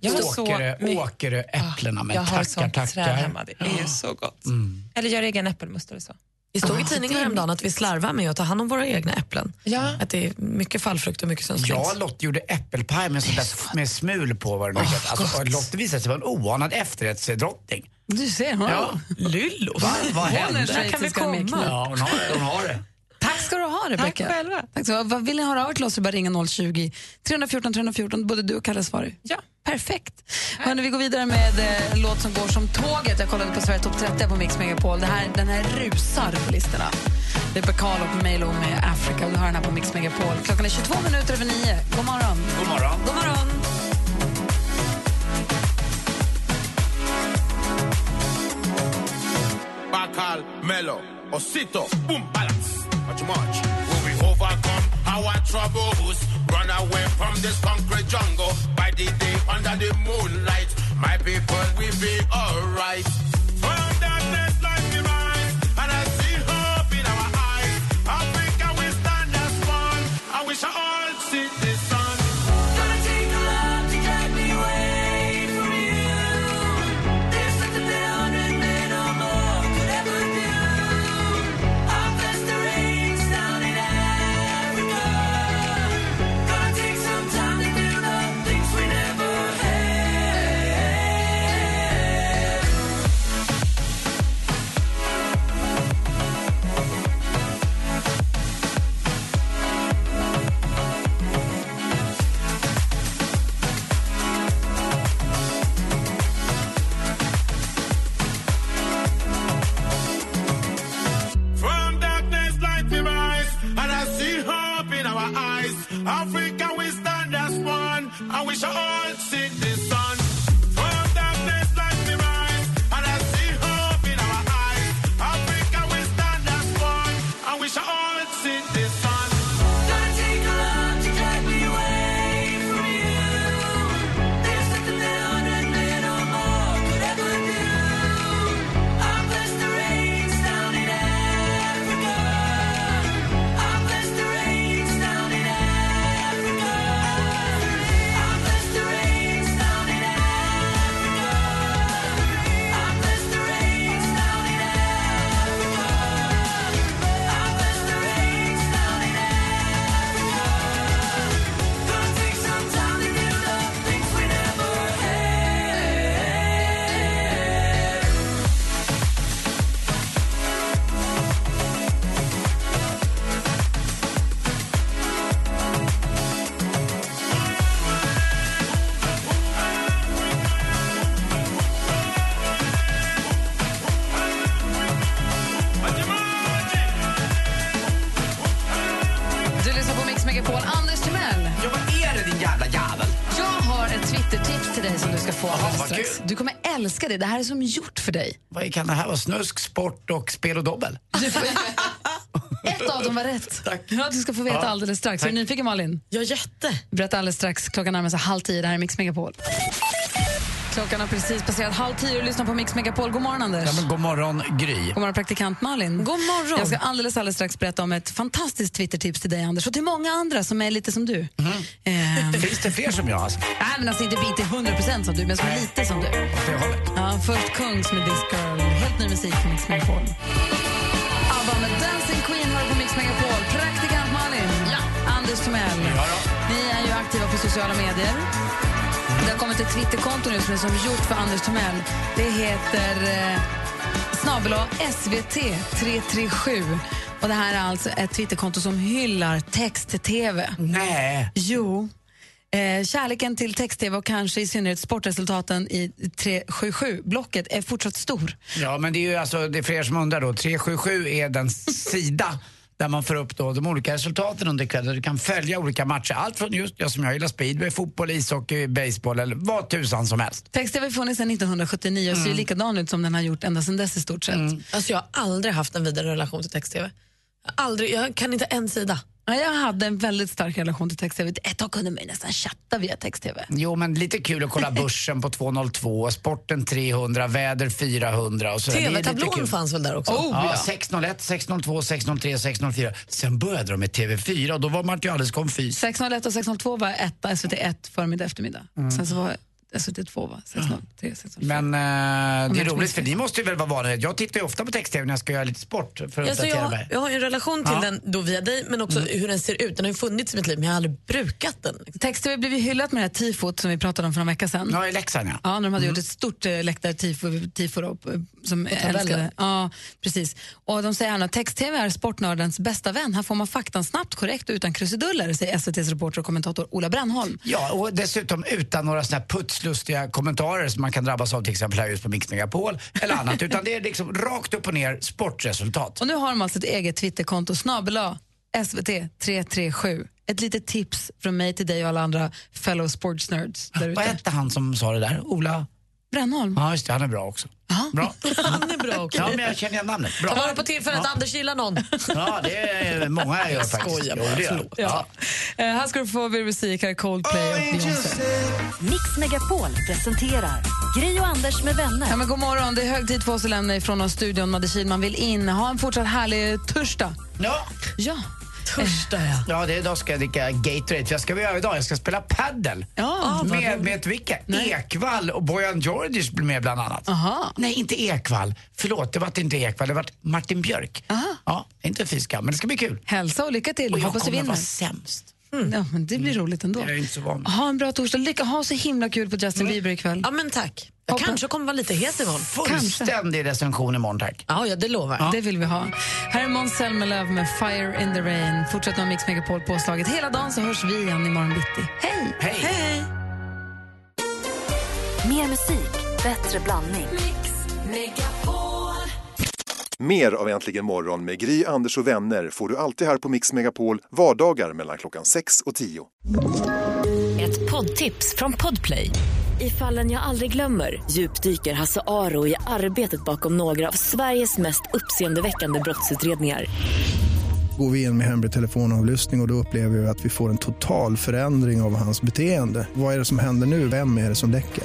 Speaker 8: Jag har så
Speaker 4: Åkerö,
Speaker 8: mycket-
Speaker 4: Åkerö,
Speaker 5: Ah,
Speaker 4: äpplena
Speaker 8: jag
Speaker 4: med
Speaker 8: har
Speaker 4: tackar,
Speaker 8: sånt träd hemma. Det
Speaker 4: tackar.
Speaker 8: är ju så gott.
Speaker 4: Mm.
Speaker 8: Eller gör egen äppelmust eller så.
Speaker 5: Det stod i tidningen häromdagen att vi slarvar med att ta hand om våra egna äpplen. Att det är mycket fallfrukt och mycket som slängs.
Speaker 4: Jag och Lotte gjorde äppelpaj med, sånt där, med smul på. Vad det nu
Speaker 5: Åh,
Speaker 4: heter. alltså, och Lotte visade sig vara en oanad efterrättsdrottning.
Speaker 3: Du ser, hon.
Speaker 4: Ja.
Speaker 5: Lyllo.
Speaker 4: Va, vad hände?
Speaker 3: Där kan vi komma.
Speaker 4: Ja, hon har, hon har det.
Speaker 3: Tack ska du ha, Rebecca.
Speaker 8: Tack själva.
Speaker 3: Tack så, vad vill ni höra av er till oss så bara ringa 020-314 314. Både du och Kalle svarar. Ja. Perfekt. Hörrni, vi går vidare med eh, en låt som går som tåget. Jag kollade på Sverige Topp 30 på Mix Megapol. Det här, den här rusar på listorna. Det är Bacall och Melo med Africa. Du hör den här på Mix Megapol. Klockan är 22 minuter över 9. God morgon.
Speaker 4: God morgon.
Speaker 3: God morgon.
Speaker 12: Bacal, Melo, Osito, boom, balance. Much, much. Will we overcome our troubles? Run away from this concrete jungle. By the day, under the moonlight, my people will be alright. From darkness, light we rise, and I see hope in our eyes. Africa, we stand as one, and we shall all see the sun. Gonna take a love to get me away from you. There's nothing that a hundred men or more could ever do. I'll press the reins down in Africa. Gonna take some time to build up things we never had. From darkness, light we rise, and I see hope in our eyes. Africa, we stand as one, and we shall all see the sun. From darkness, light we rise, and I see hope in our eyes. Africa, we stand as one, and we shall all see the sun. Gonna take a love to get me away from you. There's nothing that a hundred men or more could ever do. I'll press the reins down in Africa. I'll press the reins down in Africa. I'll press the reins down in Africa. I'll press the reins down in Africa. I'll press the reins down in Africa. Gonna take some time to build up things we never had.
Speaker 3: Du lyssnar på Mix Megapol. Anders Timell.
Speaker 4: Ja, vad är det din jävla jävel?
Speaker 3: Jag har ett Twitter-tips till dig som du ska få
Speaker 4: Jaha,
Speaker 3: alldeles
Speaker 4: vad
Speaker 3: strax.
Speaker 4: kul.
Speaker 3: Du kommer älska det. Det här är som gjort för dig.
Speaker 4: Vad kan det här vara? Snusk, sport och spel och dobbel?
Speaker 3: Ett av dem var rätt. Ja, du ska få veta
Speaker 4: Ja.
Speaker 3: alldeles strax. Är du
Speaker 4: Tack.
Speaker 3: nyfiken, Malin? Ja, jätte. Berätta alldeles strax. Klockan närmar sig halv tio. Det här är Mix Megapol. Klockan har precis passerat halv tio och lyssnar på Mix Megapol. God morgon, Anders.
Speaker 4: Ja, men god morgon, Gry.
Speaker 3: God morgon, praktikant Malin. God morgon. Jag ska alldeles, alldeles strax berätta om ett fantastiskt Twittertips till dig, Anders, och till många andra som är lite som du. Ehm,
Speaker 4: Finns det fler som jag? Alltså?
Speaker 3: Nej, men alltså inte, inte 100% som du, men som är lite som du. Ja, först Kungs med This Girl. Helt ny musik på Mix Megapol. ABBA med Dancing Queen har du på Mix Megapol. Praktikant Malin. Anders Timell. Ni är ju aktiva på sociala medier. Det har kommit ett Twitterkonto nu som är som gjort för Anders Timell. Det heter eh, snabel SVT337. Och det här är alltså ett Twitterkonto som hyllar text-tv.
Speaker 4: Nej.
Speaker 3: Jo. Eh, kärleken till text-tv och kanske i synnerhet sportresultaten i 377-blocket är fortsatt stor.
Speaker 4: Ja, men det är ju alltså, det är för er som undrar då, 377 är den sida där man får upp då de olika resultaten under kvällen. Du kan följa olika matcher, allt från just jag som jag gillar speedway, fotboll, ishockey, baseball eller vad tusan som helst.
Speaker 3: Text-tv har funnits sedan 1979 och ser ju
Speaker 4: Mm.
Speaker 3: likadan ut som den har gjort ända sedan dess i stort sett.
Speaker 5: Alltså jag har aldrig haft en vidare relation till text-tv. Aldrig, jag kan inte en sida.
Speaker 3: Ja, jag hade en väldigt stark relation till text-tv. Ett tag kunde man ju nästan chatta via text-tv.
Speaker 4: Jo, men lite kul att kolla börsen på 202, sporten 300, väder 400 och så. där. Det är lite
Speaker 5: TV-tablån
Speaker 4: kul.
Speaker 5: fanns väl där också?
Speaker 4: Oh, ja.
Speaker 5: Ja.
Speaker 4: 601, 602, 603, 604. Sen började de med TV4 och då var man ju alldeles konfys.
Speaker 3: 601 och 602 var etta, SVT 1 förmiddag eftermiddag.
Speaker 4: Mm.
Speaker 3: Sen så var SVT 2 va? 603, 604.
Speaker 4: Men eh, det är
Speaker 3: jag
Speaker 4: roligt
Speaker 3: minns
Speaker 4: för ni måste ju väl vara vana. Jag tittar ju ofta på text-tv när jag ska göra lite sport för att
Speaker 5: Alltså jag,
Speaker 4: uppdatera
Speaker 5: har-
Speaker 4: mig.
Speaker 5: jag har ju en relation till
Speaker 4: Ja. Mm.
Speaker 5: den då via dig, men också hur den ser ut. Den har ju funnits i mitt liv, men jag har aldrig brukat den.
Speaker 3: Text-tv blev ju hyllat med det här tifot som vi pratade om för en vecka sedan.
Speaker 4: Ja, i Leksand ja. Mm.
Speaker 3: Ja, när de hade gjort ett stort eh, läktartifo tifo då, eh,
Speaker 5: Mm.
Speaker 3: som
Speaker 5: På tabellen.
Speaker 3: älskade. Ja, precis. Och de säger här, text-tv är sportnördens bästa vän. Här får man faktan snabbt, korrekt och utan krusiduller, säger SVTs reporter och kommentator Ola Brännholm.
Speaker 4: Ja, och dessutom utan några såna här putslustiga kommentarer som man kan drabbas av till exempel här just på Mix Megapol eller annat. Utan det är liksom rakt upp och ner sportresultat.
Speaker 3: Och nu har de alltså ett eget Twitterkonto, snabela SVT337. Ett litet tips från mig till dig och alla andra fellow sports nerds där
Speaker 4: Vad
Speaker 3: ute.
Speaker 4: hette han som sa det där? Ola?
Speaker 3: Brännholm.
Speaker 4: Ja, just det. Han är bra också. Bra.
Speaker 5: Han är bra också.
Speaker 4: Ja, men jag känner igen namnet. Bra.
Speaker 5: Ta vara på tillfället,
Speaker 4: Ja.
Speaker 5: Anders gillar någon.
Speaker 4: Ja, det är många jag gör
Speaker 5: Jag
Speaker 4: faktiskt.
Speaker 5: skojar
Speaker 4: Jo,
Speaker 5: bara,
Speaker 4: det gör jag.
Speaker 5: förlåt.
Speaker 4: Ja.
Speaker 3: Eh, här ska du få mer musik, här är Coldplay och Beyoncé.
Speaker 1: Mix Megapol presenterar Gri och Anders med vänner.
Speaker 3: Ja, men god morgon, det är hög tid för oss att lämna ifrån oss studion. Madde Kihlman vill in. Ha en fortsatt härlig torsdag. Eh,
Speaker 4: Ja.
Speaker 3: Ja.
Speaker 5: Torsdag, ja.
Speaker 4: Ja, det är idag ska jag dricka Gatorade. För jag ska vi göra idag? Jag ska spela paddel Ah,
Speaker 3: Ja, vad
Speaker 4: med,
Speaker 3: roligt.
Speaker 4: med ett vilka? Ekvall och Bojan Djordjic blir med bland annat.
Speaker 3: Aha.
Speaker 4: Nej, inte Ekvall. Förlåt, det var inte Ekvall. Det var Martin Björk. Ja, inte fiska, men det ska bli kul.
Speaker 3: Hälsa och lycka till.
Speaker 4: Och jag
Speaker 3: Hoppas du
Speaker 4: kommer
Speaker 3: vinner.
Speaker 4: vara sämst.
Speaker 3: Mm. Ja, men det blir roligt ändå.
Speaker 4: Jag är inte så van.
Speaker 3: Ha en bra torsdag. Lycka, ha så himla kul på Justin Bieber ikväll.
Speaker 5: Mm. Ja, men tack. Jag
Speaker 3: Hoppas-
Speaker 5: kanske kommer vara lite het imorgon.
Speaker 4: Fullständig recension imorgon, tack.
Speaker 5: Ja, ja, det lovar
Speaker 3: Det vill vi ha. Här är Måns Zelmerlöw med Fire in the Rain. Fortsätt med Mix Megapol påslaget hela dagen så hörs vi igen imorgon bitti. Hej!
Speaker 4: Hej!
Speaker 1: Mer musik, bättre blandning.
Speaker 9: Mer av Äntligen morgon med Gry, Anders och vänner får du alltid här på Mix Megapol vardagar mellan klockan 6 och 10.
Speaker 1: Ett poddtips från Podplay. I fallen jag aldrig glömmer djupdyker Hasse Aro i arbetet bakom några av Sveriges mest uppseendeväckande brottsutredningar.
Speaker 2: Går vi in med hemlig telefonavlyssning och, och då upplever vi att vi får en total förändring av hans beteende. Vad är det som händer nu? Vem är det som läcker?